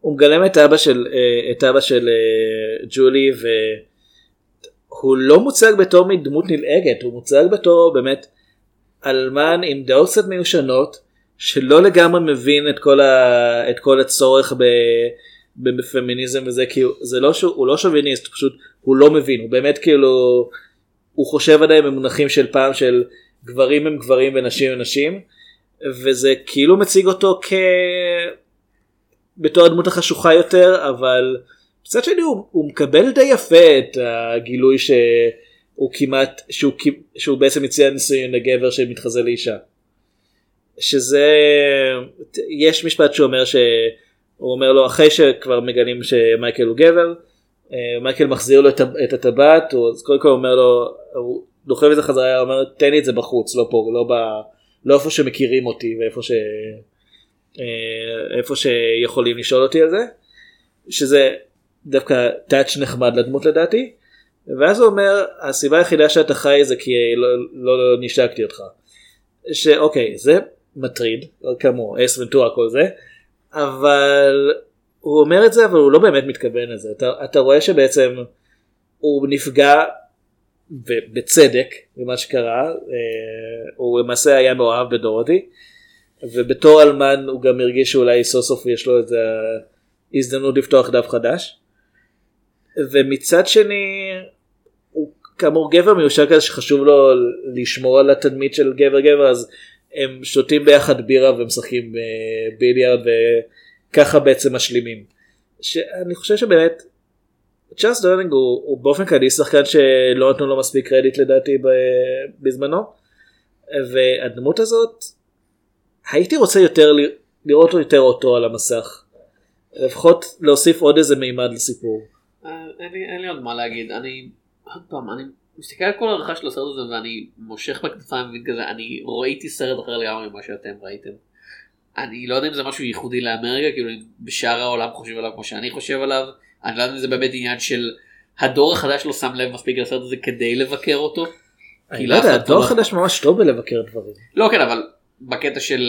Speaker 3: הוא מגלם את אבא של, אה, את אבא של אה, ג'ולי והוא לא מוצג בתור מין דמות נלעגת, הוא מוצג בתור באמת אלמן עם דעות קצת מיושנות, שלא לגמרי מבין את כל, ה, את כל הצורך ב, ב- בפמיניזם וזה, כי הוא, זה לא, שהוא- הוא לא שוביניסט, פשוט הוא לא מבין, הוא באמת כאילו, הוא חושב עדיין במונחים של פעם של גברים הם גברים ונשים הם נשים, וזה כאילו מציג אותו כ... בתור הדמות החשוכה יותר, אבל מצד שני הוא, הוא מקבל די יפה את הגילוי שהוא כמעט, שהוא, כמ- שהוא בעצם הציע נישואים לגבר שמתחזה לאישה. שזה, יש משפט שאומר שהוא אומר לו אחרי שכבר מגלים שמייקל הוא גבר, אה, מייקל מחזיר לו את ה- את הטבעת, הוא אז קודם כל אומר לו, הוא דוחף את זה חזרה, הוא אומר תן לי את זה בחוץ, לא פה, לא, ב, לא איפה שמכירים אותי ואיפה ש... אה, איפה שיכולים לשאול אותי על זה, שזה דווקא טאץ' נחמד לדמות לדעתי, ואז הוא אומר הסיבה היחידה שאתה חי זה כי לא, לא, לא נשקתי אותך. שאוקיי זה מטריד כאמור אס ונטורה כל זה אבל הוא אומר את זה אבל הוא לא באמת מתכוון לזה אתה, אתה רואה שבעצם הוא נפגע ובצדק ממה שקרה אה, הוא למעשה היה מאוהב בדורותי ובתור אלמן הוא גם הרגיש שאולי סוף סוף יש לו את ההזדמנות לפתוח דף חדש ומצד שני הוא כאמור גבר מיושב כזה שחשוב לו לשמור על התדמית של גבר גבר אז הם שותים ביחד בירה ומשחקים אה, ביליארד וככה בעצם משלימים. שאני חושב שבאמת צ'ארלס דורלינג הוא, הוא באופן כללי שחקן שלא נתנו לו מספיק קרדיט לדעתי ב, בזמנו והדמות הזאת הייתי רוצה יותר ל- לראות יותר אותו על המסך לפחות להוסיף עוד איזה מימד לסיפור.
Speaker 2: אה, אין לי- אין לי עוד מה להגיד, אני, עוד פעם, אני מסתכל על כל הערכה של הסרט הזה ואני מושך בכתפיים ומבין כזה, אני ראיתי סרט אחר לגמרי ממה שאתם ראיתם. אני לא יודע אם זה משהו ייחודי לאמריקה, כאילו אם בשאר העולם חושב עליו כמו שאני חושב עליו, אני לא יודע אם זה באמת עניין של הדור החדש לא שם לב מספיק לסרט הזה כדי לבקר אותו.
Speaker 3: אני
Speaker 2: כי
Speaker 3: לא יודע,
Speaker 2: לאף אחד
Speaker 3: הדור
Speaker 2: פה לא-
Speaker 3: החדש ממש טוב בלבקר דברים.
Speaker 2: לא כן אבל בקטע של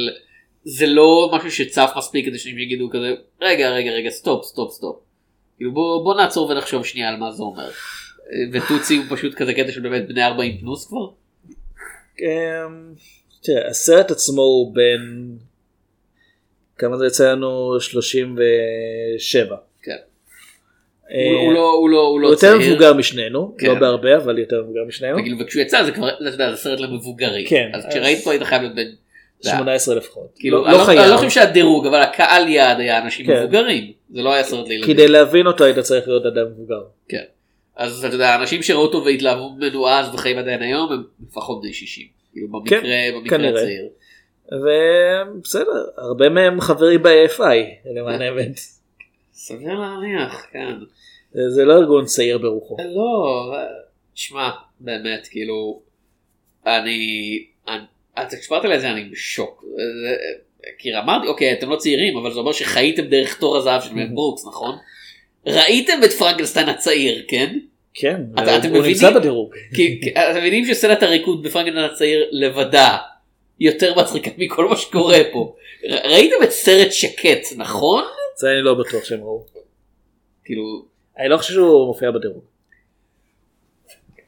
Speaker 2: זה לא משהו שצף מספיק כדי שהם יגידו כזה רגע רגע רגע סטופ סטופ סטופ. כאילו בוא, בוא נעצור ונחשוב שנייה על מה זה אומר. אה, וטוצי הוא פשוט כזה קטע של באמת בני 40 פלוס כבר.
Speaker 3: אמ, תראה, הסרט עצמו הוא בין... כמה זה יצא לנו? 37.
Speaker 2: כן.
Speaker 3: אה,
Speaker 2: הוא, הוא לא הוא לא הוא
Speaker 3: הוא
Speaker 2: לא
Speaker 3: יותר
Speaker 2: צעיר.
Speaker 3: מבוגר משננו,
Speaker 2: כן.
Speaker 3: לא בהרבה, אבל יותר מבוגר משנינו.
Speaker 2: וכאילו וכשהוא יצא זה כבר אתה יודע, זה סרט למבוגרים.
Speaker 3: כן,
Speaker 2: אז
Speaker 3: אז-
Speaker 2: כשראית פה היית חייב להיות בן. זה היה-
Speaker 3: 18 לפחות.
Speaker 2: כאילו
Speaker 3: לא-
Speaker 2: אני
Speaker 3: לא
Speaker 2: לא- אני לא
Speaker 3: חייב.
Speaker 2: חושב שהדירוג אבל הקהל יעד היה אנשים
Speaker 3: כן.
Speaker 2: מבוגרים. זה לא היה סרט לילדים.
Speaker 3: כדי להבין אותו היית צריך להיות אדם מבוגר.
Speaker 2: כן. אז אתה יודע, אנשים שראו אותו והתלהבו ממנו אז וחיים עדיין היום הם לפחות בני 60. כאילו במקרה,
Speaker 3: כן,
Speaker 2: במקרה
Speaker 3: כנראה.
Speaker 2: הצעיר.
Speaker 3: ובסדר, הרבה מהם חברים ב-AFI, למען האמת.
Speaker 2: סביר להניח, כן.
Speaker 3: זה לא ארגון צעיר ברוחו.
Speaker 2: לא, שמע, באמת, כאילו, אני, אני- אה, את השפעת עלי זה, אני בשוק. זה- כי אמרתי, אוקיי, אתם לא צעירים, אבל זה אומר שחייתם דרך תור הזהב של מאיר ברוקס, נכון? ראיתם את פרנקלסטיין הצעיר, כן?
Speaker 3: כן,
Speaker 2: אתה-
Speaker 3: הוא-
Speaker 2: אתם
Speaker 3: הוא נמצא
Speaker 2: מבינים?
Speaker 3: בדירוג.
Speaker 2: כי כי אתם מבינים שסצנת הריקוד בפרנקלדן הצעיר לבדה יותר מצחיקה מכל מה שקורה פה. ר- ראיתם את סרט שקט נכון?
Speaker 3: זה אני לא בטוח שהם ראו.
Speaker 2: כאילו
Speaker 3: אני לא חושב שהוא מופיע בדירוג.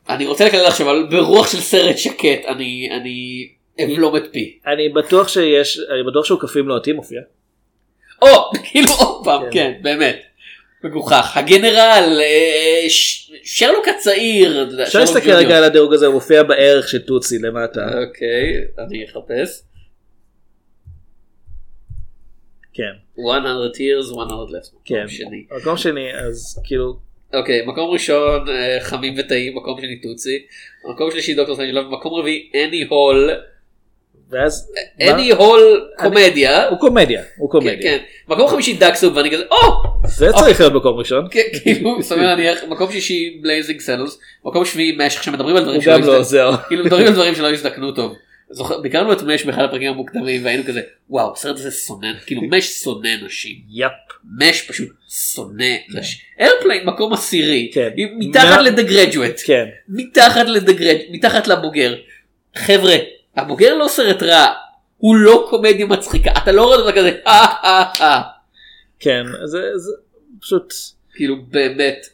Speaker 2: אני רוצה לקלל עכשיו אבל ברוח של סרט שקט אני אני אבלום את פי.
Speaker 3: אני בטוח שיש, אני בטוח שהוא כפים לוהטים
Speaker 2: אה,
Speaker 3: מופיע.
Speaker 2: או כאילו עוד פעם
Speaker 3: כן.
Speaker 2: כן באמת. מגוחך הגנרל אה, ש- שרלוק הצעיר. אתה יודע,
Speaker 3: אפשר
Speaker 2: שרלוק
Speaker 3: להסתכל
Speaker 2: ג'וניור.
Speaker 3: רגע על הדירוג הזה, הוא מופיע בערך של טוצי למטה.
Speaker 2: אוקיי אני אחפש.
Speaker 3: כן,
Speaker 2: 100 years 100 left.
Speaker 3: כן.
Speaker 2: מקום שני.
Speaker 3: מקום שני, אז כאילו,
Speaker 2: אוקיי, מקום ראשון אה, חמים וטעים, מקום שני טוצי, מקום שלישי דוקטור סנג'לוב, מקום רביעי אני הול,
Speaker 3: ואז... מה?
Speaker 2: אני הול קומדיה,
Speaker 3: הוא קומדיה, הוא
Speaker 2: אה, כן,
Speaker 3: קומדיה.
Speaker 2: כן, מקום חמישי דקסוב ואני כזה, או!
Speaker 3: זה צריך להיות מקום ראשון.
Speaker 2: כן, כאילו, סביר להניח, מקום שישי בלייזינג סלוס, מקום שביעי מש, עכשיו מדברים על דברים
Speaker 3: הוא
Speaker 2: שלא
Speaker 3: גם לא
Speaker 2: הזדקנו,
Speaker 3: עוזר.
Speaker 2: כאילו מדברים על דברים שלא הזדקנו טוב. זוכר, ביקרנו את מש באחד הפרקים המוקדמים והיינו כזה, וואו, הסרט הזה שונא,
Speaker 3: כן.
Speaker 2: כאילו מש שונא נשים,
Speaker 3: יאפ.
Speaker 2: מש פשוט שונא נשים, איירפליין מקום עשירי,
Speaker 3: כן.
Speaker 2: מתחת
Speaker 3: מה-
Speaker 2: לדה גרדואט,
Speaker 3: כן.
Speaker 2: מתחת לדגרד, מתחת לבוגר. חבר'ה, הבוגר לא סרט רע, הוא לא קומדיה מצחיקה, אתה לא רואה אותו כזה, "אה, אה, אה."
Speaker 3: כן, זה, זה פשוט,
Speaker 2: כאילו באמת.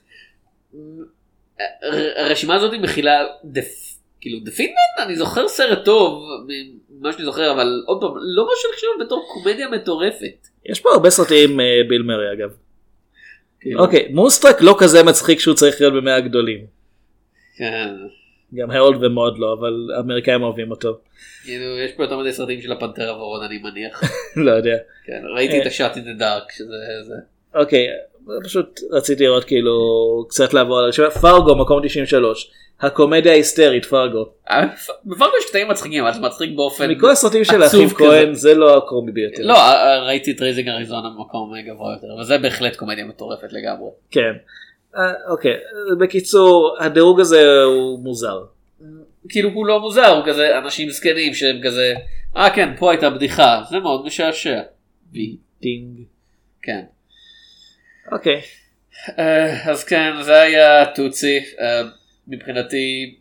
Speaker 2: הר- הרשימה הזאת מכילה דף- כאילו דה פינמן אני זוכר סרט טוב ממה שאני זוכר אבל עוד פעם לא משהו שאני חושב בתור קומדיה מטורפת.
Speaker 3: יש פה הרבה סרטים אה, ביל מרי אגב.
Speaker 2: כאילו,
Speaker 3: אוקיי, מוסטרק לא כזה מצחיק שהוא צריך להיות במאה הגדולים.
Speaker 2: כן.
Speaker 3: גם הרולד ומוד לא, אבל האמריקאים אוהבים אותו.
Speaker 2: כאילו יש פה יותר מדי סרטים של הפנתר הוורוד אני מניח.
Speaker 3: לא יודע.
Speaker 2: כן, ראיתי את
Speaker 3: אה.
Speaker 2: השאט אין דה דארק שזה זה.
Speaker 3: אוקיי, פשוט רציתי לראות כאילו, קצת לעבור על הרשימה. פרגו, מקום 93. הקומדיה ההיסטרית, פרגו.
Speaker 2: אה, בפרקו יש קטעים מצחיקים אבל זה מצחיק באופן.
Speaker 3: מכל הסרטים של
Speaker 2: עצוב
Speaker 3: אחיו
Speaker 2: כזה.
Speaker 3: כהן, זה לא הקומי ביותר.
Speaker 2: לא אה, אה, ראיתי את רייזינג אריזונה במקום אה, גבוה יותר אבל זה בהחלט קומדיה מטורפת לגמרי.
Speaker 3: כן. אה, אוקיי, אה, בקיצור, הדירוג הזה הוא מוזר.
Speaker 2: כאילו הוא לא מוזר, הוא כזה אנשים זקנים שהם כזה, אה כן, פה הייתה בדיחה, זה מאוד משעשע. בי,
Speaker 3: דינג.
Speaker 2: כן.
Speaker 3: אוקיי.
Speaker 2: אה, אז כן, זה היה טוצי, אה, מבחינתי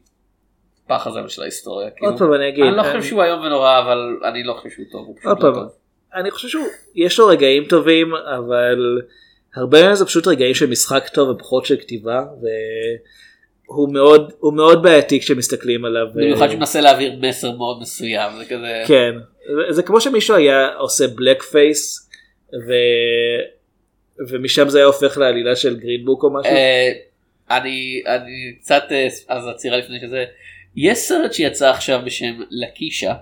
Speaker 2: פח הזבל של ההיסטוריה.
Speaker 3: עוד
Speaker 2: כאילו.
Speaker 3: פעם אני אגיד. אה,
Speaker 2: אני לא חושב שהוא איום ונורא, אבל אני לא חושב שהוא טוב, הוא פשוט
Speaker 3: עוד
Speaker 2: לא
Speaker 3: פעם,
Speaker 2: טוב.
Speaker 3: אני חושב שהוא, יש לו רגעים טובים, אבל הרבה מהם זה פשוט רגעים של משחק טוב ופחות של כתיבה, והוא מאוד, הוא מאוד בעייתי כשמסתכלים עליו. אה,
Speaker 2: במיוחד שהוא מנסה להעביר מסר מאוד מסוים, זה כזה,
Speaker 3: כן, זה- זה כמו שמישהו היה עושה בלק פייס, ו... ומשם זה היה הופך לעלילה של גרינבוק או משהו.
Speaker 2: אה, אני אני קצת, אה, אז עצירה לפני שזה, יש סרט שיצא עכשיו בשם לקישה.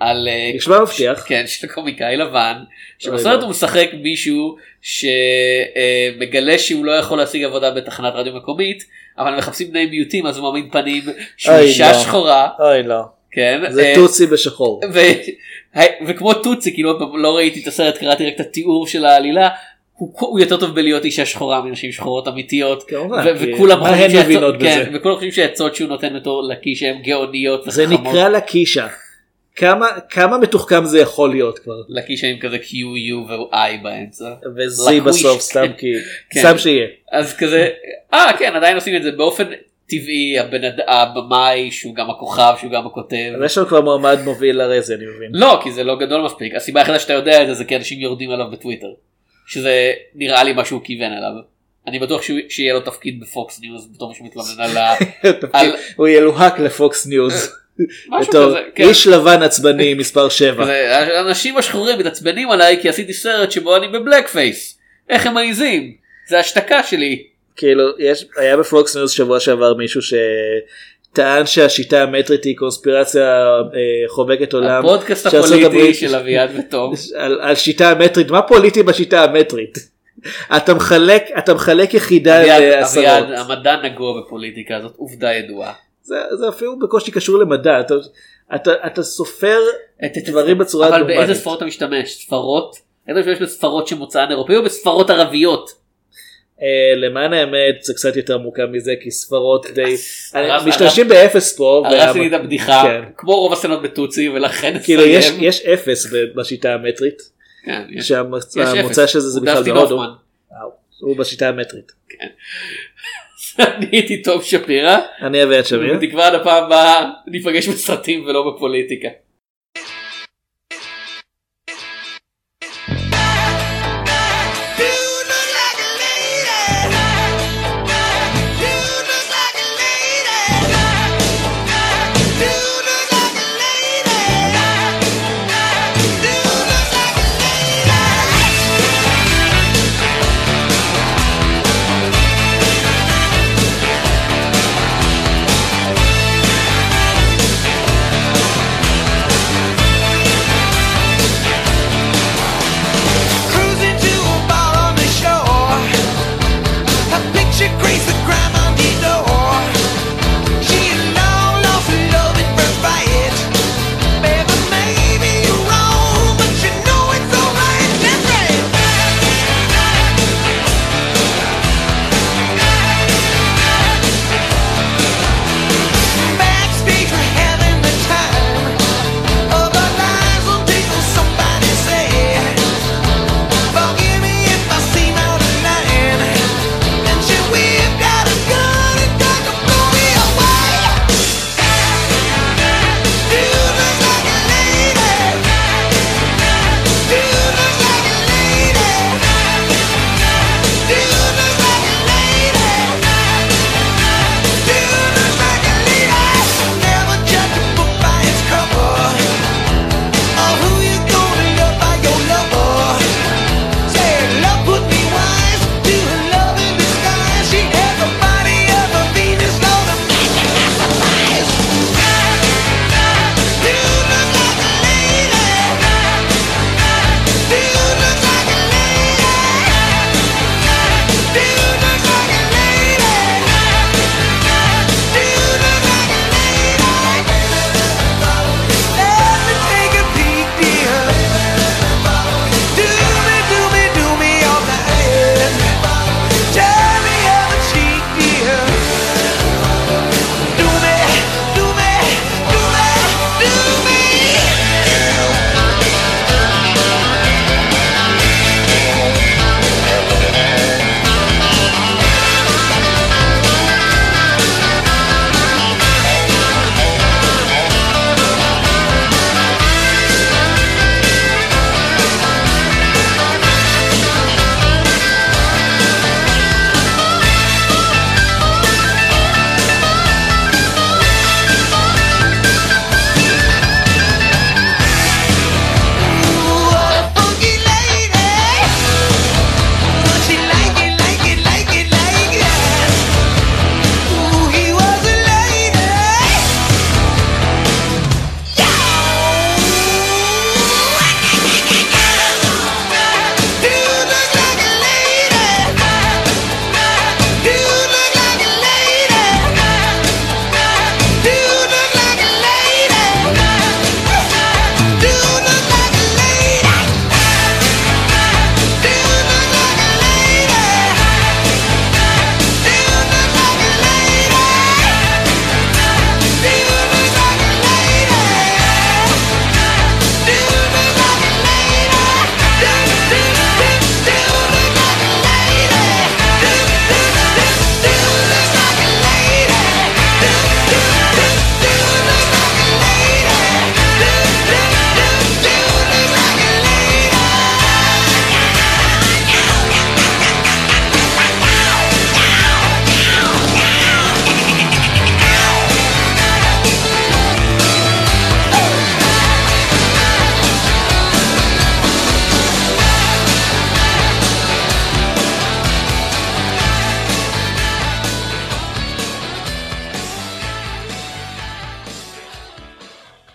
Speaker 2: על אה,
Speaker 3: נשמע מבטיח.
Speaker 2: כן, של קומיקאי לבן,
Speaker 3: אוי,
Speaker 2: שבסרט
Speaker 3: לא.
Speaker 2: הוא משחק מישהו שמגלה שהוא לא יכול להשיג עבודה בתחנת רדיו מקומית, אבל מחפשים בני מיעוטים אז הוא מעמיד פנים שהוא
Speaker 3: אוי,
Speaker 2: אישה
Speaker 3: לא.
Speaker 2: שחורה,
Speaker 3: אוי לא.
Speaker 2: כן,
Speaker 3: זה
Speaker 2: אה,
Speaker 3: טוצי בשחור.
Speaker 2: ו- ה- וכמו טוצי, כאילו עוד פעם, לא ראיתי את הסרט, קראתי רק את התיאור של העלילה, הוא הוא יותר טוב בלהיות אישה שחורה מנשים שחורות אמיתיות.
Speaker 3: כמובן,
Speaker 2: ו-
Speaker 3: כי
Speaker 2: וכולם
Speaker 3: מה
Speaker 2: חושבים
Speaker 3: הן
Speaker 2: שהעצות-
Speaker 3: מבינות
Speaker 2: כן,
Speaker 3: בזה?
Speaker 2: וכולם חושבים שהעצות שהוא נותן בתור לקי שהן גאוניות
Speaker 3: זה
Speaker 2: וחכמות.
Speaker 3: נקרא לקישה. כמה, כמה מתוחכם זה יכול להיות כבר.
Speaker 2: לקי שהם כזה QU ו-I באמצע.
Speaker 3: וזי
Speaker 2: לקוויש.
Speaker 3: בסוף סתם כי,
Speaker 2: כן.
Speaker 3: סתם שיהיה.
Speaker 2: אז כזה, אה כן עדיין עושים את זה באופן טבעי הבן אד- הבמאי שהוא גם הכוכב שהוא גם הכותב.
Speaker 3: אז יש לנו כבר מועמד מוביל הרי זה אני מבין.
Speaker 2: לא כי זה לא גדול מספיק הסיבה היחידה שאתה יודע את זה זה כי אנשים יורדים עליו בטוויטר. שזה נראה לי מה שהוא כיוון אליו. אני בטוח שהוא- שיהיה לו תפקיד בפוקס ניוז בתור מישהו מתלונן על ה... על-
Speaker 3: הוא ילוהק לפוקס ניוז.
Speaker 2: משהו
Speaker 3: בתור
Speaker 2: כזה. כן.
Speaker 3: איש לבן עצבני מספר 7.
Speaker 2: כזה, האנשים השחורים מתעצבנים עליי כי עשיתי סרט שבו אני בבלק פייס. איך הם מעיזים? זה השתקה שלי.
Speaker 3: כאילו יש היה בפוקס ניוז שבוע שעבר מישהו שטען שהשיטה המטרית היא קונספירציה אה, חובקת עולם.
Speaker 2: הפודקאסט
Speaker 3: שארצות
Speaker 2: הפוליטי
Speaker 3: הברית-
Speaker 2: של אביעד ותום.
Speaker 3: על, על שיטה המטרית מה פוליטי בשיטה המטרית. אתה מחלק אתה מחלק יחידה
Speaker 2: אביעד,
Speaker 3: לעשרות.
Speaker 2: אביעד, המדע נגוע בפוליטיקה זאת עובדה ידועה.
Speaker 3: זה, זה אפילו בקושי קשור למדע אתה, אתה, אתה סופר
Speaker 2: את
Speaker 3: דברים בצורה
Speaker 2: אבל
Speaker 3: נורמלית.
Speaker 2: באיזה ספרות אתה משתמש? ספרות? אתה משתמש בספרות שמוצאן אירופאי או בספרות ערביות?
Speaker 3: אה, למען האמת זה קצת יותר מורכב מזה כי ספרות די
Speaker 2: הרס-
Speaker 3: משתמשים באפס פה.
Speaker 2: הרסתי
Speaker 3: וה-
Speaker 2: לי את הבדיחה,
Speaker 3: כן.
Speaker 2: כמו רוב הסצנות בטוצי ולכן
Speaker 3: כאילו
Speaker 2: אסיים.
Speaker 3: יש יש אפס ב- בשיטה המטרית
Speaker 2: כן, יש- יש אפס.
Speaker 3: שהמוצא של זה זה
Speaker 2: הוא
Speaker 3: בכלל
Speaker 2: דסטין
Speaker 3: בהודו.
Speaker 2: הופמן.
Speaker 3: הוא בשיטה המטרית.
Speaker 2: אני הייתי טוב שפירא,
Speaker 3: אני אביעד שמיר.
Speaker 2: בתקווה עד הפעם הבאה ניפגש בסרטים ולא בפוליטיקה.